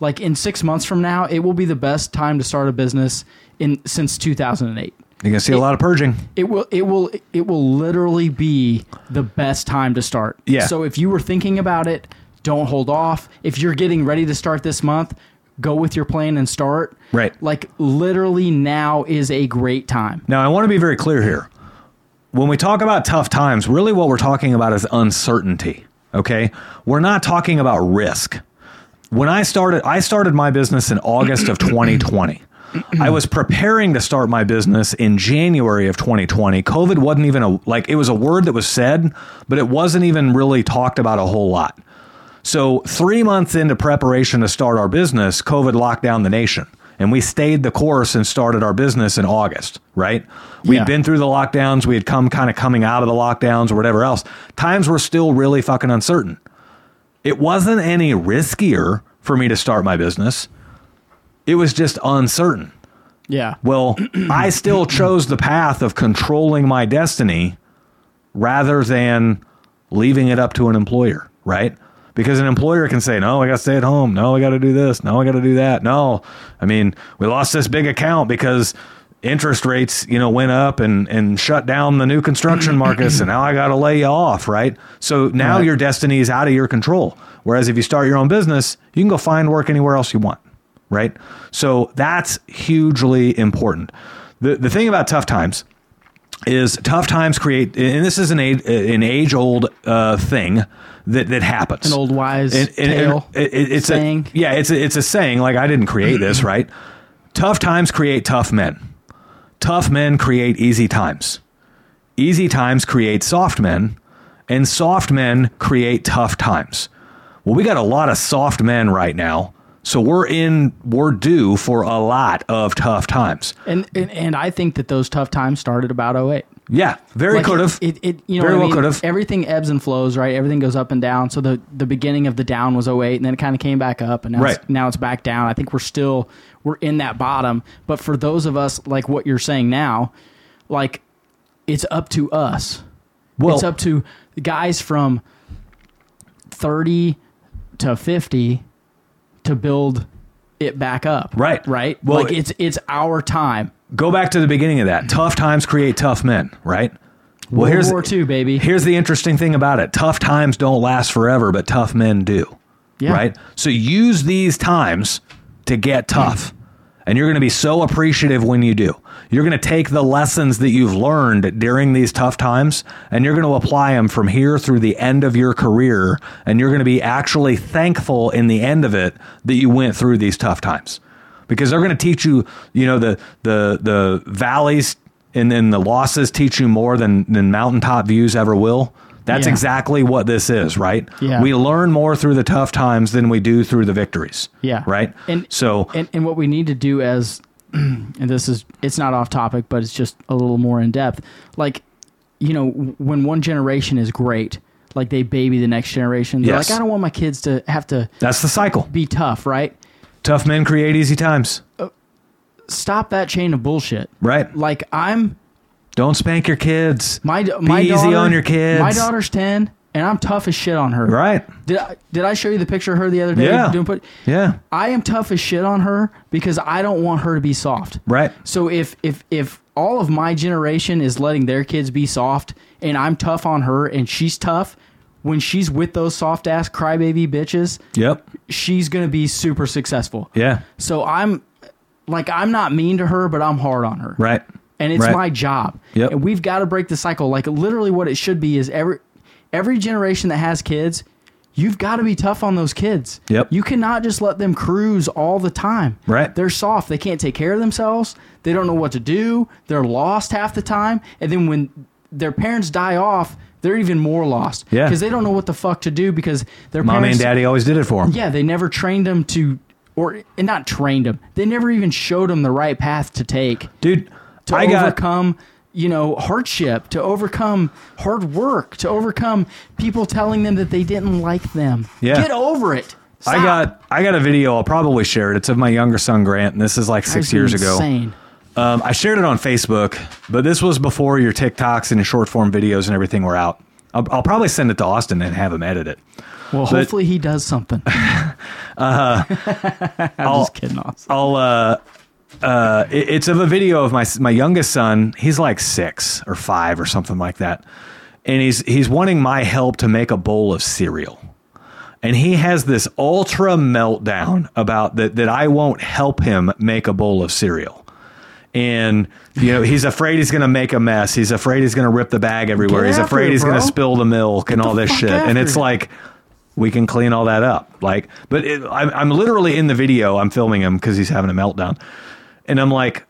[SPEAKER 2] Like in six months from now, it will be the best time to start a business in since 2008
[SPEAKER 1] You're going to see a lot of purging.
[SPEAKER 2] it will it will it will literally be the best time to start.
[SPEAKER 1] Yeah.
[SPEAKER 2] So if you were thinking about it, don't hold off. If you're getting ready to start this month, go with your plan and start.
[SPEAKER 1] Right.
[SPEAKER 2] Like literally now is a great time.
[SPEAKER 1] Now, I want to be very clear here. When we talk about tough times, really what we're talking about is uncertainty, okay? We're not talking about risk. When I started I started my business in August of 2020. I was preparing to start my business in January of 2020. COVID wasn't even a like it was a word that was said, but it wasn't even really talked about a whole lot. So, three months into preparation to start our business, COVID locked down the nation. And we stayed the course and started our business in August, right? we had
[SPEAKER 2] Yeah.
[SPEAKER 1] been through the lockdowns. We had come kind of coming out of the lockdowns or whatever else. Times were still really fucking uncertain. It wasn't any riskier for me to start my business, it was just uncertain.
[SPEAKER 2] Yeah.
[SPEAKER 1] Well, I still chose the path of controlling my destiny rather than leaving it up to an employer, right? Because an employer can say, no, I got to stay at home. No, I got to do this. No, I got to do that. No, I mean, we lost this big account because interest rates, you know, went up and, and shut down the new construction markets. and now I got to lay you off, right? So now
[SPEAKER 2] Right.
[SPEAKER 1] your destiny is out of your control. Whereas if you start your own business, you can go find work anywhere else you want, right? So that's hugely important. The, the thing about tough times is tough times create, and this is an age, an age old uh, thing that that happens.
[SPEAKER 2] An old wise
[SPEAKER 1] And- and- and
[SPEAKER 2] tale.
[SPEAKER 1] it- it- it's
[SPEAKER 2] saying.
[SPEAKER 1] a yeah, it's a, it's a saying. Like I didn't create this, right? Tough times create tough men. tough men create easy times. Easy times create soft men, and soft men create tough times. Well, we got a lot of soft men right now, so we're in we're due for a lot of tough times.
[SPEAKER 2] And, and and I think that those tough times started about 08.
[SPEAKER 1] Yeah, very
[SPEAKER 2] Like,
[SPEAKER 1] could have.
[SPEAKER 2] It, it, you know
[SPEAKER 1] Very
[SPEAKER 2] what I
[SPEAKER 1] well
[SPEAKER 2] mean?
[SPEAKER 1] could've.
[SPEAKER 2] Everything ebbs and flows, right? Everything goes up and down. So the the beginning of the down was 08 and then it kind of came back up and now it's,
[SPEAKER 1] Right.
[SPEAKER 2] now it's back down. I think we're still we're in that bottom, but for those of us like what you're saying now, like it's up to us.
[SPEAKER 1] well,
[SPEAKER 2] it's up to the guys from 30 to 50 to build it back up.
[SPEAKER 1] Right.
[SPEAKER 2] Right?
[SPEAKER 1] Well,
[SPEAKER 2] like it's it's our time.
[SPEAKER 1] go back to the beginning of that. Tough times create tough men, right? Well,
[SPEAKER 2] World
[SPEAKER 1] here's
[SPEAKER 2] War II, baby.
[SPEAKER 1] here's the interesting thing about it. Tough times don't last forever, but tough men do.
[SPEAKER 2] Yeah.
[SPEAKER 1] Right? So use these times to get tough. And you're going to be so appreciative when you do. You're going to take the lessons that you've learned during these tough times and you're going to apply them from here through the end of your career. And you're going to be actually thankful in the end of it that you went through these tough times because they're going to teach you, you know, the, the, the valleys and then the losses teach you more than, than mountaintop views ever will. That's
[SPEAKER 2] Yeah.
[SPEAKER 1] exactly what this is, right?
[SPEAKER 2] Yeah.
[SPEAKER 1] We learn more through the tough times than we do through the victories.
[SPEAKER 2] Yeah.
[SPEAKER 1] Right?
[SPEAKER 2] And-
[SPEAKER 1] so
[SPEAKER 2] and, and what we need to do as and this is it's not off topic but it's just a little more in depth like you know w- when one generation is great like they baby the next generation they're
[SPEAKER 1] Yes.
[SPEAKER 2] like i don't want my kids to have to
[SPEAKER 1] that's the cycle.
[SPEAKER 2] be tough right
[SPEAKER 1] Tough men create easy times.
[SPEAKER 2] stop that chain of bullshit
[SPEAKER 1] Right?
[SPEAKER 2] like i'm
[SPEAKER 1] Don't spank your kids.
[SPEAKER 2] my d- my
[SPEAKER 1] easy
[SPEAKER 2] daughter,
[SPEAKER 1] on your kids.
[SPEAKER 2] my daughter's 10 and i'm tough as shit on her
[SPEAKER 1] Right.
[SPEAKER 2] did i did i show you the picture of her the other day
[SPEAKER 1] Yeah.
[SPEAKER 2] doing put
[SPEAKER 1] Yeah.
[SPEAKER 2] i am tough as shit on her because i don't want her to be soft
[SPEAKER 1] Right.
[SPEAKER 2] So if if if all of my generation is letting their kids be soft and I'm tough on her and she's tough, when she's with those soft ass crybaby bitches,
[SPEAKER 1] Yep.
[SPEAKER 2] she's gonna be super successful.
[SPEAKER 1] Yeah.
[SPEAKER 2] So I'm like I'm not mean to her, but I'm hard on her.
[SPEAKER 1] Right.
[SPEAKER 2] And it's
[SPEAKER 1] Right.
[SPEAKER 2] my job.
[SPEAKER 1] Yep.
[SPEAKER 2] And we've got to break the cycle. Like literally what it should be is every every generation that has kids, you've got to be tough on those kids.
[SPEAKER 1] Yep.
[SPEAKER 2] You cannot just let them cruise all the time.
[SPEAKER 1] Right.
[SPEAKER 2] They're soft. They can't take care of themselves. They don't know what to do. They're lost half the time. And then when their parents die off, they're even more lost.
[SPEAKER 1] Yeah.
[SPEAKER 2] Because they don't know what the fuck to do because their
[SPEAKER 1] Mommy
[SPEAKER 2] parents
[SPEAKER 1] and daddy always did it for them.
[SPEAKER 2] yeah, they never trained them to, or and not trained them. They never even showed them the right path to take
[SPEAKER 1] Dude,
[SPEAKER 2] to
[SPEAKER 1] I got
[SPEAKER 2] overcome, you know, hardship, to overcome hard work, to overcome people telling them that they didn't like them.
[SPEAKER 1] Yeah.
[SPEAKER 2] Get over it. Stop.
[SPEAKER 1] I got I got a video. I'll probably share it. It's of my younger son Grant, and this is like six
[SPEAKER 2] That's
[SPEAKER 1] years ago.
[SPEAKER 2] insane.
[SPEAKER 1] Um, I shared it on Facebook, but this was before your TikToks and short form videos and everything were out. I'll, I'll probably send it to Austin and have him edit it.
[SPEAKER 2] Well, hopefully he does something. I'm just kidding. Austin.
[SPEAKER 1] Uh, I'll uh, uh, it- it's of a video of my my youngest son. He's like six or five or something like that, and he's he's wanting my help to make a bowl of cereal, and he has this ultra meltdown about that that I won't help him make a bowl of cereal. And you know he's afraid he's going to make a mess. He's afraid he's going to rip the bag everywhere.
[SPEAKER 2] Get
[SPEAKER 1] he's
[SPEAKER 2] after
[SPEAKER 1] afraid
[SPEAKER 2] it,
[SPEAKER 1] he's going to
[SPEAKER 2] bro.
[SPEAKER 1] spill the milk and all this
[SPEAKER 2] fuck
[SPEAKER 1] shit. And
[SPEAKER 2] after
[SPEAKER 1] it's
[SPEAKER 2] it.
[SPEAKER 1] like we can clean all that up. Like, but it, I'm, I'm literally in the video. I'm filming him because he's having a meltdown, and I'm like,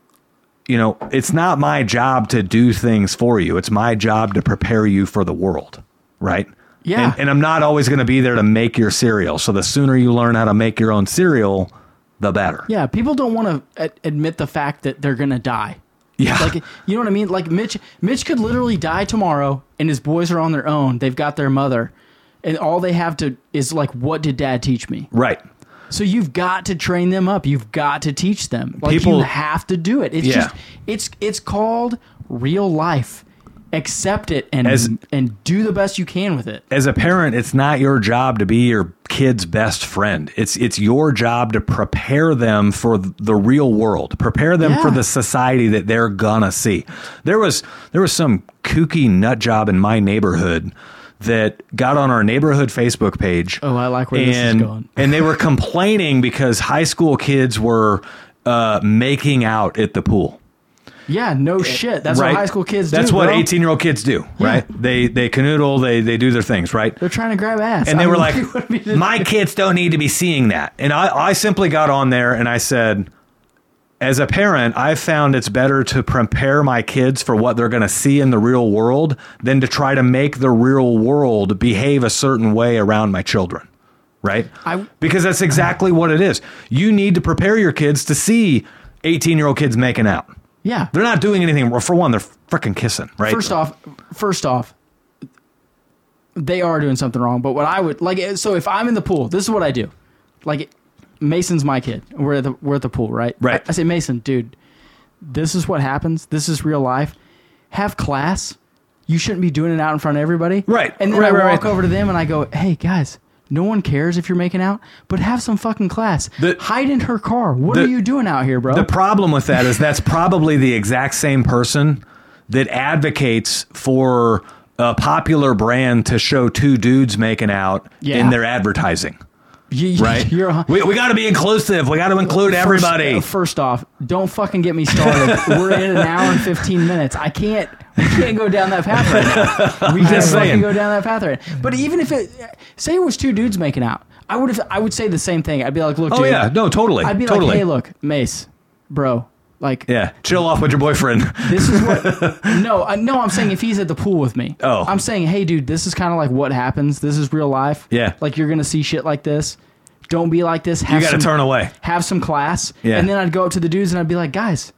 [SPEAKER 1] you know, it's not my job to do things for you. It's my job to prepare you for the world, right?
[SPEAKER 2] Yeah.
[SPEAKER 1] And, and I'm not always going to be there to make your cereal. So the sooner you learn how to make your own cereal, the better.
[SPEAKER 2] Yeah, people don't want to admit the fact that they're gonna die.
[SPEAKER 1] Yeah.
[SPEAKER 2] Like you know what I mean? Like Mitch Mitch could literally die tomorrow and his boys are on their own. They've got their mother. And all they have to is like what did dad teach me?
[SPEAKER 1] right.
[SPEAKER 2] So you've got to train them up. You've got to teach them. Like
[SPEAKER 1] People-
[SPEAKER 2] you have to do it. It's
[SPEAKER 1] Yeah.
[SPEAKER 2] just it's it's called real life. Accept it and
[SPEAKER 1] As-
[SPEAKER 2] and do the best you can with it.
[SPEAKER 1] as a parent, it's not your job to be your kid's best friend. It's it's your job to prepare them for th- the real world, prepare them for
[SPEAKER 2] Yeah.
[SPEAKER 1] the society that they're gonna see. There was there was some kooky nut job in my neighborhood that got on our neighborhood Facebook page.
[SPEAKER 2] Oh, I like where this is
[SPEAKER 1] and,
[SPEAKER 2] going.
[SPEAKER 1] and they were complaining because high school kids were uh, making out at the pool.
[SPEAKER 2] Yeah, no shit. That's
[SPEAKER 1] eh, right?
[SPEAKER 2] what high school kids do.
[SPEAKER 1] That's what
[SPEAKER 2] bro.
[SPEAKER 1] 18 year old kids do, right? They they canoodle, they they do their things, right?
[SPEAKER 2] They're trying to grab ass.
[SPEAKER 1] and
[SPEAKER 2] I
[SPEAKER 1] they were
[SPEAKER 2] mean,
[SPEAKER 1] like,
[SPEAKER 2] what do you want me to
[SPEAKER 1] "My kids don't need to be seeing that." And I, I simply got on there and I said, as a parent, I've found it's better to prepare my kids for what they're going to see in the real world than to try to make the real world behave a certain way around my children. Right?
[SPEAKER 2] I-
[SPEAKER 1] because that's exactly what it is. You need to prepare your kids to see 18 year old kids making out.
[SPEAKER 2] Yeah.
[SPEAKER 1] They're not doing anything. Well, for one, they're freaking kissing, right?
[SPEAKER 2] First off, first off, they are doing something wrong. But what I would like, eh, so if I'm in the pool, this is what I do. Like, Mason's my kid. We're at the we're at the pool, right?
[SPEAKER 1] Right.
[SPEAKER 2] I, I say, Mason, dude, this is what happens. This is real life. Have class. You shouldn't be doing it out in front of everybody.
[SPEAKER 1] Right.
[SPEAKER 2] And then
[SPEAKER 1] Right,
[SPEAKER 2] I
[SPEAKER 1] right,
[SPEAKER 2] walk
[SPEAKER 1] right.
[SPEAKER 2] over to them and I go, Hey guys, no one cares if you're making out, but have some fucking class.
[SPEAKER 1] The-
[SPEAKER 2] Hide in her car. What
[SPEAKER 1] the-
[SPEAKER 2] are you doing out here, bro?
[SPEAKER 1] The problem with that is that's probably the exact same person that advocates for a popular brand to show two dudes making out in
[SPEAKER 2] Yeah.
[SPEAKER 1] their advertising,
[SPEAKER 2] You-
[SPEAKER 1] right?
[SPEAKER 2] You're a,
[SPEAKER 1] we we got to be inclusive. We got to include
[SPEAKER 2] First-
[SPEAKER 1] everybody.
[SPEAKER 2] uh, First, off, don't fucking get me started. We're in an hour and fifteen minutes. I can't. We can't go down that path right now. uh, We can't
[SPEAKER 1] Just saying.
[SPEAKER 2] fucking go down that path right. now. But even if it, say it was two dudes making out, I would have. I would say the same thing. I'd be like, look,
[SPEAKER 1] oh
[SPEAKER 2] dude.
[SPEAKER 1] yeah, no, totally,
[SPEAKER 2] I'd be
[SPEAKER 1] totally.
[SPEAKER 2] like, hey, look, Mace, bro, like,
[SPEAKER 1] yeah, chill off with your boyfriend.
[SPEAKER 2] this is what. no, uh, no, I'm saying if he's at the pool with me.
[SPEAKER 1] Oh.
[SPEAKER 2] I'm saying, hey, dude, this is kind of like what happens. This is real life.
[SPEAKER 1] Yeah.
[SPEAKER 2] Like you're gonna see shit like this. Don't be like this.
[SPEAKER 1] you
[SPEAKER 2] Have
[SPEAKER 1] got to
[SPEAKER 2] some-
[SPEAKER 1] turn away.
[SPEAKER 2] have some class.
[SPEAKER 1] Yeah.
[SPEAKER 2] And then I'd go up to the dudes and I'd be like, guys,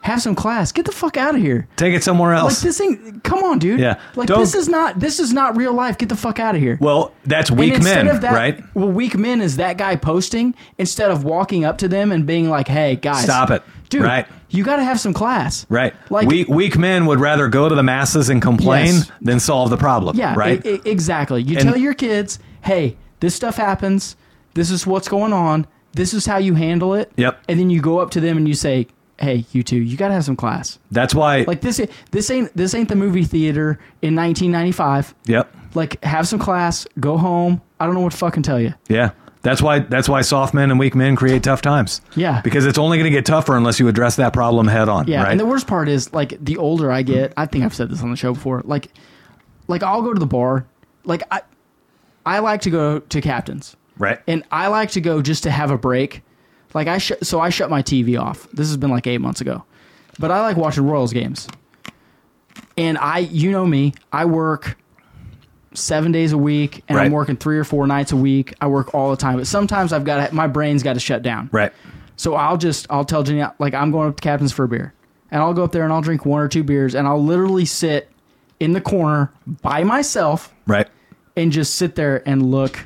[SPEAKER 2] have some class. Get the fuck out of here.
[SPEAKER 1] Take it somewhere
[SPEAKER 2] Like
[SPEAKER 1] else.
[SPEAKER 2] this ain't come on, dude.
[SPEAKER 1] Oh, Yeah.
[SPEAKER 2] Like
[SPEAKER 1] Don't-
[SPEAKER 2] this is not this is not real life. Get the fuck out of here.
[SPEAKER 1] well, that's
[SPEAKER 2] And
[SPEAKER 1] weak
[SPEAKER 2] instead
[SPEAKER 1] men,
[SPEAKER 2] of that,
[SPEAKER 1] right?
[SPEAKER 2] Well, weak men is that guy posting instead of walking up to them and being like, "Hey, guys,
[SPEAKER 1] Stop it."
[SPEAKER 2] dude.
[SPEAKER 1] Right.
[SPEAKER 2] You got to have some class,
[SPEAKER 1] Right.
[SPEAKER 2] Like,
[SPEAKER 1] weak, weak men would rather go to the masses and complain
[SPEAKER 2] Yes.
[SPEAKER 1] than solve the problem.
[SPEAKER 2] yeah,
[SPEAKER 1] Right.
[SPEAKER 2] e- e- exactly. You
[SPEAKER 1] And-
[SPEAKER 2] tell your kids, "Hey, this stuff happens. This is what's going on. This is how you handle it."
[SPEAKER 1] Yep.
[SPEAKER 2] And then you go up to them and you say, "Hey, you two, you got to have some class."
[SPEAKER 1] that's why.
[SPEAKER 2] Like this, this ain't this ain't the movie theater in 1995.
[SPEAKER 1] yep.
[SPEAKER 2] Like, have some class, go home. I don't know what to fucking tell you.
[SPEAKER 1] Yeah. That's why that's why soft men and weak men create tough times.
[SPEAKER 2] Yeah.
[SPEAKER 1] Because it's only going to get tougher unless you address that problem head on,
[SPEAKER 2] Yeah,
[SPEAKER 1] right? Mm-hmm.
[SPEAKER 2] and the worst part is like the older I get, I think I've said this on the show before. Like, like I'll go to the bar. Like I, I like to go to captains,
[SPEAKER 1] right.
[SPEAKER 2] and I like to go just to have a break. Like I sh- so I shut my TV off. This has been like eight months ago, but I like watching Royals games. And I, you know me, I work seven days a week, and
[SPEAKER 1] Right.
[SPEAKER 2] I'm working three or four nights a week. I work all the time, but sometimes I've got to, my brain's got to shut down.
[SPEAKER 1] right.
[SPEAKER 2] So I'll just I'll tell Jenny like I'm going up to Captain's for a beer, and I'll go up there and I'll drink one or two beers, and I'll literally sit in the corner by myself
[SPEAKER 1] Right.
[SPEAKER 2] and just sit there and look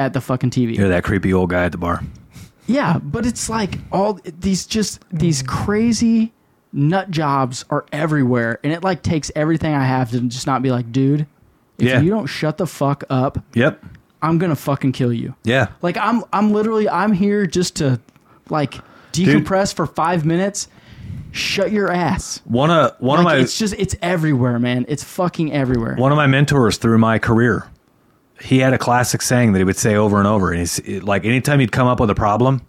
[SPEAKER 2] at the fucking TV.
[SPEAKER 1] You're that creepy old guy at the bar.
[SPEAKER 2] Yeah, but it's like all these just these crazy nut jobs are everywhere, and it like takes everything I have to just not be like, dude, if
[SPEAKER 1] Yeah.
[SPEAKER 2] you don't shut the fuck up,
[SPEAKER 1] Yep.
[SPEAKER 2] I'm gonna fucking kill you.
[SPEAKER 1] Yeah.
[SPEAKER 2] Like I'm I'm literally I'm here just to like decompress for five minutes. Shut your ass.
[SPEAKER 1] One of one
[SPEAKER 2] Like,
[SPEAKER 1] of my
[SPEAKER 2] it's just it's everywhere, man. It's fucking everywhere.
[SPEAKER 1] one of my mentors through my career, he had a classic saying that he would say over and over. And he's it- like, anytime he'd come up with a problem,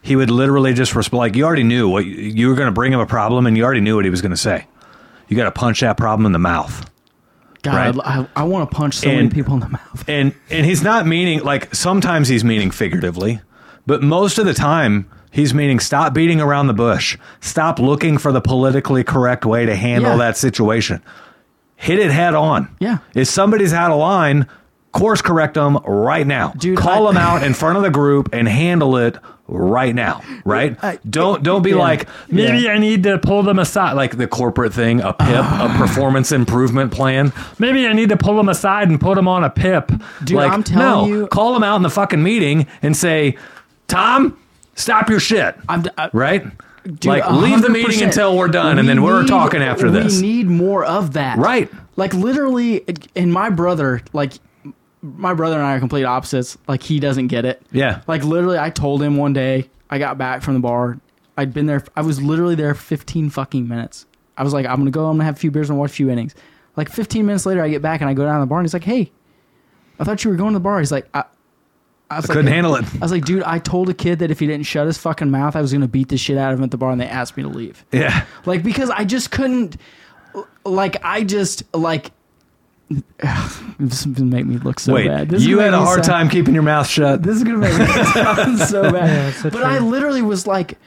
[SPEAKER 1] he would literally just respond. Like, you already knew what you, you were going to bring him a problem, and you already knew what he was going to say. You got to punch that problem in the mouth.
[SPEAKER 2] God,
[SPEAKER 1] right.
[SPEAKER 2] I, I want to punch so many
[SPEAKER 1] And-
[SPEAKER 2] people in the mouth.
[SPEAKER 1] and and he's not meaning like sometimes he's meaning figuratively, but most of the time he's meaning stop beating around the bush. Stop looking for the politically correct way to handle
[SPEAKER 2] Yeah.
[SPEAKER 1] that situation. Hit it head on.
[SPEAKER 2] Yeah.
[SPEAKER 1] If somebody's out of line, course correct them right now.
[SPEAKER 2] Dude,
[SPEAKER 1] Call
[SPEAKER 2] I-
[SPEAKER 1] them out in front of the group and handle it right now. Right?
[SPEAKER 2] I-
[SPEAKER 1] don't don't be
[SPEAKER 2] yeah.
[SPEAKER 1] like maybe I need to pull them aside like the corporate thing, a PIP, a performance improvement plan. Maybe I need to pull them aside and put them on a PIP.
[SPEAKER 2] Dude,
[SPEAKER 1] Like,
[SPEAKER 2] I'm telling
[SPEAKER 1] no,
[SPEAKER 2] you-
[SPEAKER 1] call them out in the fucking meeting and say, Tom, stop your shit.
[SPEAKER 2] I'm d- I-
[SPEAKER 1] right?
[SPEAKER 2] Dude,
[SPEAKER 1] like, leave the meeting
[SPEAKER 2] 100%.
[SPEAKER 1] until we're done, and
[SPEAKER 2] We
[SPEAKER 1] then we're
[SPEAKER 2] need-
[SPEAKER 1] talking after this.
[SPEAKER 2] We need more of that.
[SPEAKER 1] Right.
[SPEAKER 2] Like literally, and my brother, like my brother and I are complete opposites. Like he doesn't get it.
[SPEAKER 1] Yeah.
[SPEAKER 2] Like literally, I told him one day I got back from the bar. I'd been there. I was literally there 15 fucking minutes. I was like, I'm gonna go. I'm gonna have a few beers and watch a few innings. Like 15 minutes later, I get back and I go down to the bar and he's like, Hey, I thought you were going to the bar. He's like, I, I, was like,
[SPEAKER 1] Couldn't handle it.
[SPEAKER 2] I was like, dude, I told a kid that if he didn't shut his fucking mouth, I was gonna beat the shit out of him at the bar, and they asked me to leave.
[SPEAKER 1] Yeah.
[SPEAKER 2] Like because I just couldn't. Like I just like. this is gonna make me look so
[SPEAKER 1] Wait,
[SPEAKER 2] bad. This is
[SPEAKER 1] you
[SPEAKER 2] gonna
[SPEAKER 1] had
[SPEAKER 2] make
[SPEAKER 1] a
[SPEAKER 2] me
[SPEAKER 1] hard time
[SPEAKER 2] sound-
[SPEAKER 1] keeping your mouth shut.
[SPEAKER 2] This is gonna make me sound so bad.
[SPEAKER 3] Yeah, it's so
[SPEAKER 2] but I
[SPEAKER 3] true.
[SPEAKER 2] literally was like,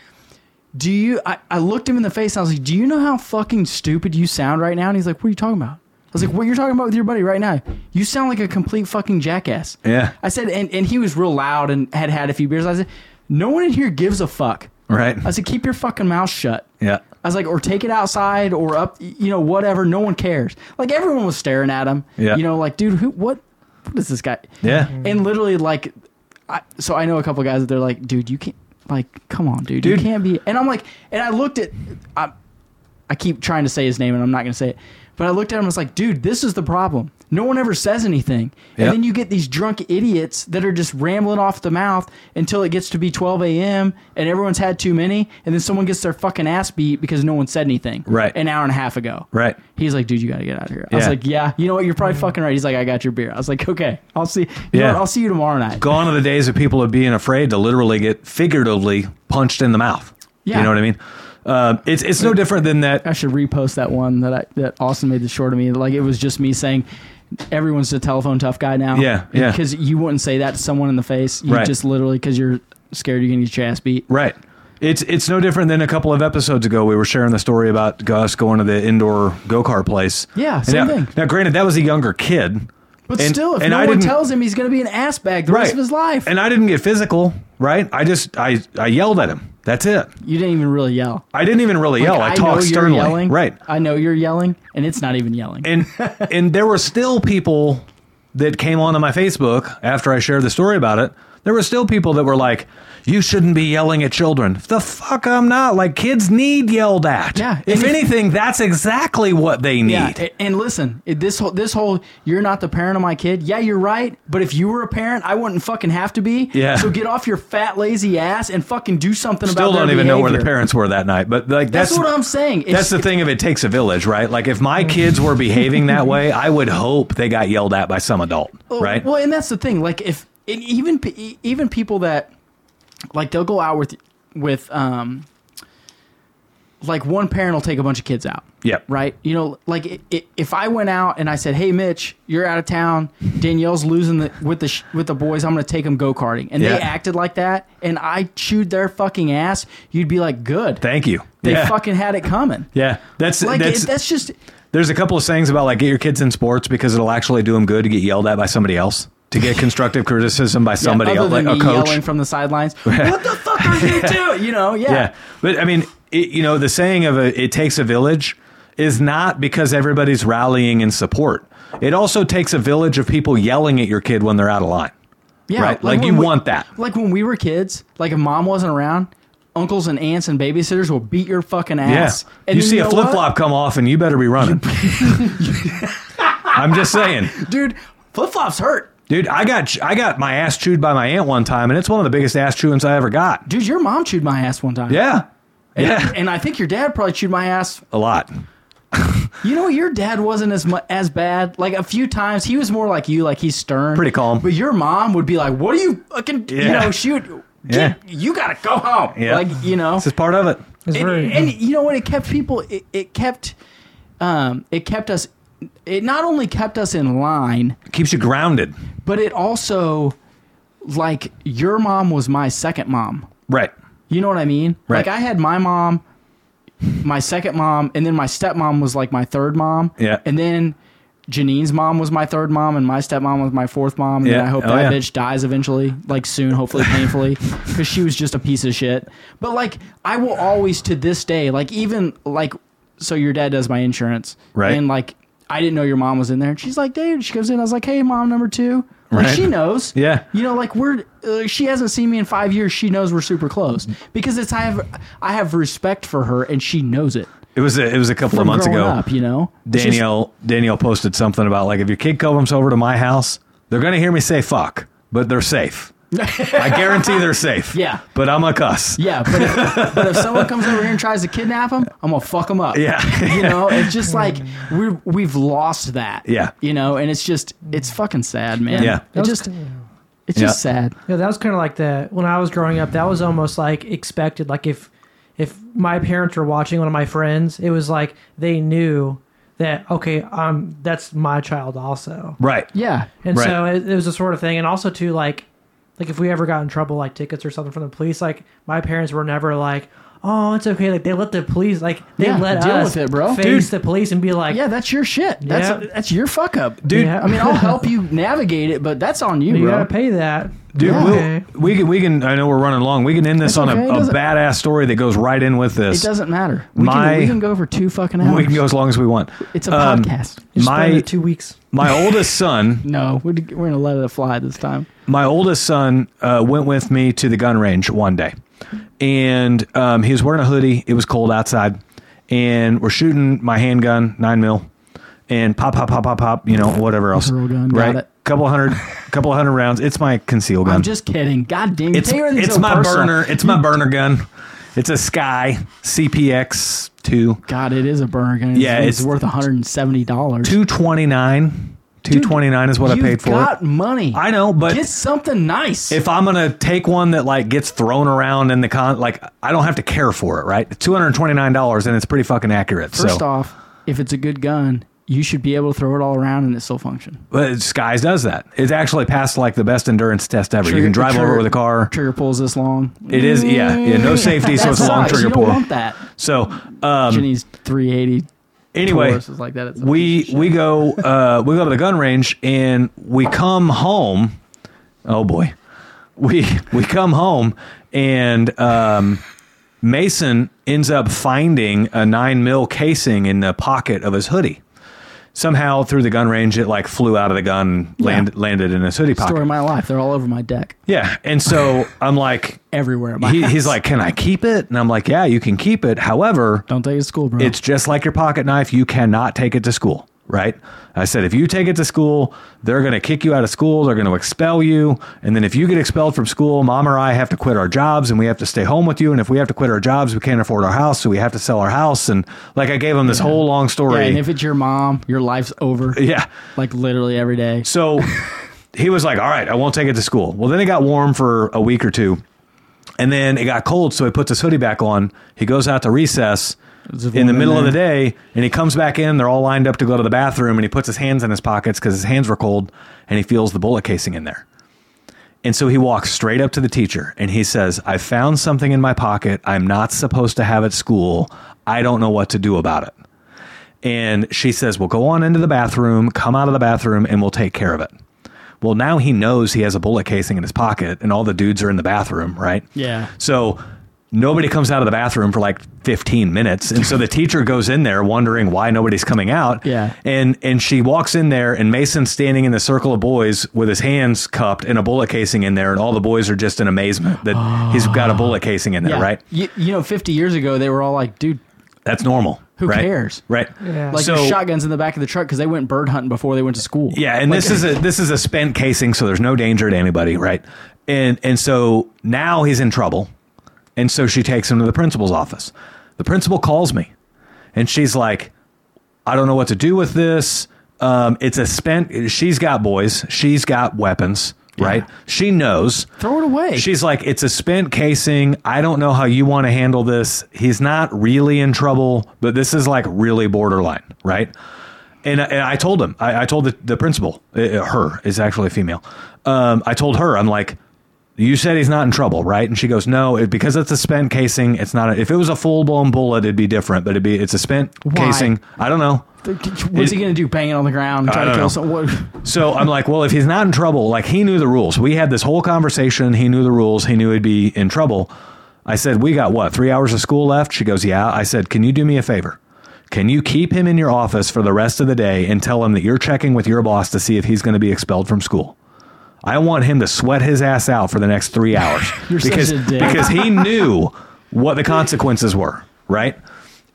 [SPEAKER 2] do you? I, I looked him in the face and I was like, do you know how fucking stupid you sound right now? And he's like, what are you talking about? I was like, what you're talking about with your buddy right now? You sound like a complete fucking jackass.
[SPEAKER 1] Yeah.
[SPEAKER 2] I said, and, and he was real loud and had had a few beers. I said, no one in here gives a fuck.
[SPEAKER 1] Right.
[SPEAKER 2] I said, keep your fucking mouth shut.
[SPEAKER 1] Yeah.
[SPEAKER 2] I was like, or take it outside or up, you know, whatever. No one cares. Like everyone was staring at him.
[SPEAKER 1] Yeah.
[SPEAKER 2] You know, like, dude, who, what, what is this guy?
[SPEAKER 1] Yeah.
[SPEAKER 2] And literally, like, I, so I know a couple guys that they're like, dude, you can't, like, come on, dude,
[SPEAKER 1] Dude.
[SPEAKER 2] you can't be. And I'm like, and I looked at, I, I keep trying to say his name and I'm not going to say it, but I looked at him and was like, dude, this is the problem. No one ever says anything.
[SPEAKER 1] Yeah.
[SPEAKER 2] And then you get these drunk idiots that are just rambling off the mouth until it gets to be 12 a.m. and everyone's had too many. And then someone gets their fucking ass beat because no one said anything
[SPEAKER 1] Right.
[SPEAKER 2] an hour and a half ago.
[SPEAKER 1] Right.
[SPEAKER 2] He's like, dude, you got to get out of here. I was
[SPEAKER 1] Yeah.
[SPEAKER 2] like, yeah, you know what? You're probably fucking right. He's like, I got your beer. I was like, okay, I'll see. You
[SPEAKER 1] Yeah.
[SPEAKER 2] know what? I'll see you tomorrow night.
[SPEAKER 1] Gone are the days of people of being afraid to literally get figuratively punched in the mouth.
[SPEAKER 2] Yeah.
[SPEAKER 1] You know what I mean? Uh, it's it's no different than that.
[SPEAKER 2] I should repost that one that I, that Austin made the short of me. Like it was just me saying, everyone's a telephone tough guy now.
[SPEAKER 1] Yeah, yeah.
[SPEAKER 2] Because you wouldn't say that to someone in the face. You
[SPEAKER 1] Right.
[SPEAKER 2] just literally because you're scared you're gonna get your ass beat.
[SPEAKER 1] Right. It's it's no different than a couple of episodes ago. We were sharing the story about Gus going to the indoor go kart place.
[SPEAKER 2] Yeah,
[SPEAKER 1] And
[SPEAKER 2] same
[SPEAKER 1] now,
[SPEAKER 2] thing.
[SPEAKER 1] Now, granted, that was a younger kid,
[SPEAKER 2] But
[SPEAKER 1] And-
[SPEAKER 2] still, if
[SPEAKER 1] and
[SPEAKER 2] no
[SPEAKER 1] I
[SPEAKER 2] one
[SPEAKER 1] didn't-
[SPEAKER 2] tells him, he's gonna be an ass bag the rest of his life.
[SPEAKER 1] and I didn't get physical. Right. I just I I yelled at him. That's it.
[SPEAKER 2] you didn't even really yell.
[SPEAKER 1] I didn't even really yell. I,
[SPEAKER 2] know
[SPEAKER 1] talked
[SPEAKER 2] you're
[SPEAKER 1] sternly.
[SPEAKER 2] Yelling.
[SPEAKER 1] Right.
[SPEAKER 2] I know you're yelling, and it's not even yelling.
[SPEAKER 1] and and there were still people that came onto my Facebook after I shared the story about it. There were still people that were like, "You shouldn't be yelling at children." The fuck, I'm not. Like kids need yelled at.
[SPEAKER 2] Yeah,
[SPEAKER 1] If
[SPEAKER 2] and if-
[SPEAKER 1] anything, that's exactly what they need.
[SPEAKER 2] Yeah, a- and listen, it- this whole this whole you're not the parent of my kid. Yeah, you're right. But if you were a parent, I wouldn't fucking have to be.
[SPEAKER 1] Yeah.
[SPEAKER 2] So get off your fat lazy ass and fucking do something
[SPEAKER 1] Still
[SPEAKER 2] about.
[SPEAKER 1] don't
[SPEAKER 2] their
[SPEAKER 1] even know where the
[SPEAKER 2] behavior.
[SPEAKER 1] parents were that night. But like
[SPEAKER 2] That's,
[SPEAKER 1] that's
[SPEAKER 2] what I'm saying. It's,
[SPEAKER 1] That's the thing of it takes a village, right? Like if my kids were behaving that way, I would hope they got yelled at by some adult,
[SPEAKER 2] well,
[SPEAKER 1] right?
[SPEAKER 2] Well, and that's the thing. Like if and even pe- e- even people that like they'll go out with with um like one parent will take a bunch of kids out.
[SPEAKER 1] Yep.
[SPEAKER 2] Right. You know, like i i if I went out and I said, "Hey, Mitch, you're out of town. Danielle's losing the, with the sh- with the boys. I'm going to take them go karting," and
[SPEAKER 1] Yeah.
[SPEAKER 2] they acted like that, and I chewed their fucking ass. You'd be like, "Good,
[SPEAKER 1] Thank you.
[SPEAKER 2] they
[SPEAKER 1] yeah.
[SPEAKER 2] fucking had it coming."
[SPEAKER 1] yeah. That's
[SPEAKER 2] Like
[SPEAKER 1] that's,
[SPEAKER 2] that's, that's just
[SPEAKER 1] There's a couple of sayings about like get your kids in sports because it'll actually do them good to get yelled at by somebody else, to get constructive criticism by somebody
[SPEAKER 2] yeah,
[SPEAKER 1] else,
[SPEAKER 2] other
[SPEAKER 1] like
[SPEAKER 2] than
[SPEAKER 1] a
[SPEAKER 2] me
[SPEAKER 1] coach.
[SPEAKER 2] yelling from the sidelines. what the fuck are you doing? You know, yeah.
[SPEAKER 1] yeah. but I mean, it, you know, the saying of a, it takes a village is not because everybody's rallying in support. It also takes a village of people yelling at your kid when they're out of line.
[SPEAKER 2] Yeah,
[SPEAKER 1] Right, like
[SPEAKER 2] when
[SPEAKER 1] you
[SPEAKER 2] we-
[SPEAKER 1] want that.
[SPEAKER 2] Like when we were kids, like if mom wasn't around, uncles and aunts and babysitters will beat your fucking ass.
[SPEAKER 1] Yeah.
[SPEAKER 2] And
[SPEAKER 1] you
[SPEAKER 2] then
[SPEAKER 1] see a
[SPEAKER 2] know
[SPEAKER 1] flip
[SPEAKER 2] what?
[SPEAKER 1] flop come off, and you better be running. I'm just saying.
[SPEAKER 2] dude. Flip flops hurt,
[SPEAKER 1] Dude, I got I got my ass chewed by my aunt one time, and it's one of the biggest ass chewings I ever got.
[SPEAKER 2] dude. Your mom chewed my ass one time.
[SPEAKER 1] Yeah, yeah,
[SPEAKER 2] and Oh. I think your dad probably chewed my ass.
[SPEAKER 1] a lot.
[SPEAKER 2] You know, your dad wasn't as mu- as bad. Like a few times, he was more like you, like he's stern,
[SPEAKER 1] Pretty calm.
[SPEAKER 2] But your mom would be like, "What are you fucking? You
[SPEAKER 1] Yeah.
[SPEAKER 2] know, shoot,
[SPEAKER 1] Yeah.
[SPEAKER 2] you gotta go home.
[SPEAKER 1] Yeah.
[SPEAKER 2] Like you know,
[SPEAKER 1] This is part of it.
[SPEAKER 3] It's
[SPEAKER 2] and,
[SPEAKER 3] very,
[SPEAKER 2] and you know what? It kept people. It, it kept, um, it kept us. It not only kept us in line,
[SPEAKER 1] Keeps you grounded.
[SPEAKER 2] but it also, like, your mom was my second mom.
[SPEAKER 1] Right.
[SPEAKER 2] You know what I mean?
[SPEAKER 1] Right.
[SPEAKER 2] Like, I had my mom, my second mom, and then my stepmom was like my third mom.
[SPEAKER 1] Yeah.
[SPEAKER 2] And then Janine's mom was my third mom, and my stepmom was my fourth mom. And
[SPEAKER 1] Yeah.
[SPEAKER 2] then I hope
[SPEAKER 1] Oh,
[SPEAKER 2] that
[SPEAKER 1] yeah.
[SPEAKER 2] bitch dies eventually, like soon, hopefully painfully, because she was just a piece of shit. But like, I will always to this day, like even like, so your dad does my insurance,
[SPEAKER 1] Right.
[SPEAKER 2] And like, I didn't know your mom was in there, and she's like, dude, she comes in, I was like, hey, mom, number two. Like
[SPEAKER 1] Right.
[SPEAKER 2] she knows,
[SPEAKER 1] Yeah.
[SPEAKER 2] You know, like we're uh, she hasn't seen me in five years. She knows we're super close because it's I have I have respect for her and she knows it.
[SPEAKER 1] It was a, it was a couple of
[SPEAKER 2] From
[SPEAKER 1] months
[SPEAKER 2] growing
[SPEAKER 1] ago.
[SPEAKER 2] up, you know, It's just-
[SPEAKER 1] Danielle Danielle posted something about like if your kid comes over to my house, they're gonna hear me say fuck, but they're safe. I guarantee they're safe.
[SPEAKER 2] Yeah.
[SPEAKER 1] But I'm a cuss.
[SPEAKER 2] Yeah, but if, but if someone comes over here and tries to kidnap him, I'm gonna fuck him up.
[SPEAKER 1] Yeah.
[SPEAKER 2] you know, it's just like we we've lost that.
[SPEAKER 1] Yeah.
[SPEAKER 2] you know, and it's just it's fucking sad, man.
[SPEAKER 1] Yeah.
[SPEAKER 2] it
[SPEAKER 3] that was
[SPEAKER 2] just
[SPEAKER 3] kind of-
[SPEAKER 2] it's just sad.
[SPEAKER 3] Yeah, that was kind of like the when I was growing up. That was almost like expected. Like if if my parents were watching one of my friends, it was like they knew that okay, um, that's my child also.
[SPEAKER 1] Right.
[SPEAKER 2] Yeah,
[SPEAKER 3] And
[SPEAKER 1] Right.
[SPEAKER 3] so it, it was the sort of thing. And also too like like if we ever got in trouble, like tickets or something from the police, like my parents were never like, oh, it's okay. Like they let the police, like they
[SPEAKER 2] Yeah,
[SPEAKER 3] let
[SPEAKER 2] deal
[SPEAKER 3] us
[SPEAKER 2] with it, bro.
[SPEAKER 3] face the police and be like,
[SPEAKER 2] Yeah, that's your shit. That's
[SPEAKER 3] Yeah.
[SPEAKER 2] that's your fuck up,
[SPEAKER 1] Dude.
[SPEAKER 2] I mean, I'll help you navigate it, but that's on you,
[SPEAKER 3] you
[SPEAKER 2] bro.
[SPEAKER 3] gotta pay that,
[SPEAKER 1] Dude,
[SPEAKER 2] Yeah.
[SPEAKER 1] we'll-
[SPEAKER 3] Okay.
[SPEAKER 1] we can we can. I know we're running long. We can end this
[SPEAKER 2] It's
[SPEAKER 1] on
[SPEAKER 2] okay, it
[SPEAKER 1] a, a
[SPEAKER 2] doesn't-
[SPEAKER 1] badass story that goes right in with
[SPEAKER 2] It
[SPEAKER 1] this.
[SPEAKER 2] doesn't matter. We,
[SPEAKER 1] My-
[SPEAKER 2] can, we can go for two fucking hours.
[SPEAKER 1] we can go as long as we want.
[SPEAKER 2] It's a
[SPEAKER 1] Um,
[SPEAKER 2] podcast.
[SPEAKER 3] You spend
[SPEAKER 1] My
[SPEAKER 3] it two weeks.
[SPEAKER 1] my oldest son
[SPEAKER 2] No, we're, we're gonna let it fly this time.
[SPEAKER 1] my oldest son uh, went with me to the gun range one day, and um, he was wearing a hoodie. It was cold outside, and we're shooting my handgun nine mil, and pop, pop, pop, pop, pop. You know, whatever else,
[SPEAKER 2] Real gun, got
[SPEAKER 1] right?
[SPEAKER 2] it.
[SPEAKER 1] Couple hundred, couple hundred rounds. It's my concealed gun.
[SPEAKER 2] I'm just kidding. God dang,
[SPEAKER 1] Um, it's
[SPEAKER 2] take everything
[SPEAKER 1] it's
[SPEAKER 2] so
[SPEAKER 1] my
[SPEAKER 2] personal.
[SPEAKER 1] burner. It's my burner gun. It's a Sky CPX two.
[SPEAKER 2] God, it is a burner gun. It's,
[SPEAKER 1] Yeah,
[SPEAKER 2] it's,
[SPEAKER 1] it's-
[SPEAKER 2] worth 170 dollars.
[SPEAKER 1] 229 229 is what I paid for
[SPEAKER 2] Got
[SPEAKER 1] it.
[SPEAKER 2] money.
[SPEAKER 1] I know, but
[SPEAKER 2] Get something nice.
[SPEAKER 1] if I'm gonna take one that like gets thrown around in the con, like I don't have to care for it, right? Two hundred twenty nine dollars, and it's pretty fucking accurate.
[SPEAKER 2] First
[SPEAKER 1] so,
[SPEAKER 2] off, if it's a good gun, you should be able to throw it all around and it still function.
[SPEAKER 1] but Skies does that. It's actually passed like the best endurance test ever. you
[SPEAKER 2] Trigger-
[SPEAKER 1] can drive
[SPEAKER 2] trigger-
[SPEAKER 1] over with a car.
[SPEAKER 2] Trigger pulls this long.
[SPEAKER 1] It is, yeah, yeah, no safety, so
[SPEAKER 2] That
[SPEAKER 1] it's a long
[SPEAKER 2] sucks.
[SPEAKER 1] trigger
[SPEAKER 2] you
[SPEAKER 1] pull.
[SPEAKER 2] Don't want that.
[SPEAKER 1] So, um,
[SPEAKER 2] Jenny's 380.
[SPEAKER 1] anyway,
[SPEAKER 2] Taurus is like that. It's a piece
[SPEAKER 1] we
[SPEAKER 2] of shit.
[SPEAKER 1] we go uh, we go to the gun range and we come home. Oh boy, we we come home and um, Mason ends up finding a nine mil casing in the pocket of his hoodie. Somehow through the gun range, it like flew out of the gun, land, landed in his hoodie pocket.
[SPEAKER 2] story of my life. They're all over my deck,
[SPEAKER 1] Yeah, and so I'm like,
[SPEAKER 2] everywhere. At my
[SPEAKER 1] he,
[SPEAKER 2] house.
[SPEAKER 1] he's like, "Can I keep it?" And I'm like, "Yeah, you can keep it." However,
[SPEAKER 2] "Don't take it to school, bro."
[SPEAKER 1] it's just like your pocket knife. You cannot take it to school, right? I said, if you take it to school, they're going to kick you out of school. They're going to expel you. And then if you get expelled from school, mom or I have to quit our jobs and we have to stay home with you. And if we have to quit our jobs, we can't afford our house. So we have to sell our house. And like I gave him this whole long
[SPEAKER 2] yeah,
[SPEAKER 1] story.
[SPEAKER 2] and if it's your mom, your life's over.
[SPEAKER 1] yeah.
[SPEAKER 2] Like literally every day.
[SPEAKER 1] So he was like, all right, I won't take it to school. Well, then it got warm for a week or two. And then it got cold, so he puts his hoodie back on. He goes out to recess
[SPEAKER 2] a
[SPEAKER 1] in the
[SPEAKER 2] woman
[SPEAKER 1] middle of
[SPEAKER 2] there.
[SPEAKER 1] the day, and he comes back in. They're all lined up to go to the bathroom, and he puts his hands in his pockets because his hands were cold, and he feels the bullet casing in there. And so he walks straight up to the teacher, and he says, "I found something in my pocket. I'm not supposed to have at school. I don't know what to do about it." And she says, "Well, go on into the bathroom. Come out of the bathroom, and we'll take care of it." Well, now he knows he has a bullet casing in his pocket, and all the dudes are in the bathroom, right?
[SPEAKER 2] Yeah.
[SPEAKER 1] So nobody comes out of the bathroom for like 15 minutes. And so the teacher goes in there wondering why nobody's coming out.
[SPEAKER 2] Yeah.
[SPEAKER 1] And and she walks in there and Mason's standing in the circle of boys with his hands cupped and a bullet casing in there and all the boys are just in amazement that he's got a bullet casing in there,
[SPEAKER 2] Yeah.
[SPEAKER 1] right?
[SPEAKER 2] You, you know, 50 years ago, they were all like, "Dude,
[SPEAKER 1] That's normal.
[SPEAKER 2] Who
[SPEAKER 1] right?
[SPEAKER 2] cares?
[SPEAKER 1] Right.
[SPEAKER 3] Yeah.
[SPEAKER 2] like
[SPEAKER 1] So-
[SPEAKER 2] there's shotguns in the back of the truck because they went bird hunting before they went to school."
[SPEAKER 1] Yeah, and
[SPEAKER 2] Like,
[SPEAKER 1] this is a this is a spent casing, so there's no danger to anybody, right? And and so now he's in trouble, and so she takes him to the principal's office. The principal calls me, and she's like, "I don't know what to do with this. Um, it's a spent. She's got boys. She's got weapons." Right, she knows.
[SPEAKER 2] Throw it away.
[SPEAKER 1] She's like, it's a spent casing. I don't know how you want to handle this. He's not really in trouble, but this is like really borderline, right? and I, and I told him, I, I told the, the principal, uh, uh, her is actually a female. Um, I told her, I'm like, you said he's not in trouble, right? And she goes, no, it, because it's a spent casing. It's not. A, if it was a full blown bullet, it'd be different. But it'd be it's a spent casing. I don't know.
[SPEAKER 2] What's he gonna do? Bang it on the ground? Try
[SPEAKER 1] I
[SPEAKER 2] to
[SPEAKER 1] don't
[SPEAKER 2] kill
[SPEAKER 1] know.
[SPEAKER 2] someone?
[SPEAKER 1] So I'm like, well, if he's not in trouble, like he knew the rules. We had this whole conversation. He knew the rules. He knew he'd be in trouble. I said, we got what, three hours of school left? She goes, yeah. I said, can you do me a favor? Can you keep him in your office for the rest of the day and tell him that you're checking with your boss to see if he's going to be expelled from school? I want him to sweat his ass out for the next three hours
[SPEAKER 2] You're such
[SPEAKER 1] because
[SPEAKER 2] a dick.
[SPEAKER 1] because he knew what the consequences were, right?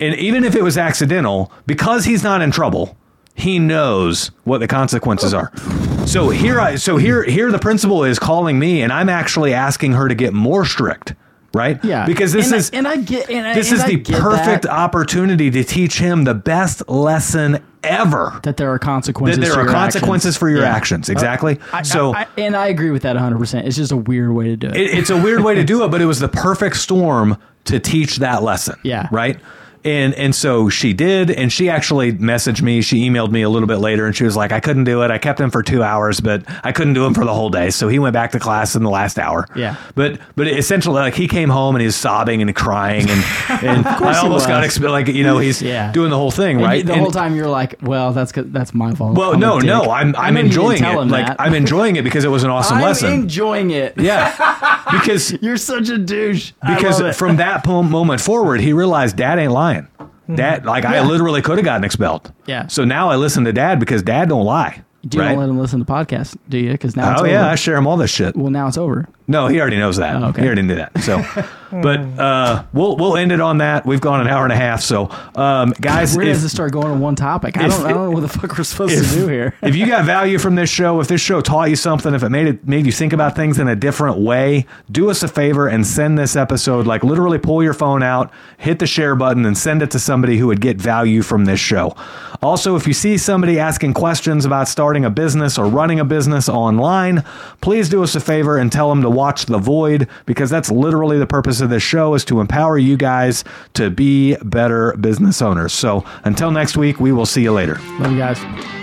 [SPEAKER 1] And even if it was accidental, because he's not in trouble, he knows what the consequences are. So here I so here here the principal is calling me and I'm actually asking her to get more strict, right?
[SPEAKER 2] Yeah,
[SPEAKER 1] Because this
[SPEAKER 2] And I-
[SPEAKER 1] is
[SPEAKER 2] and I get and I-
[SPEAKER 1] this
[SPEAKER 2] and
[SPEAKER 1] is
[SPEAKER 2] I
[SPEAKER 1] the
[SPEAKER 2] get
[SPEAKER 1] perfect
[SPEAKER 2] that,
[SPEAKER 1] opportunity to teach him the best lesson ever.
[SPEAKER 2] that there are consequences.
[SPEAKER 1] That there
[SPEAKER 2] to
[SPEAKER 1] are
[SPEAKER 2] your
[SPEAKER 1] consequences
[SPEAKER 2] actions.
[SPEAKER 1] for your
[SPEAKER 2] Yeah.
[SPEAKER 1] actions. Exactly.
[SPEAKER 2] I-
[SPEAKER 1] so
[SPEAKER 2] I- and I agree with that 100. percent It's just a weird way to do it.
[SPEAKER 1] it, it's a weird way to do it, but it was the perfect storm to teach that lesson.
[SPEAKER 2] Yeah.
[SPEAKER 1] Right. And and so she did, and she actually messaged me. She emailed me a little bit later, and she was like, "I couldn't do it. I kept him for two hours, but I couldn't do him for the whole day. So he went back to class in the last hour."
[SPEAKER 2] Yeah.
[SPEAKER 1] But but essentially, like he came home and he was sobbing and crying, and and I
[SPEAKER 2] he
[SPEAKER 1] almost got
[SPEAKER 2] was.
[SPEAKER 1] exp- like you know he's
[SPEAKER 2] Yeah.
[SPEAKER 1] doing the whole thing
[SPEAKER 2] And
[SPEAKER 1] right
[SPEAKER 2] the
[SPEAKER 1] And-
[SPEAKER 2] whole time you're like, well, that's 'cause- that's my fault.
[SPEAKER 1] Well,
[SPEAKER 2] I'm a
[SPEAKER 1] no,
[SPEAKER 2] dick.
[SPEAKER 1] no, I'm
[SPEAKER 2] I
[SPEAKER 1] I'm
[SPEAKER 2] know you didn't
[SPEAKER 1] enjoying
[SPEAKER 2] tell
[SPEAKER 1] it.
[SPEAKER 2] him
[SPEAKER 1] Like
[SPEAKER 2] that.
[SPEAKER 1] I'm enjoying it because it was an awesome
[SPEAKER 2] I'm
[SPEAKER 1] lesson.
[SPEAKER 2] enjoying it.
[SPEAKER 1] yeah, because
[SPEAKER 2] You're such a douche. I love it.
[SPEAKER 1] because from that po- moment forward, he realized dad ain't lying. Dad, like I
[SPEAKER 2] Mm-hmm. Yeah.
[SPEAKER 1] literally could have gotten expelled.
[SPEAKER 2] Yeah.
[SPEAKER 1] So now I listen to dad because dad don't lie.
[SPEAKER 2] do you
[SPEAKER 1] right?
[SPEAKER 2] not let him listen to the podcast? Do you? Because now it's
[SPEAKER 1] Oh
[SPEAKER 2] over.
[SPEAKER 1] yeah, I share him all this shit.
[SPEAKER 2] well, now it's over.
[SPEAKER 1] No, he already knows that.
[SPEAKER 2] Oh, okay.
[SPEAKER 1] He already knew that. So, but uh, we'll we'll end it on that. We've gone an hour and a half. So, um, guys,
[SPEAKER 2] Where
[SPEAKER 1] if-
[SPEAKER 2] does this start going on one topic? I
[SPEAKER 1] if-
[SPEAKER 2] don't, I don't know what the fuck we're supposed to do here.
[SPEAKER 1] if you got value from this show, if this show taught you something, if it made it made you think about things in a different way, do us a favor and send this episode. Like literally, pull your phone out, hit the share button, and send it to somebody who would get value from this show. Also, if you see somebody asking questions about starting a business or running a business online, please do us a favor and tell them to watch The Void because that's literally the purpose of this show is to empower you guys to be better business owners. So until next week, we will see you later.
[SPEAKER 2] Love you guys.